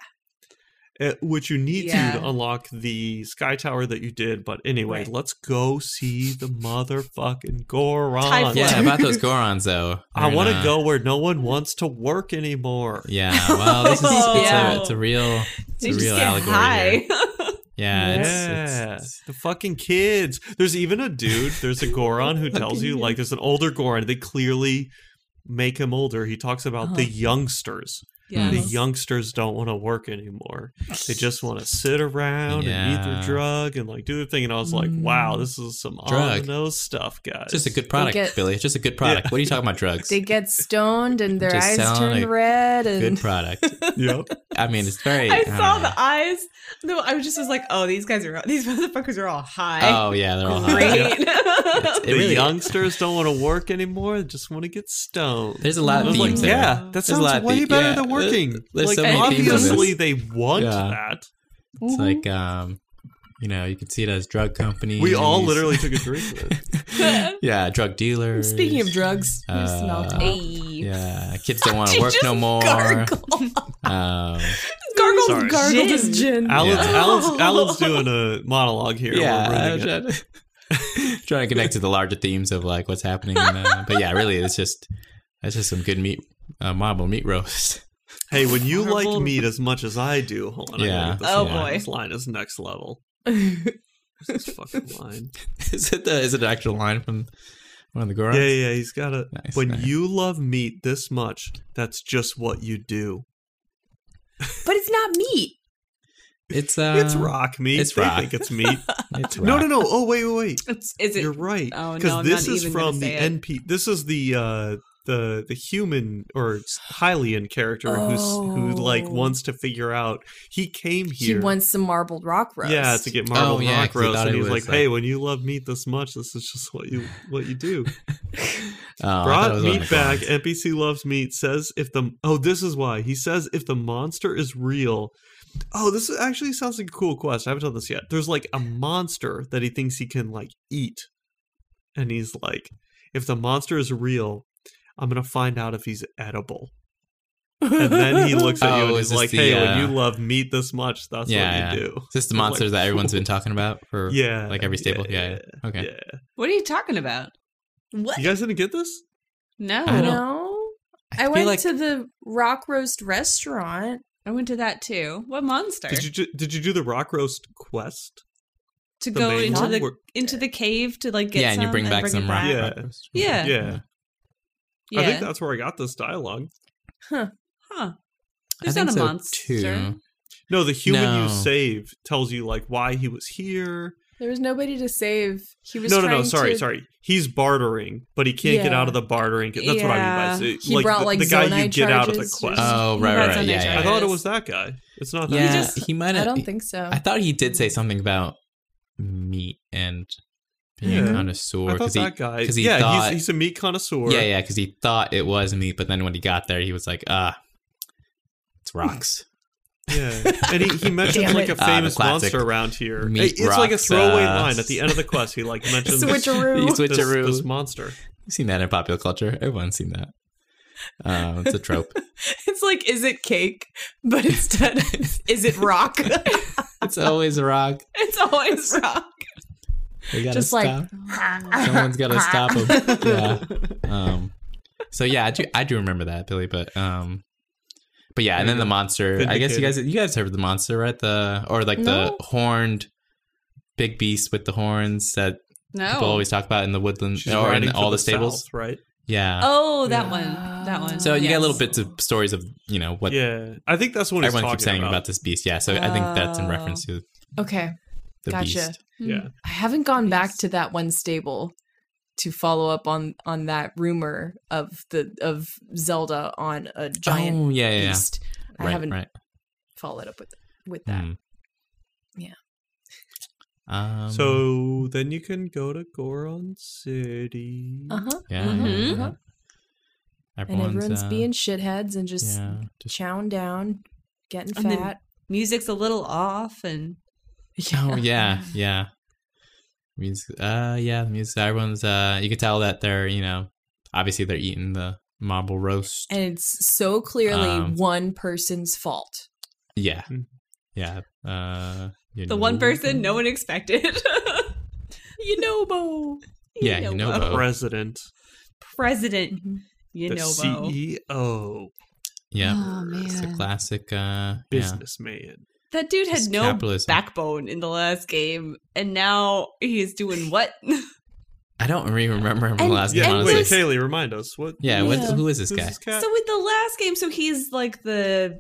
B: Uh, which you need to
C: Yeah.
B: to unlock the sky tower that you did. But anyway,
E: Right.
B: let's go see the motherfucking Goron.
C: Typhloid.
D: yeah, about those Gorons though.
B: I
D: They're
B: want to
D: not-
B: go where no one wants to work anymore.
D: Yeah. Well, this is it's,
C: Yeah.
D: a, it's a real, it's
C: They
D: a
C: just
D: real
C: get
D: allegory.
C: high.
D: here. Yeah. It's, it's-
B: Yeah,
D: it's-
B: the fucking kids. There's even a dude. There's a Goron who tells you like there's an older Goron. They clearly make him older. He talks about the
E: Uh-huh.
B: youngsters. The
C: Yes.
B: youngsters don't want to work anymore. They just want to sit around and eat their
D: Yeah. Mm.
B: drug and like do their thing. And I was like, wow, this is some on
D: Drug.
B: the nose stuff, guys.
D: it's just a good product,
E: get-
D: Billy. It's just a good product. What are you talking about, drugs?
E: They get stoned and their
D: Just
E: eyes
D: sound
E: turn
D: like
E: red.
D: Good Ah.
E: And
D: product.
B: Yep.
D: I mean, it's very.
C: I
D: don't
C: saw
D: know.
C: the eyes. No, I was just was like, oh, these guys are these motherfuckers are all high.
B: Uh,
D: Oh yeah, they're all high.
C: Great.
D: It
B: the
D: really,
B: youngsters don't want to work anymore. They just want to get stoned.
D: There's a lot
B: I
D: of
B: was
D: themes
B: like,
D: there.
B: yeah, that
D: There's a lot
B: sounds
D: of
B: way
D: the-
B: better
D: yeah,
B: than
D: there-
B: working.
D: there's
B: like,
D: so
C: many themes in
B: obviously
D: this.
B: they want
D: Yeah.
B: that.
D: It's like um, you know, you could see it as drug companies.
B: We all literally took a drink of it.
D: yeah, drug dealers.
E: speaking of drugs,
D: Uh,
E: here's some alcohol.
D: yeah, kids don't want to
C: She
D: work
C: just
D: no more.
C: Gargled,
D: Um,
C: gargled,
B: Sorry.
E: Gargled
C: gargled
E: is
C: gin.
E: gin.
B: Alan's,
D: Yeah.
B: Alan's, Alan's doing a monologue here. We're
D: yeah, I'm
B: ruining it.
D: trying to, trying to connect to the larger themes of like what's happening. Uh, but yeah, really, it's just that's just some good meat, uh, marble meat roast.
B: Hey, when you
C: Horrible.
B: like meat as much as I do, hold on. I gotta
D: Yeah.
B: get this
C: Oh,
B: line.
C: boy.
B: This line is next level. This is fucking line.
D: is it the is it an actual line from one of the Gorons?
B: Yeah, yeah, he's got a.
D: Nice,
B: when
D: nice.
B: you love meat this much, that's just what you do.
E: but it's not meat.
D: It's uh,
B: it's rock meat.
D: it's
B: they
D: rock.
B: think it's meat.
D: It's
B: no,
D: rock.
B: no, no. Oh, wait, wait, wait.
C: It's- Is it?
B: You're right.
C: Oh, no,
B: Because
C: I'm
B: this
C: not
B: is
C: even gonna
B: from the
C: say it.
B: NP. This is the uh, the the human or Hylian character who's who like
E: Oh.
B: wants to figure out. He came
E: He
B: here.
E: wants some marbled rock roast.
B: Yeah, to get marble
D: Oh, yeah,
B: rock
D: 'cause he
B: roast,
D: thought
B: and
D: it
B: he's like,
D: was,
B: "Hey,
D: like-
B: when you love meat this much, this is just what you what you do."
D: Oh, I thought it
B: Brought
D: was one of
B: meat
D: the
B: back.
D: Gorons.
B: NPC loves meat. Says if the oh, this is why he says if the monster is real. Oh, this actually sounds like a cool quest. I haven't done this yet. There's like a monster that he thinks he can like eat, and he's like, if the monster is real, I'm gonna find out if he's edible. And then he looks at you
D: Oh,
B: and
D: is
B: he's
D: this
B: like,
D: the,
B: "Hey,
D: uh,
B: when you love meat this much, that's
D: Yeah,
B: what
D: yeah.
B: you do."
D: Is this the
B: I'm like,
D: monster that everyone's been talking about for
B: Yeah,
D: like every staple?
B: yeah,
D: Yeah. yeah. Okay.
B: Yeah.
C: What are you talking about? What?
B: You guys didn't get this?
C: No,
D: I
E: I
D: don't-
E: know. I,
D: feel
E: went
D: like-
E: to the rock roast restaurant.
C: I went to that too. What monster?
B: Did you ju- did you do the rock roast quest?
C: to
B: the
C: go
B: main
C: into
B: one?
C: the
B: Where-
C: into the cave to like get
D: yeah, and you
C: some
D: bring back
C: bring
D: some
C: it
D: rock.
C: back?
B: Yeah.
D: rock roast.
C: Yeah.
B: Yeah.
C: Yeah.
B: I think that's where I got this dialogue.
C: huh.
D: I
C: There's
D: think
C: not a
D: so,
C: monster.
D: too.
B: No, the human you
D: No.
B: save tells you like why he was here.
E: There was nobody to save. He was
B: No, no, no.
E: trying
B: Sorry,
E: to-
B: sorry. He's bartering, but he can't get
E: Yeah.
B: out of the bartering. That's what I mean by
C: Yeah.
B: sa-
E: He brought,
B: the,
E: like,
B: the guy you
E: Zonai
B: get out of the
E: charges or
B: quest.
E: something.
D: Oh,
C: He
D: right,
C: got
D: right,
C: some
D: yeah,
C: HIV.
D: yeah.
B: I thought it was that guy. It's not that.
D: Yeah,
B: guy.
E: just-
D: he might.
E: I
D: have-
E: don't think so.
D: I thought he did say something about meat and being
B: Yeah.
D: a
B: I
D: connoisseur.
B: thought
D: 'cause he-
B: that guy.
D: 'cause he
B: yeah,
D: thought-
B: he's, he's a meat connoisseur.
D: Yeah, yeah, because he thought it was meat, but then when he got there, he was like, ah, it's rocks.
B: Yeah, and he, he mentions
E: Damn
B: like
E: it.
B: a
D: Ah, the
B: famous
D: classic
B: monster around here.
D: meat
B: It- it's like a
D: rocks,
B: throwaway
D: uh,
B: line at the end of the quest. He like mentions
E: Switcheroo.
D: He
B: this,
D: switcheroo.
B: this monster.
D: You've seen that in popular culture. Everyone's seen that. Um, it's a trope.
E: It's like, is it cake? But instead, it's, is it rock?
D: it's always a rock.
E: it's always rock.
D: We gotta
E: Just like-
D: stop. Someone's gotta stop him. Yeah. Um, so yeah, I do. I do remember that Billy, but um, but yeah, and then the monster. I guess you guys, you guys heard of the monster, right? The or like
E: No.
D: the horned big beast with the horns that
C: No.
D: people always talk about in the woodland
B: She's
D: or in
B: riding
D: all
B: to
D: the, stables.
B: south, right?
D: Yeah.
C: Oh, that
B: Yeah.
C: one.
E: Ah.
C: That one.
D: so you
C: Yes.
D: get little bits of stories of you know what
B: yeah, I think that's what
D: everyone
B: he's
D: keeps
B: talking
D: saying about. this beast. Yeah. So I think that's in reference to
E: Okay,
D: the
E: Gotcha.
D: beast.
B: Yeah,
E: I haven't gone back to that one stable to follow up on on that rumor of the of Zelda on a giant
D: oh yeah, yeah. yeah.
E: beast. I
D: Right, Hmm.
E: haven't
D: right.
E: followed up with with that.
D: Mm.
E: Yeah.
D: Um,
B: so then you can go to Goron City.
E: Uh-huh.
D: yeah, yeah,
C: Mhm.
D: yeah.
E: And
D: Everyone's,
E: everyone's
D: uh,
E: being shitheads and just
D: yeah, just
E: chowing down, getting
C: And then-
E: fat.
C: Music's a little off, and
D: Oh yeah, yeah. Music, uh, yeah, the music. Everyone's, uh, you could tell that they're, you know, obviously they're eating the marble roast.
E: And it's so clearly
D: Um,
E: one person's fault.
D: yeah,
B: Mhm.
D: yeah. Uh, you
B: Mm-hmm.
C: the one person no one expected. you know, Bo.
D: Yeah, you know, Bo.
B: President,
C: President.
D: Mm-hmm.
C: You
B: the E
C: know, Bo.
B: CEO,
D: Yeah,
C: Oh
D: it's a
C: man,
D: classic. Uh, yeah.
B: businessman.
C: that dude had
D: It's
C: no
D: capitalism.
C: backbone in the last game, and now he's doing what?
D: I don't really remember him from
E: And-
D: last
B: Yeah,
D: time.
E: and
B: wait,
D: Honestly.
E: was-
B: Kaylee, remind us what?
D: yeah, What's,
E: Yeah.
D: who is this
B: who's
D: guy?
B: this cat?
C: So in the last game, so he's like the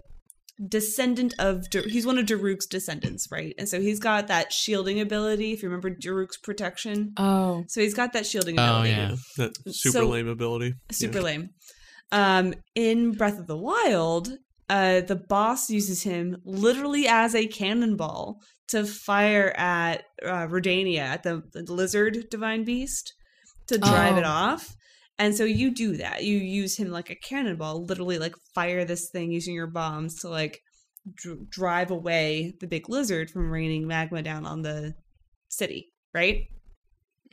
C: descendant of Dar- he's one of Daruk's descendants, right? And so he's got that shielding ability. If you remember Daruk's protection,
E: Oh.
C: so he's got that shielding
D: Oh
C: ability.
D: yeah,
B: that super
C: so-
B: lame ability.
C: super
B: Yeah.
C: lame. Um, in Breath of the Wild, uh, the boss uses him literally as a cannonball to fire at uh, Redania, at the, the lizard divine beast, to drive it
E: Oh.
C: off. And so you do that. You use him like a cannonball, literally like fire this thing using your bombs to like dr- drive away the big lizard from raining magma down on the city, right?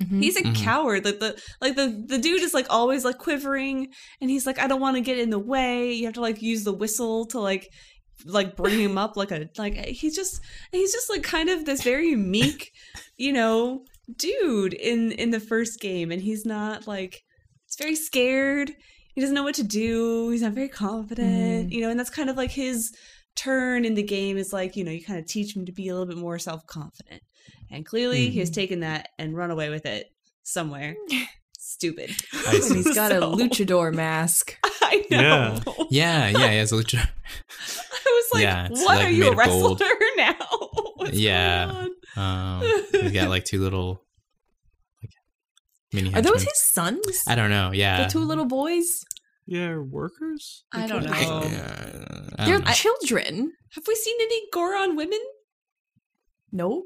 E: Mhm.
C: He's a
D: Mhm.
C: coward. Like the like the the dude is like always like quivering, and he's like, I don't want to get in the way. You have to like use the whistle to like like bring him up like a like he's just he's just like kind of this very meek, you know, dude in in the first game, and he's not like he's very scared. He doesn't know what to do. He's not very confident, you know, and that's kind of like his turn in the game is like you know you kind of teach him to be a little bit more self confident. And clearly he has taken that and run away with it somewhere. Stupid.
D: I
E: And
D: see.
E: he's got a
C: So-
E: luchador mask.
C: I know.
B: Yeah.
D: yeah, yeah. He has a luchador.
C: I was like,
D: Yeah, it's,
C: what
D: like,
C: are you a
D: made of
C: wrestler
D: gold.
C: now? What's
D: Yeah.
C: going on?
D: Um, he's got like two little, like mini.
E: Are those
D: henchmen.
E: his sons?
D: I don't know. Yeah,
E: The two little boys?
B: Yeah, workers.
C: I don't
D: I-
C: know.
D: yeah, I
E: They're
B: Um,
D: don't know.
E: children.
C: Have we seen any Goron women?
E: No.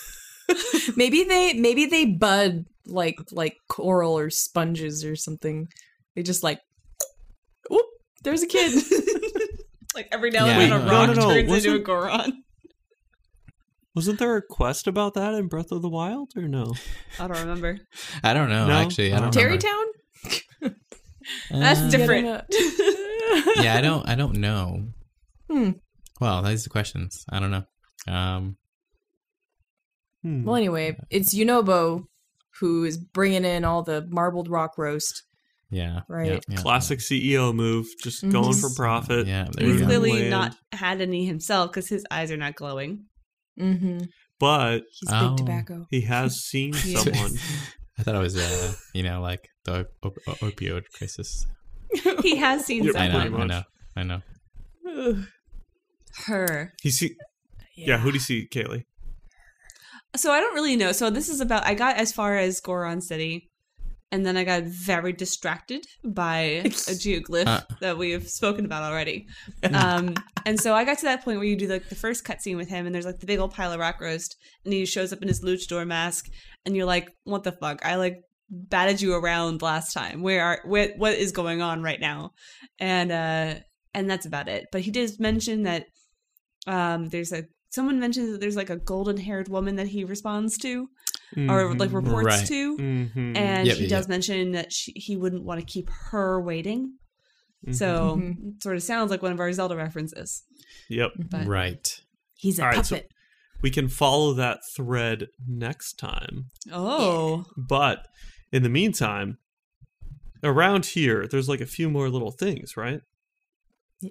E: maybe they maybe they bud like like coral or sponges or something. They just like whoop, there's a kid.
C: Like every now
D: Yeah,
C: and
D: I
C: then
D: don't
C: a
D: know.
C: rock
B: No, no, no,
C: turns into a
B: wasn't-
C: Goron.
B: Wasn't there a quest about that in Breath of the Wild or no?
C: I don't remember.
D: I don't know.
B: No? Oh.
D: Actually, I don't. remember.
E: Terrytown?
C: That's
D: Uh,
C: different.
D: yeah, I don't. I don't know.
E: Hmm.
D: Well, these are questions. I don't know. Um,
B: Hmm.
E: Well, anyway, it's Unobo who is bringing in all the marbled rock roast.
D: yeah,
E: Right.
D: yeah, yeah.
B: Classic CEO move, just
C: Mm-hmm.
E: Mhm.
B: going for profit.
D: Yeah, there
C: He's
D: you go.
B: Really?
C: clearly
B: Land.
C: not had any himself because his eyes are not glowing.
E: Mm-hmm.
B: But
E: He's
D: Oh.
E: big tobacco.
B: he has seen
E: Yeah.
B: someone.
D: I thought it was, uh, you know, like the op- op- opioid crisis.
C: He has seen
B: Yeah,
D: I know,
B: pretty
D: I
B: much.
D: know, I know.
C: her.
B: He see. Yeah, who do you see, Kaylee?
C: So I don't really know. So this is about I got as far as Goron City, and then I got very distracted by a geoglyph
D: Uh.
C: that we have spoken about already. Um, and so I got to that point where you do like the first cutscene with him, and there's like the big old pile of rock roast, and he shows up in his luchador mask, and you're like, "What the fuck? I like batted you around last time. Where are what what is going on right now?" And uh, and that's about it. But he did mention that um, there's a someone mentions that there's like a golden haired woman that he responds to or like
B: Hmm.
C: reports
D: Mm-hmm. Right.
C: to.
B: Mhm.
C: And
D: Yep,
C: he
D: yep,
C: does
D: yep.
C: mention that she, he wouldn't want to keep her waiting.
D: Mm-hmm.
B: Mhm.
C: So
E: Mhm.
C: it sort of sounds like one of our Zelda references.
B: yep,
C: But
D: Right.
E: He's a
B: All right, so-
E: puppet.
B: we can follow that thread next time.
C: oh,
B: But in the meantime, around here, there's like a few more little things, right?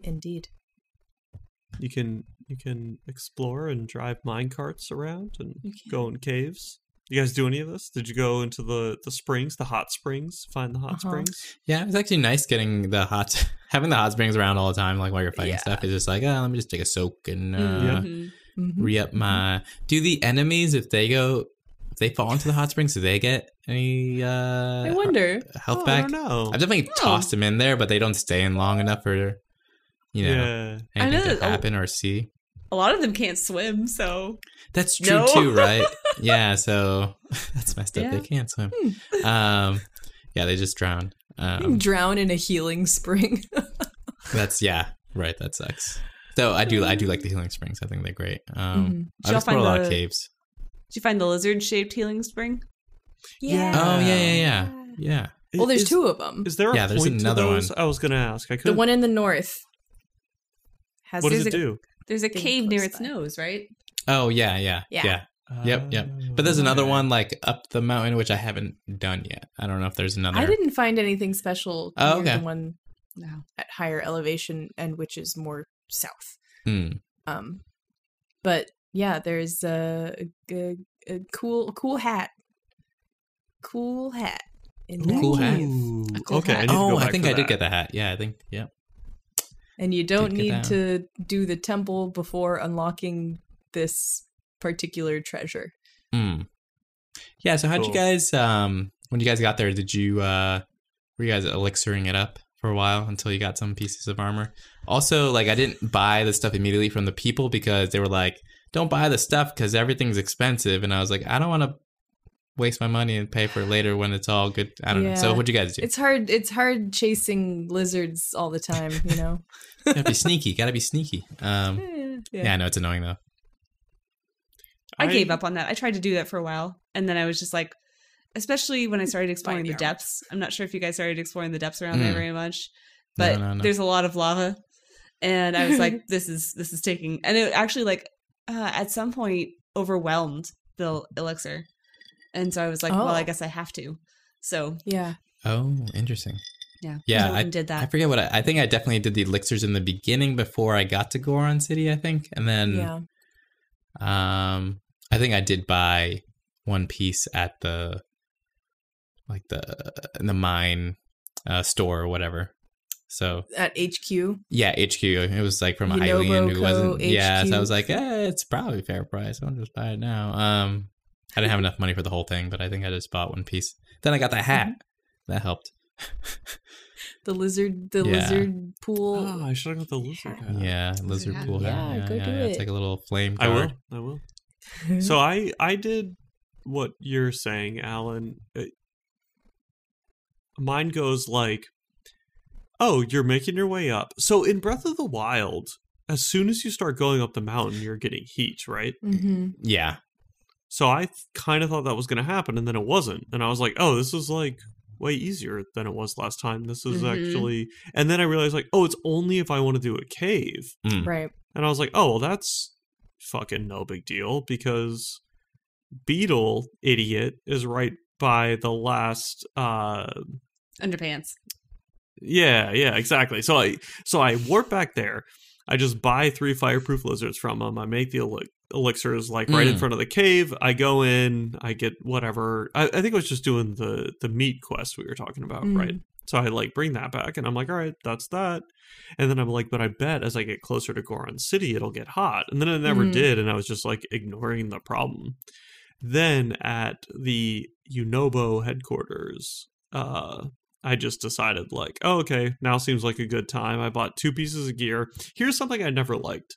E: Indeed.
B: You can you can explore and drive mine carts around and go in caves. You guys do any of this? Did you go into the the springs, the hot springs, find the hot
E: Uh-huh.
B: springs?
D: Yeah, it was actually nice getting the hot, having the hot springs around all the time, like while you're fighting
E: Yeah.
D: stuff. It's just like, oh, let me just take a soak and uh,
C: Mhm.
E: Mhm.
D: re up my. Do the enemies, if they go, if they fall into the hot springs, do they get any uh,
E: I wonder.
D: health
B: Oh, I
D: back?
B: don't know.
D: I've definitely tossed them in there, but they don't stay in long enough for, you know,
B: yeah.
C: I
D: anything
C: know
D: to
C: that- oh.
D: happen or see.
C: a lot of them can't swim, so
D: That's true
C: No.
D: too, right? yeah, so that's messed up.
C: Yeah.
D: They can't swim. Um, yeah, they just drown. Um,
G: Drown in a healing spring.
D: that's yeah, right. That sucks. So I do I do like the healing springs. I think they're great. Um,
C: Shall
D: I've explored a
C: find
D: lot of
C: the-
D: caves.
C: did you find the lizard shaped healing spring?
D: Oh yeah, yeah, yeah, yeah.
G: Well, there's
B: Is-
G: two of them.
B: Is there a
D: Yeah, there's
B: point
D: another
B: to
D: one.
B: those? I was going to ask. I could.
E: The one in the north has
B: What does
E: there's
B: it
E: a-
B: do?
C: There's a
E: Thing
C: cave
E: close
C: near its
E: by.
C: nose, right?
D: Oh yeah, yeah,
G: Yeah.
D: yeah. Yep, yep. But there's another one like up the mountain, which I haven't done yet. I don't know if there's another.
E: I didn't find anything special.
D: Oh,
E: near
D: okay.
E: The one
C: No.
E: at higher elevation and which is more south.
D: Hmm.
E: Um, but yeah, there's a, a g- a cool cool hat, cool hat. In that
D: Cool hat.
E: cave.
B: Ooh,
C: cool
B: okay.
C: hat.
B: I need to go
D: Oh, I
B: back
D: think
B: to
D: I did
B: that.
D: get the hat. Yeah, I think. Yeah.
G: And you don't
D: Did get
G: need
D: that.
G: to do the temple before unlocking this particular treasure.
D: Hmm. Yeah. So how'd
B: Cool.
D: you guys? Um, when you guys got there, did you? Uh, were you guys elixiring it up for a while until you got some pieces of armor? Also, like I didn't buy the stuff immediately from the people because they were like, "Don't buy the stuff because everything's expensive," and I was like, "I don't want to." Waste my money and pay for it later when it's all good. I don't know. So
E: Yeah.
D: what'd you guys do?
E: It's hard. It's hard chasing lizards all the time. You know. Eh,
D: gotta be sneaky. Gotta be sneaky. Um, yeah. I know it's annoying though.
C: I, gave up on that. I tried to do that for a while, and then I was just like, especially when I started exploring the depths. I'm not sure if you guys started exploring the depths around there
D: Mm.
C: very much,
D: No,
C: but
D: no, no.
C: there's a lot of lava, and I was like, this is this is taking. And it actually like uh, at some point overwhelmed the elixir, and so I was like, well, I
G: Oh.
C: guess I have to. So
E: Yeah.
D: Oh, interesting.
C: yeah,
D: Yeah,
C: I went and did
D: I
C: that.
D: forget what I, I think. I definitely did the elixirs in the beginning before I got to Goron City. I think, and then
E: Yeah.
D: um, I think I did buy one piece at the like the in the mine uh, store or whatever. So
E: At HQ.
D: yeah, HQ. It was like from Eileen who
E: Lenovo
D: wasn't.
E: Co.
D: Yeah, so I
E: HQ.
D: was like, eh, it's probably fair price. I'll just buy it now. Um, I didn't have enough money for the whole thing, but I think I just bought one piece. Then I got the hat.
E: Mm-hmm.
D: That helped.
E: The lizard. The
D: Yeah.
E: lizard pool.
B: Oh, I should have got the lizard hat.
D: Yeah, lizard
E: hat.
D: pool hat.
E: Yeah, go do
D: It's
E: it.
D: like a little flame.
B: I will.
D: card.
B: I will. so I I did what you're saying, Alan. Uh, Mine goes like, "Oh, you're making your way up." So in Breath of the Wild, as soon as you start going up the mountain, you're getting heat, right?
E: Mm-hmm.
D: Yeah,
B: So I kind of thought that was going to happen, and then it wasn't. And I was like, "Oh, this is like way easier than it was last time. This is
C: Mhm.
B: actually." And then I realized, like, "Oh, it's only if I want to do a cave."
E: Right.
B: And I was like, oh, well, that's fucking no big deal because Beetle idiot is right by the last uh
C: Underpants.
B: yeah, yeah, exactly. So I so I warp back there. I just buy three fireproof lizards from them. I make the eli- elixirs like right in
D: Mm.
B: front of the cave. I go in. I get whatever. I, I think I was just doing the the meat quest we were talking about, right? So I like bring that back, and I'm like, all right, that's that. And then I'm like, but I bet as I get closer to Goron City, it'll get hot. And then it never
G: Mm.
B: did, and I was just like ignoring the problem. Then at the Unobo headquarters, uh, I just decided like, oh, okay, now seems like a good time. I bought two pieces of gear. Here's something I never liked.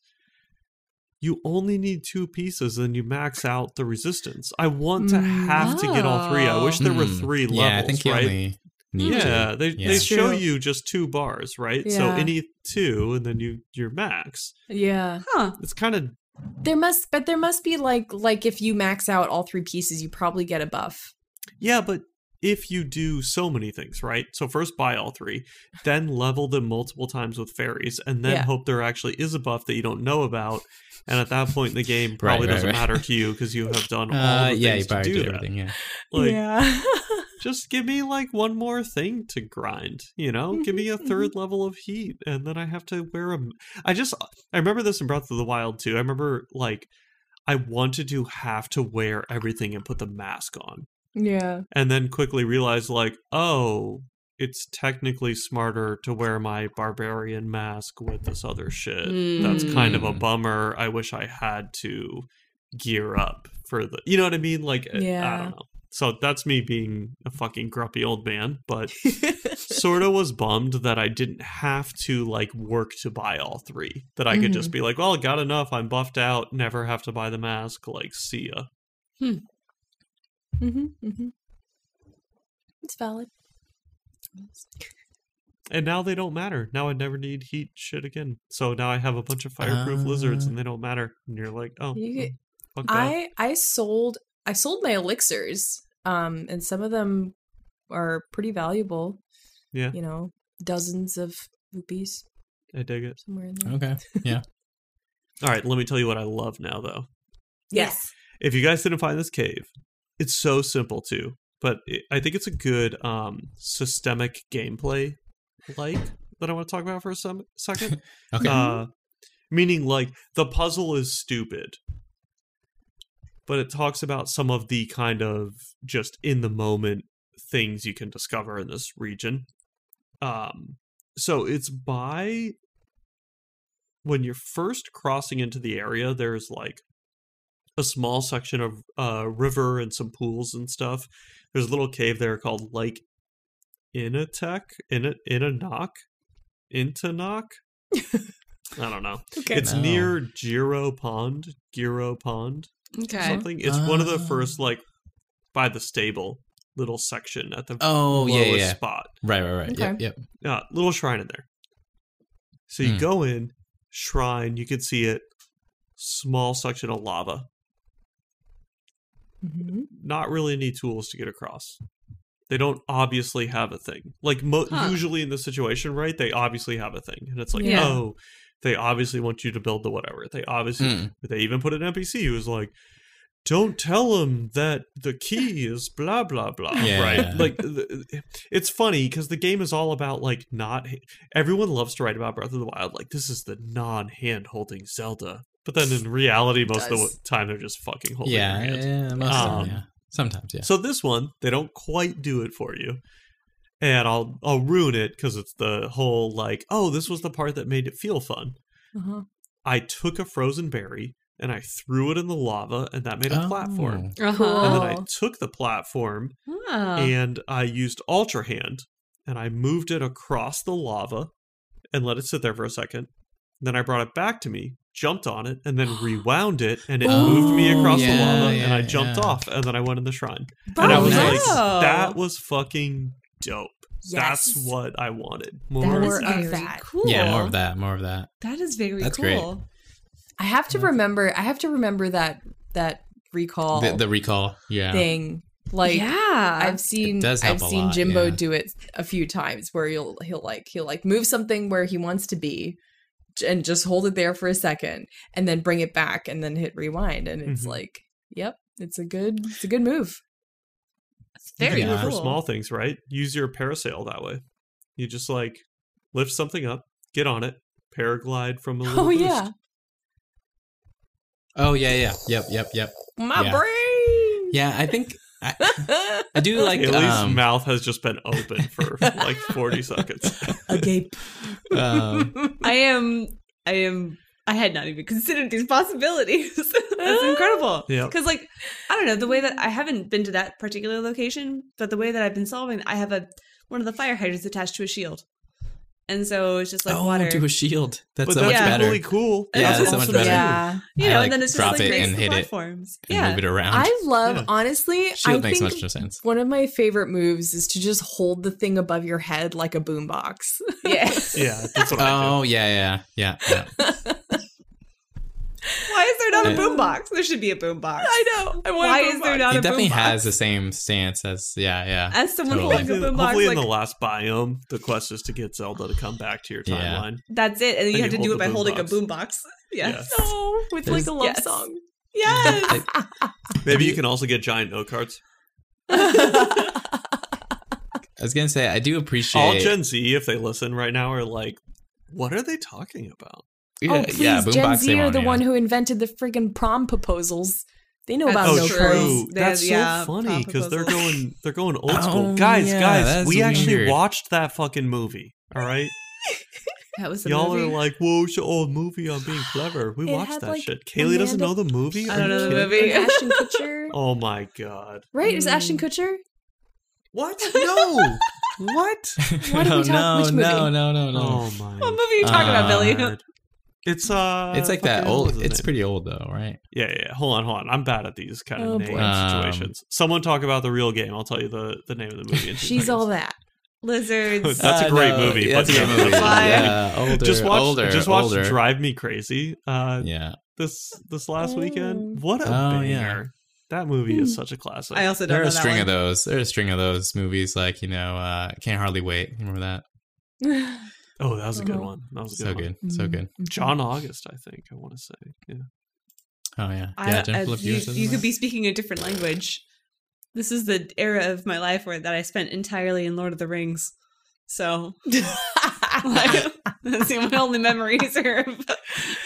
B: You only need two pieces and you max out the resistance. I want to have to get all three. I wish there were
D: Mm.
B: three levels,
D: Yeah, I think you
B: right?
D: only need
B: yeah,
D: to.
B: they
D: Yeah.
B: they
D: That's
B: show
E: true.
B: you just two bars, right? So
E: Yeah.
B: any two and then you your max.
E: Yeah.
C: Huh.
B: It's kind of
E: There must, but there must be like like if you max out all three pieces, you probably get a buff.
B: Yeah, but if you do so many things, right? So first buy all three, then level them multiple times with fairies, and then
E: Yeah.
B: hope there actually is a buff that you don't know about. And at that point in the game, probably
D: right,
B: doesn't
D: right.
B: matter to you because you have done all
D: Uh,
B: the
D: yeah, you
B: things to
D: probably
B: do
D: did
B: that.
D: everything. Yeah.
B: Like,
E: yeah.
B: just give me like one more thing to grind you know
E: Mm-hmm,
B: give me a third level of heat and then i have to wear a m- i just i remember this in breath of the wild too i remember like i wanted to have to wear everything and put the mask on
E: yeah.
B: and then quickly realized like oh it's technically smarter to wear my barbarian mask with this other shit Uh, that's
C: Hmm.
B: kind of a
D: Mm.
B: bummer i wish i had to gear up for the you know what i mean like eh, I- i
E: Yeah. Mm-hmm,
B: don't know so that's me being a fucking grumpy old man but sort of was bummed that I didn't have to like work to buy all three. That I could just be like, well, I got enough. I'm buffed out. Never have to buy the mask. Like, see ya.
E: Mm-hmm, mm-hmm. It's valid.
B: And now they don't matter. Now I never need heat shit again. So now I have a bunch of fireproof lizards and they don't matter. And you're like, oh,
E: Ah. You
B: well,
E: get-
B: fuck that.
H: I
E: I sold I sold my elixirs, um, and some of them are pretty valuable.
B: yeah,
E: You know, dozens of rupees
B: I dig it.
E: somewhere in there.
D: Okay. Yeah.
B: All right, let me tell you what I love now, though.
C: Yes.
B: if you guys didn't find this cave, it's so simple too, but it, I think it's a good um systemic gameplay like that I want to talk about for a some, second.
D: Okay.
B: Uh, meaning like the puzzle is stupid, but it talks about some of the kind of just in the moment things you can discover in this region. Um, so it's by when you're first crossing into the area, there's like a small section of uh, river and some pools and stuff. There's a little cave there called Lake Inatek, In Inanok, Intanok. I don't know.
E: Okay.
B: It's
D: No.
B: near Giro Pond, Giro Pond,
C: Okay.
B: something. It's one of the
D: Ah.
B: first like by the stable little section at the
D: Oh yeah,
B: lowest
D: yeah. yeah.
B: spot.
D: Right, right, right. Yep,
E: Okay.
D: yep.
B: Yeah, little shrine in there. So you
D: Hmm.
B: go in, shrine, you can see it, small section of lava.
E: Mm-hmm.
B: not really any tools to get across. They don't obviously have a thing. Like mo-
C: Huh.
B: usually in this situation, right? They obviously have a thing, and it's like,
C: Yeah.
B: oh, they obviously want you to build the whatever. They obviously
D: Mm.
B: they even put an NPC who's like, don't tell them that the key is blah blah blah.
D: Yeah.
B: Right? Like th- it's funny because the game is all about like not. Everyone loves to write about Breath of the Wild. Like this is the non hand holding Zelda. But then in reality, most of the
E: does.
B: w- time they're just fucking holding your
D: Yeah,
B: hand.
D: yeah, most of them,
B: Um,
D: yeah. Sometimes, yeah.
B: So this one, they don't quite do it for you. And I'll I'll ruin it because it's the whole like, oh, this was the part that made it feel fun.
E: Uh-huh.
B: I took a frozen berry and I threw it in the lava and that made a platform. And
C: Uh-huh.
B: then I
E: Oh.
B: took the platform
C: Oh.
B: and I used Ultra Hand and I moved it across the lava and let it sit there for a second. Then I brought it back to me, jumped on it, and then rewound it and it moved me
D: Oh,
B: across the
D: yeah,
B: lava and
D: yeah,
B: I jumped
D: yeah.
B: off and then I went in the shrine and
D: Oh,
B: I was
D: nice.
B: like, that was fucking dope. That's
E: Yes.
B: what I wanted.
C: That
B: More
C: is
B: of
E: very
C: very
E: that.
C: cool.
D: Yeah, more of that, more of that.
C: That is very
D: That's great.
C: cool.
E: I have to remember. I have to remember that that recall
D: The, the recall. Yeah.
E: thing. Like
C: yeah.
E: I've seen
D: does help
E: I've
D: a
E: seen
D: lot,
E: Jimbo
D: yeah.
E: do it a few times where you'll he'll like he'll like move something where he wants to be j- and just hold it there for a second and then bring it back and then hit rewind and it's
B: Mhm.
C: Mm-hmm.
E: like yep it's a good it's a good move
C: It's
B: you can
C: very
B: do it
D: Yeah.
B: for
C: cool.
B: small things, right? Use your parasail that way. You just like lift something up, get on it, paraglide from a little
E: oh
B: boost.
E: yeah
D: Oh yeah, yeah. Yep, yep, yep.
E: my
D: Yeah.
E: brain
D: Yeah, I think I, I do like
B: Haley's
D: um,
B: mouth has just been open for like 40 seconds.
E: agape
D: um,
C: I am. I am. I had not even considered these possibilities. That's incredible.
B: Yeah.
C: Because, like, I don't know the way that I haven't been to that particular location, but the way that I've been solving, I have a one of the fire hydrants attached to a shield, and so it's just like
D: oh,
C: water.
D: do a shield. That's
B: but
D: so
B: that's
D: much better.
B: really cool.
D: Yeah, that's so much
B: awesome
D: better.
B: too.
E: yeah
C: you
D: I,
C: know,
D: like,
C: and then it's just
D: drop
C: like
D: it
C: grace
D: and
C: the
D: hit it
C: platforms.
D: and
C: yeah.
D: move it around.
E: I love
B: Yeah.
E: honestly
D: shield
E: I
D: makes
E: think
D: much more sense.
E: one of my favorite moves is to just hold the thing above your head like a boombox
C: Yeah.
B: Yeah, that's what I do.
D: Oh yeah, yeah, yeah. yeah.
C: Why is there not a
D: Yeah.
C: boombox? There should be a boombox.
E: I know I want
C: Why
E: a
C: is there
E: boombox.
C: not
D: he
C: a
D: definitely
C: boombox? Uh,
D: has the same stance as yeah, yeah.
C: As someone
D: Totally.
C: holding a
B: Hopefully,
C: boombox,
B: hopefully in
C: like,
B: the last biome, the quest is to get Zelda to come back to your
D: Yeah.
B: timeline.
C: that's it, and then you
B: And
C: have
B: you
C: to do it
B: hold
C: by
B: the
C: holding a
B: boombox.
C: boombox. Yes.
E: No, with
D: There's-
E: like a love
C: Yes.
E: song
C: Yes.
B: Maybe you can also get giant note cards.
E: Oh,
D: I was gonna say I do appreciate
B: all Gen Z, if they listen right now, are like, "What are they talking about?"
D: yeah,
E: Oh, please,
D: yeah,
E: Gen
D: boombox
E: Z
D: they
E: are
D: want,
E: the
D: yeah.
E: one who invented the friggin' prom proposals. They know
C: That's
E: about no
C: true.
E: cards.
C: They
B: Oh, That's
C: have-
B: so
C: yeah,
B: funny because they're
C: proposals.
B: going they're going old
D: Oh,
B: school. guys,
D: yeah,
B: guys,
D: that's
B: we actually
D: weird.
B: watched that fucking movie. All right,
C: That was the
B: y'all
C: movie.
B: are like, "Whoa, it's an old movie on being clever." We
E: It
B: watched
E: had,
B: that
E: like,
B: shit. Kaylee doesn't know
E: Amanda-
B: the movie.
C: I
B: Are
C: don't
B: you
C: know the
B: kidding?
C: movie. Mm.
E: And Ashton Kutcher.
B: Oh my god!
E: Right, it was Ashton Kutcher?
B: What? No. What?
I: Why did we
D: Oh,
I: talk-
D: no,
I: which movie?
D: no, no, no, no,
B: Oh my.
C: What movie are you talking about, Billy?
B: God. It's uh.
D: It's like that
B: fucking- what
D: old.
B: is his
D: It's
B: name?
D: pretty old though, right?
B: Yeah, yeah, yeah. Hold on, hold on. I'm bad at these kind of
I: Oh,
B: name
I: boy.
D: Um,
B: situations. Someone talk about the real game. I'll tell you the, the name of the movie. In two
I: She's all
B: seconds.
I: that.
C: Lizards.
B: That's a great movie,
D: yeah, That's a
B: but
D: great
B: yeah.
D: movie.
C: Why?
D: yeah, older,
B: just watch,
D: older,
B: just watch
D: older.
B: Drive Me Crazy. Uh,
D: Yeah,
B: this this last weekend. What a
D: Oh,
B: banger!
D: yeah.
B: That movie is such a classic.
C: Hmm. I also don't
D: there are
C: know
D: a
C: that
D: string
C: one.
D: of those. There are a string of those movies, like you know, uh, can't hardly wait. Remember that?
B: oh, that was a good
E: Uh-huh.
B: one. That was a good
D: So
B: one.
D: good, so
E: Mm.
D: good.
B: John August, I think I want to say. Yeah.
D: Oh yeah,
C: I-
D: yeah.
C: I-
D: Jennifer Love
C: you,
D: Hewitt,
C: you
D: isn't
C: could
D: it?
C: be speaking a different language. This is the era of my life where that I spent entirely in Lord of the Rings. So like, that's the my only memories are of,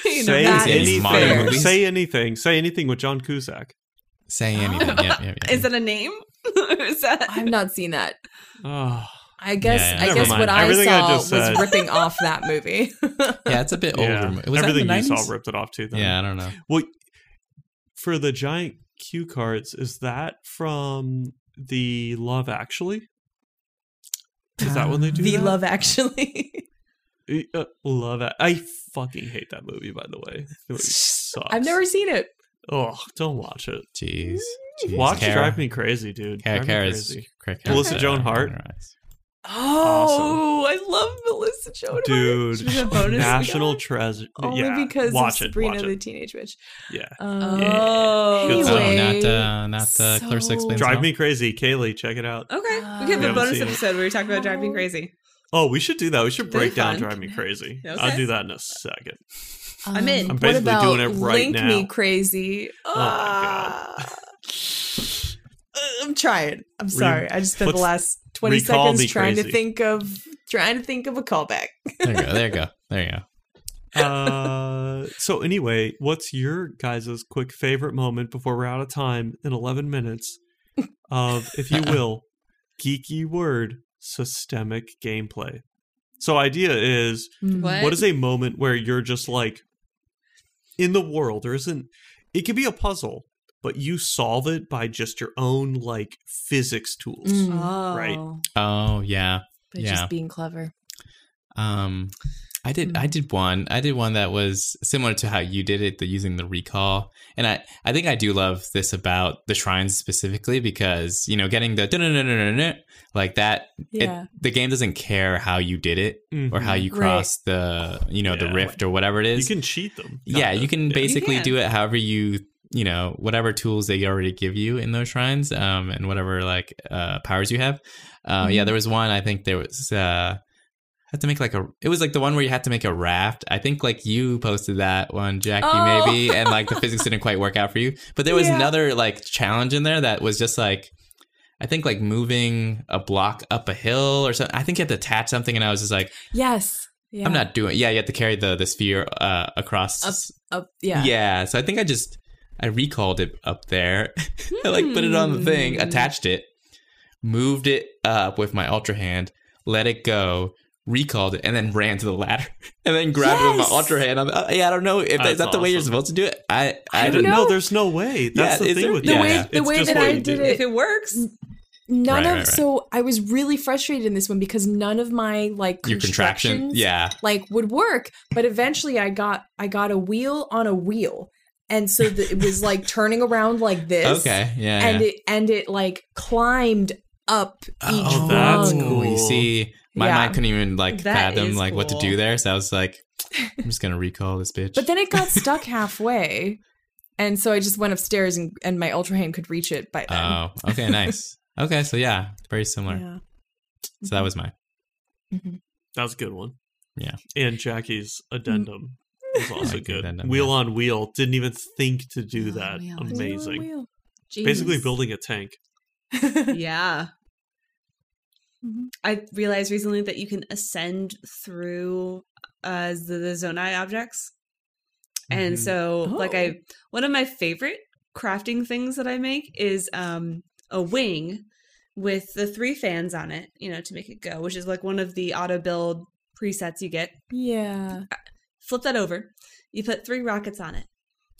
C: you know,
B: say
C: that.
D: in
C: Is,
D: any- modern
B: anything.
D: movies.
B: Say anything. Say anything with John Cusack.
D: saying anything. Yeah, yeah, yeah.
C: that a name? is that
E: I've not seen that.
B: Oh,
E: I guess
D: yeah.
E: I
D: Never
E: guess
B: mind.
E: what I
B: Everything I
E: saw
B: just said.
E: was ripping off that movie.
D: yeah, it's a bit older.
B: yeah.
D: Was that in
B: Everything
D: the
B: you
D: 90s?
B: saw ripped it off too. Then.
D: Yeah, I don't know.
B: Well, for the giant cue cards, is that from the Love Actually? Is that when they do
E: the
B: that?
E: Love Actually.
B: Uh, uh, love Ac- I fucking hate that movie. By the way, That movie sucks.
E: I've never seen it.
B: Oh, don't watch it.
D: Jeez, Jeez.
B: watch
D: Kara.
B: Drive Me Crazy, dude.
D: Kara,
B: Drive Me
D: Kara's,
B: Crazy.
D: Kara,
B: Melissa
D: Kara's,
B: Joan
D: uh,
B: Hart.
E: Oh, I love Melissa Joan Hart.
B: Dude,
E: Should we have bonus
B: national
E: again?
B: treasure.
E: Only
B: yeah,
E: because
B: watch
E: of
B: it.
E: Sabrina
B: Watch
E: the
B: it.
E: Teenage Witch.
B: Yeah.
E: Um,
B: Yeah.
E: Oh,
B: Good stuff.
D: Oh,
B: Anyway,
D: not uh, not uh, Clarissa
E: so-
D: explains. It
B: Drive
D: All.
B: Me Crazy, Kaylee. Check it out.
C: okay? We could have
B: We
C: a
B: haven't
C: bonus
B: seen it.
C: episode where we talk about Drive Me Crazy.
B: Oh, we should do that. We should
C: That'd
B: break
C: be
B: down
C: fun.
B: Drive Me Crazy.
C: Okay.
B: I'll do that in a second.
C: I'm in.
B: I'm
E: um, what
B: basically
E: about
B: doing it right
E: Link
B: now. Oh,
E: Me Crazy.
B: my God.
E: Ah. uh, I'm trying. I'm sorry. I just spent the
B: what's-
E: last 20
B: recall
E: seconds
B: me
E: trying to
B: crazy.
E: think of trying to think of a callback.
D: There you go. There you go. There you go.
B: Uh, so anyway, what's your guys' quick favorite moment before we're out of time in 11 minutes of, if you will, geeky word systemic gameplay? So idea is what is a moment where you're just like in the world there isn't it could be a puzzle but you solve it by just your own like physics tools
E: Mm.
C: Oh,
B: Right.
D: Oh yeah.
E: But
D: yeah.
E: just being clever.
D: Um, I did. I did one. I did one that was similar to how you did it, the using the recall. And I, I think I do love this about the shrines specifically because you know getting the dun-dun-dun-dun-dun-dun, like that. it-
E: Yeah.
D: the game doesn't care how you did it or how
B: Mhm.
D: you cross the you know the
B: Yeah.
D: rift or whatever it
B: you
D: is.
B: can cheat them
D: yeah,
B: kinda.
D: you can basically
C: can.
D: do it however you you know whatever tools they already give you in those shrines um and whatever like uh powers you have uh yeah there was one i think there was uh had to make like a it was like the one where you had to make a raft i think like you posted that one jackie
E: Oh.
D: maybe and like the physics didn't quite work out for you but there was
E: Yeah.
D: another like challenge in there that was just like i think like moving a block up a hill or something i think you had to attach something and i was just like
E: Yes. Yeah.
D: i'm not doing yeah you had to carry the the sphere uh across
E: Up- Up, yeah.
D: so I think I just I recalled it up there. I like put it on the
E: Hmm.
D: thing, attached it, moved it up with my ultra hand, let it go, recalled it, and then ran to the ladder, and then grabbed it with
E: Yes!
D: my ultra hand. I'm, uh, yeah, I don't know if that,
B: That's
D: is that the way you're
B: awesome.
D: supposed to do it. I
B: I
D: I
B: don't
D: don't
B: know. There's no way. That's
D: Yeah,
B: the
D: is
B: thing
D: there-
B: with
D: the
B: you.
D: way-
B: It's
E: the way
B: just
E: that
B: what
E: I
B: you do.
E: did it-
C: if it works,
E: None
D: Right,
E: of
D: right, right.
E: so I was really frustrated in this one because none of my like
D: your contraction.
E: constructions,
D: Yeah,
E: like would work but eventually i got i got a wheel on a wheel and so the, it was like turning around like this
D: okay, yeah.
E: and
D: yeah.
E: it and it like climbed up each
B: Oh,
E: rung.
B: that's
D: cool. You
B: cool.
D: see, my
E: Yeah.
D: mind couldn't even like
C: That
D: fathom
C: is
D: like what to
C: cool.
D: do there, so I was like, I'm just gonna recall this bitch.
E: but then it got stuck halfway and so i just went upstairs and, and my ultra hand could reach it by then
D: oh, okay, nice. Okay, so yeah, very similar.
E: yeah
D: So that
C: mhm.
D: was mine.
B: That was a good one.
D: Yeah.
B: And Jackie's addendum
E: Mm.
B: was also
D: Like the
B: good.
D: addendum,
B: wheel
D: yeah.
B: on wheel. Didn't even think to do
C: Wheel
B: that.
C: on wheel.
B: Amazing.
E: Wheel
B: Basically building a tank.
E: on wheel.
C: yeah. I realized recently that you can ascend through uh, the, the Zonai objects. And
D: Mhm.
C: so, like,
E: Oh.
C: I one of my favorite crafting things that I make is um, a wing with the three fans on it, you know, to make it go, which is like one of the auto build presets you get.
E: yeah
C: Flip that over, you put three rockets on it,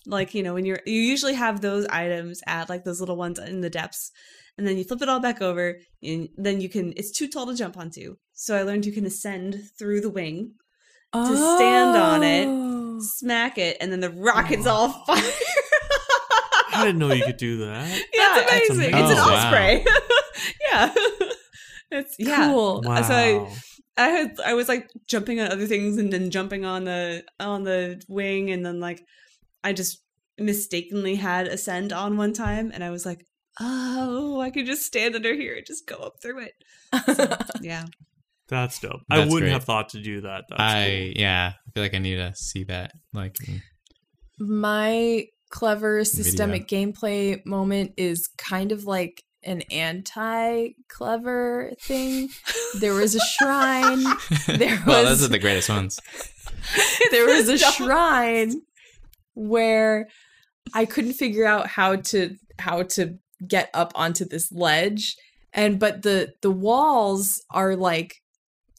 C: like you know when you're you usually have those items at like those little ones in the depths and then you flip it all back over and then you can it's too tall to jump onto so i learned you can ascend through the wing To stand on it.
E: it.
C: smack it and then the rockets all fire
B: I didn't know you could do that.
C: yeah,
E: that's
C: it's amazing.
D: amazing.
C: It's an
D: Oh, wow.
C: osprey. yeah. It's yeah.
E: Cool.
B: Wow.
C: So I, I had I was like jumping on other things and then jumping on the on the wing and then like I just mistakenly had ascend on one time and I was like, oh, I could just stand under here and just go up through it. Yeah.
B: That's dope. I
D: That's
B: wouldn't
D: great.
B: have thought to do that. That's
D: I yeah, I feel like I need to see that. Like, mm,
E: my clever systemic gameplay moment is kind of like an anti clever thing. There was a shrine. There was
D: well, those are the greatest ones.
E: there was a shrine where I couldn't figure out how to how to get up onto this ledge and but the the walls are like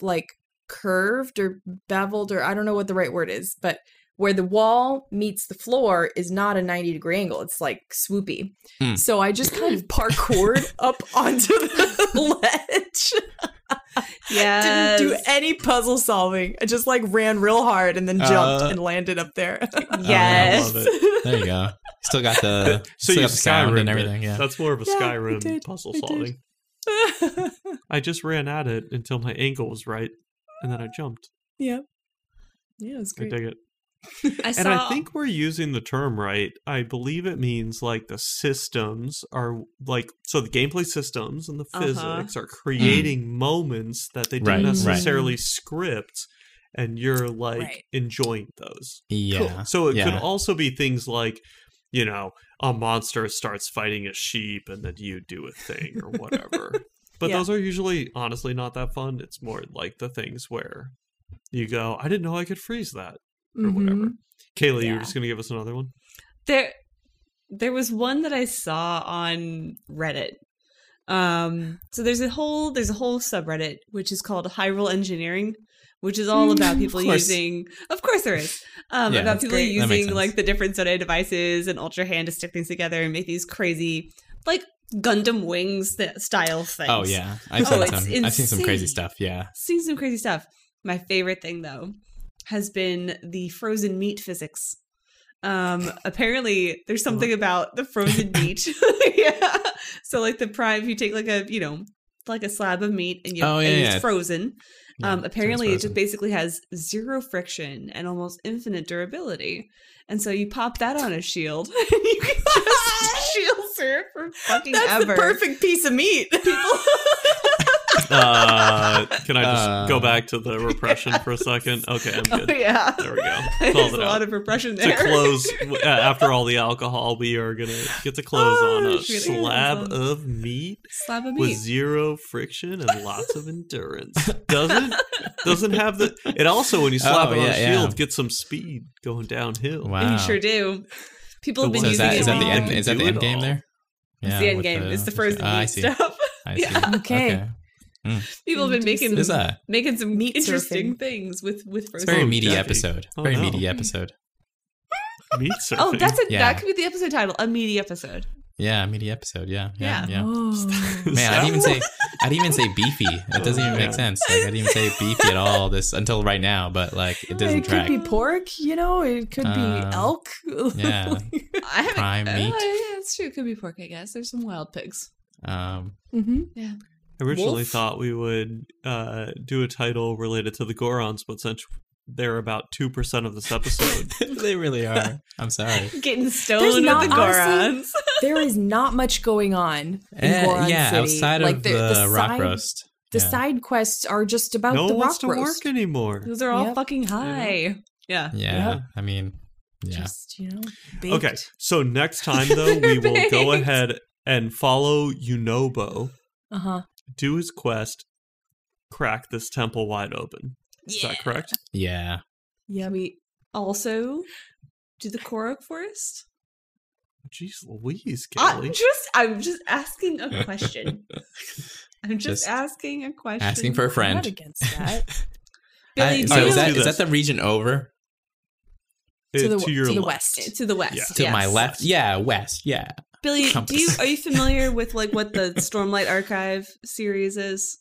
E: like curved or beveled or I don't know what the right word is but where the wall meets the floor is not a 90 degree angle it's like swoopy
D: Hmm.
E: so I just kind of parkoured up onto the ledge
C: Yeah.
E: didn't do any puzzle solving. I just like ran real hard and then jumped
D: Uh,
E: and landed up there.
C: Yes.
B: I love it.
D: Oh, There you go. Still got the
B: So
D: still
B: you
D: got the sound
B: Skyrim
D: and everything. Yeah.
B: That's more of a
E: Yeah, I
B: Skyrim
E: did.
B: puzzle
E: I did.
B: solving. I just ran at it until my angle was right, and then I jumped.
E: yeah. Yeah, it's
B: I
E: great.
B: dig it.
C: I
B: And
C: saw
B: I think we're using the term right. I believe it means like the systems are like so the gameplay systems and the
C: Uh-huh.
B: physics
E: Mm.
B: are creating moments that they
D: Right,
B: didn't
D: right.
B: necessarily script, and you're like
E: Mm-hmm. Right.
B: enjoying those.
D: yeah.
B: So it
D: yeah.
B: could also be things like, you know, a monster starts fighting a sheep and then you do a thing or whatever. but
E: Yeah.
B: those are usually honestly not that fun. It's more like the things where you go, I didn't know I could freeze that or
E: Mm-hmm.
B: whatever. Kaylee, you were
E: Yeah.
B: just gonna give us another one?
C: there there was one that I saw on Reddit. Um so there's a whole there's a whole subreddit which is called Hyrule Engineering, which is all about people
D: Mm, course.
C: using of course there is. Um
D: Yeah,
C: about
D: that's
C: people
D: That makes
C: using
D: sense.
C: like the different Soda devices and Ultra Hand to stick things together and make these crazy like Gundam wings th- style things.
D: Oh yeah, I've
C: Oh,
D: seen
C: it's
D: some. I've seen some crazy
C: insane.
D: stuff. Yeah.
C: Seen some crazy stuff. My favorite thing though has been the frozen meat physics. Um apparently there's something about the frozen meat. yeah. So like the prime if you take like a, you know, like a slab of meat and you
D: Oh, yeah,
C: and
D: yeah.
C: it's frozen.
D: Yeah,
C: um
D: sounds
C: apparently it
D: frozen.
C: just basically has zero friction and almost infinite durability. And so you pop that on a shield and you can just shield surf for fucking
E: That's
C: ever.
E: the perfect piece of meat.
B: Uh, can I just
D: Uh.
B: go back to the repression for a second? Okay, I'm good.
C: Oh, yeah.
B: There we go.
C: There's
B: Called
C: a
B: it
C: lot
B: out.
C: of repression there.
B: To close uh, after all the alcohol, we are gonna get to close
C: Oh,
B: on a
C: shit.
B: slab of meat
C: Slab of
B: with
C: meat.
B: zero friction and lots of endurance. Doesn't doesn't have the. It also when you slap
D: Oh,
B: it on a
D: yeah, yeah.
B: shield gets some speed going downhill.
D: Wow.
C: You sure do. People
B: The
C: have been
D: So
B: one
D: Ah. is
C: using it.
D: that is that the
C: all-
D: end?
B: They
D: Is
B: can
D: that the
B: do
D: end
B: it
D: game
B: all.
D: there?
C: It's
D: Yeah,
C: the end
D: with
C: game. it's the frozen
D: Ah, I
C: meat
D: see.
C: stuff.
D: I see.
E: Okay.
D: okay.
C: People have been making
D: This is a
C: making some
E: Meat
C: interesting
E: surfing.
C: things with with
D: it's a
C: frozen.
D: very
B: Oh,
D: meaty
B: Jeffy.
D: episode.
B: Oh,
D: very
B: no.
D: meaty episode.
B: Meat surfing.
C: oh, that's a
D: Yeah.
C: that could be the episode title. A meaty episode.
D: Yeah, meaty episode. Yeah, yeah,
C: Yeah.
D: yeah.
E: Oh.
D: Man, I didn't even say I didn't even say beefy. That doesn't even
B: Yeah.
D: make sense. Like I didn't even say beefy at all this until right now. But like it doesn't
E: it could
D: track.
E: be pork, you know, it could
D: Uh,
E: be elk.
D: yeah.
C: I haven't.
D: Prime
C: oh,
D: meat.
C: yeah, it's true. It could be pork. I guess there's some wild pigs.
D: Um,
E: hmm
B: Originally
E: wolf.
B: thought we would uh, do a title related to the Gorons, but since they're about two percent of this episode,
D: they really are. I'm sorry.
C: Getting stoned
E: There's
C: with the
E: not- honestly,
C: Gorons.
E: There is not much going on in
D: Eh,
E: Goron
D: yeah,
E: City.
D: outside of the, rock
E: side,
D: roast.
E: The
D: yeah.
E: side quests are just about
B: no
E: the
B: one wants
E: rock
B: to
E: roast.
B: work anymore.
C: Those are all
E: Yep.
C: fucking high. Yeah.
D: Yeah,
B: Yeah.
D: I mean, yeah.
E: Just, you know,
B: Okay,
E: baked.
B: so next time though, we will go
C: Baked.
B: ahead and follow Unobo,
E: Uh-huh.
B: do his quest, crack this temple wide open. Is that correct?
D: Yeah.
C: Yeah. We also do the Korok Forest.
B: Jeez Louise,
E: Ah,
B: Kelly.
C: I'm just I'm just asking a question. I'm just,
D: Just
C: asking a question.
D: Asking for a
E: I'm not
D: friend.
E: against that.
D: I-
C: Billy, do
D: so
C: you-
D: is that
B: Do
D: is
B: this.
D: that the region over?
B: Uh,
E: the-
B: your
E: to the
B: left.
E: west.
C: Eh, to the west.
B: Yeah.
D: to
C: yes.
D: my left. Yeah, west. Yeah.
C: Billy, do you
D: compass.
C: are you familiar with like what the Stormlight Archive series is?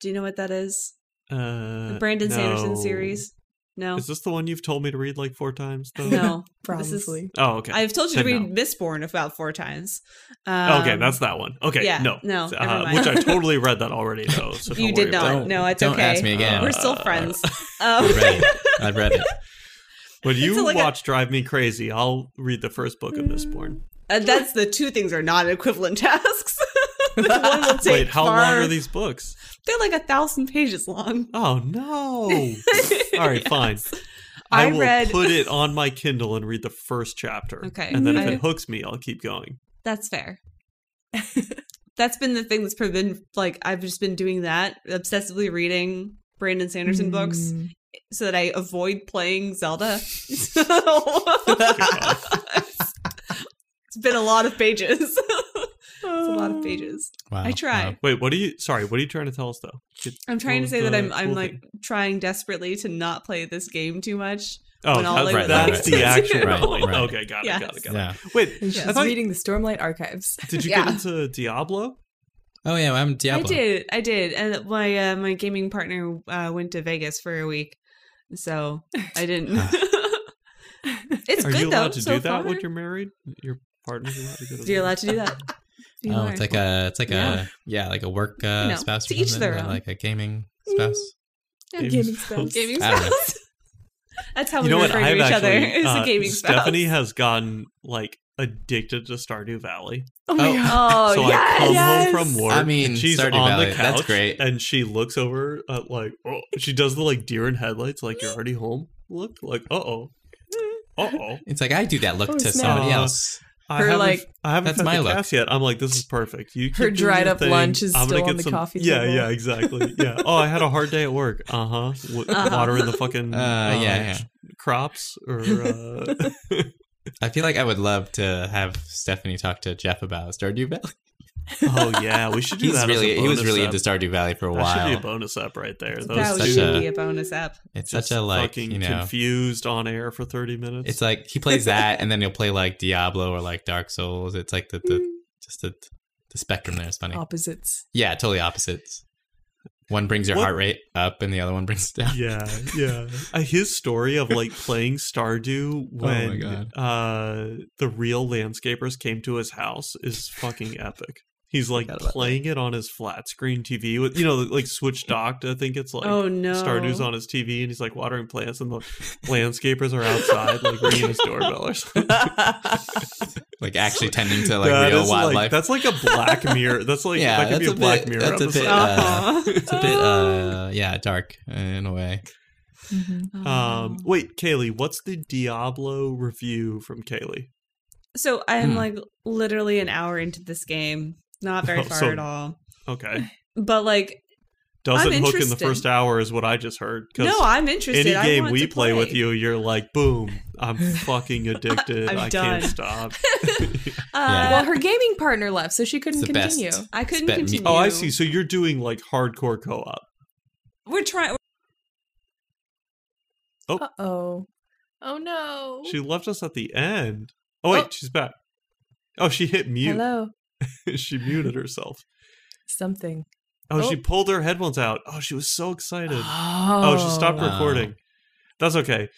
C: Do you know what that is? The
B: Uh,
C: Brandon Sanderson
B: no.
C: series. No,
B: Is this the one you've told me to read like four times? Though?
C: no. This is-
E: Probably.
B: Oh, okay.
C: I've told you to
B: Then
C: read Mistborn about four times.
B: okay,
C: Um,
B: that's that one. Okay,
C: yeah,
B: no,
C: no, never
B: uh,
C: mind.
B: which I totally read that already though. So
C: you
B: don't
C: did
B: worry
C: not.
B: about it.
D: it.
C: no, it's
D: Don't
C: okay.
D: ask me again.
C: We're still
B: Uh,
C: friends. Um,
D: I read it. I read it.
B: When you
C: like a-
B: watch Drive Me Crazy, I'll read the first book of Mistborn.
C: and uh, that's the two things are not equivalent tasks. One will take
B: Wait, how
C: far-
B: long are these books?
C: They're like a thousand pages long.
B: Oh no! All right, fine.
C: I
B: I, will
C: read-
B: put it on my Kindle and read the first chapter.
C: Okay.
B: and then if
C: I-
B: it hooks me, I'll keep going.
C: That's fair. that's been the thing that's been like I've just been doing that obsessively reading Brandon Sanderson books
E: Mm. Mm-hmm.
C: so that I avoid playing Zelda. So- it's been a lot of pages. it's a lot of pages.
D: Wow.
C: I try.
B: Wait, what are you? Sorry, what are you trying to tell us though? It-
C: I'm
B: what
C: trying to
B: was
C: say that
B: the
C: I'm I'm
B: cool
C: like
B: thing?
C: trying desperately to not play this game too much.
B: Oh,
C: when all
B: that-
C: I would
B: that's
D: like
B: the
D: to
B: actual
D: do. Right,
B: point.
D: right.
B: Okay, got it,
C: Yes.
B: got it, got it.
D: Yeah.
B: Wait,
E: She's
B: I thought,
E: reading the Stormlight Archives.
B: did you
C: Yeah.
B: get into Diablo?
D: Oh yeah, I'm Diablo.
C: I did, I did, and my uh, my gaming partner uh, went to Vegas for a week, so I didn't. it's
B: Are
C: good
B: you
C: though.
B: allowed to
C: so
B: do that
C: far.
B: when you're married? Your partner's allowed to go to
C: You're allowed to do that. You
D: Oh,
C: are.
D: it's like a, it's like
C: Yeah.
D: a, yeah, like a work uh,
C: know,
D: spouse,
C: to
D: or
C: each
D: something,
C: their
D: or
C: own. Mm.
D: like a gaming spouse.
B: Games-
E: gaming spells.
C: gaming
D: I don't know.
C: spouse. That's how
B: you
C: we
B: know what?
C: refer to
B: I've
C: each other.
B: actually
C: Is
B: uh,
C: a gaming
B: Stephanie has gotten like addicted to Stardew Valley.
E: Oh my
D: Oh.
E: god.
C: spouse.
B: so
C: Oh
B: I come
C: yes.
B: home from work.
D: I mean,
B: and she's
D: Stardew
B: on
D: Valley,
B: the couch.
D: that's great.
B: And she looks over at like, oh, she does the like deer in headlights, like you're already home. Look, like, uh oh, uh oh.
D: It's like I do that look
E: Oh,
D: to
E: snap.
D: somebody
B: Aw.
D: else.
B: I
E: Her,
B: haven't,
E: like,
B: I haven't
D: that's
B: fed
D: my
B: the
D: look.
B: cast yet. I'm like, this is perfect. You keep
E: Her
B: doing your
E: dried up
B: thing.
E: lunch is
B: I'm gonna
E: still
B: get
E: on the
B: some-
E: coffee
B: Yeah,
E: table.
B: yeah, exactly. Yeah. Oh, I had a hard day at work. Uh huh.
E: Uh-huh.
B: Water in the fucking
D: Uh, yeah, yeah.
B: crops or uh,
D: I feel like I would love to have Stephanie talk to Jeff about Stardew Valley.
B: oh yeah, we should do
D: He's
B: that. as a
D: really, he was
B: bonus
D: really
B: app.
D: into Stardew Valley for a
B: That should be a
D: while.
B: bonus app right there. Those
C: That
D: Such
B: two
C: should
D: a-
C: be a bonus app.
D: It's
B: just
D: such a like,
B: fucking
D: you know,
B: confused on air for 30 minutes.
D: it's like he plays that, and then he'll play like Diablo or like Dark Souls. It's like the,
C: Mm.
D: the just the the spectrum there is funny.
E: Opposites.
D: Yeah, totally opposites. One brings your
B: What-
D: heart rate up, and the other one brings it down.
B: yeah, yeah. Uh, his story of like playing Stardew when
D: Oh God.
B: uh the real landscapers came to his house is fucking epic. He's like
D: Forgot about
B: playing it on his flat screen TV with you know like switch docked. I think it's like
C: oh no.
B: Stardew's on his TV and he's like watering plants and the landscapers are outside like ringing his doorbell or something.
D: Like actually tending to like
B: That
D: real
B: is,
D: wildlife.
B: Like, that's like a Black Mirror. That's like
D: Yeah,
B: that could be a,
D: that's a
B: Black
D: bit-
B: Mirror
D: that's a
B: episode.
D: bit,
C: Uh-huh.
D: it's a bit, uh, yeah, dark uh, in a way.
E: Mm-hmm.
C: oh.
B: Um, wait, Kaylee, what's the Diablo review from Kaylee?
C: So I am
D: Hmm.
C: like literally an hour into this game. Not very
B: Oh,
C: far
B: so-
C: at all.
B: Okay,
C: But like
B: doesn't
C: I'm
B: hook in the
C: interested.
B: first hour is what I just heard. 'cause
C: no, I'm interested.
B: any
C: I
B: game
C: want
B: we
C: to
B: play. with you, you're like, boom, I'm fucking addicted.
C: I'm
B: I
C: done.
B: can't stop.
C: Uh,
D: Yeah.
E: Well, her gaming partner left, so she couldn't
D: It's the best.
E: continue.
C: I couldn't
D: bet me-
C: continue.
B: oh, I see. So you're doing like hardcore co-op.
C: We're trying.
E: Uh oh. Oh no.
B: She left us at the end. Oh wait,
E: Oh.
B: she's back. Oh, she hit mute.
E: Hello.
B: she muted herself.
E: Something.
B: Oh,
E: Oh.
B: she pulled her headphones out. Oh, she was so excited.
E: Oh,
B: Oh, she stopped
D: Oh.
B: recording. That's okay.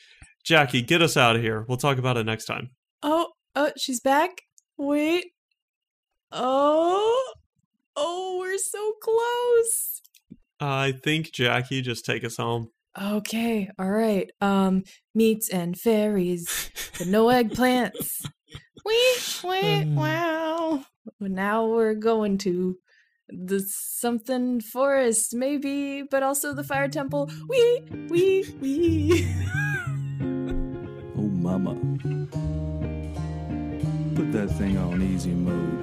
B: Jackie, get us out of here. We'll talk about it next time.
E: Oh, oh, she's back. Wait. Oh. Oh, we're so close.
B: I think Jackie, just take us home.
E: Okay. All right. Um, meats and fairies, but no eggplants. Wait, wait, wow. Now we're going to the something forest, maybe, but also the fire temple. Wee, wee, wee.
A: Oh, mama. Put that thing on easy mode.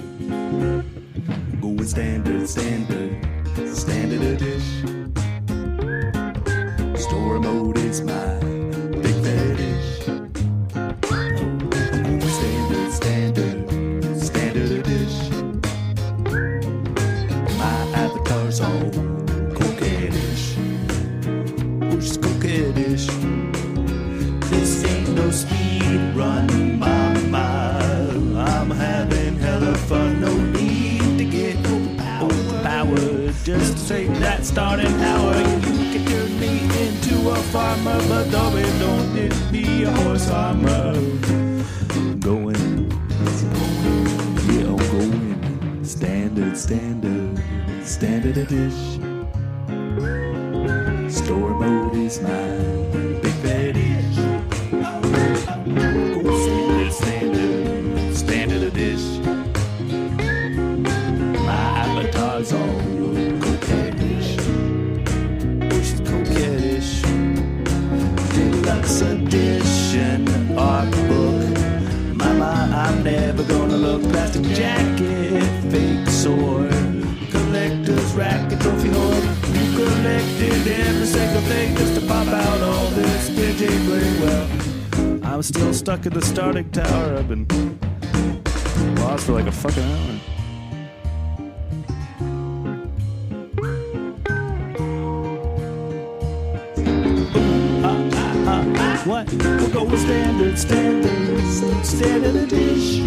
A: Going standard, standard, standard edition. Story mode is my big fetish. Going standard, standard, standard edition. My avatar's all coquettish. Who's coquettish? This ain't no speed Just take that starting hour. You can turn me into a farmer, but though it don't get me a horse farmer. I'm going, yeah, I'm going. Standard, standard, standard a dish. Story mode is mine. Big fetish. Go standard, standard, standard a dish. My avatar's all coquettish. Oh, she's coquettish. Deluxe edition art book. Mama, I'm never gonna look past a jacket. Fake sword. Collector's racket, trophy hoard. You collected every single thing just to pop out all this fidgeting. Well, I'm still stuck in the starting tower. I've been lost for like a fucking hour. What? We'll go with standard, standard, standard a dish.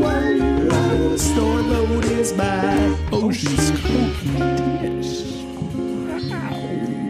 A: One love store load is my ocean's cookie dish. Wow.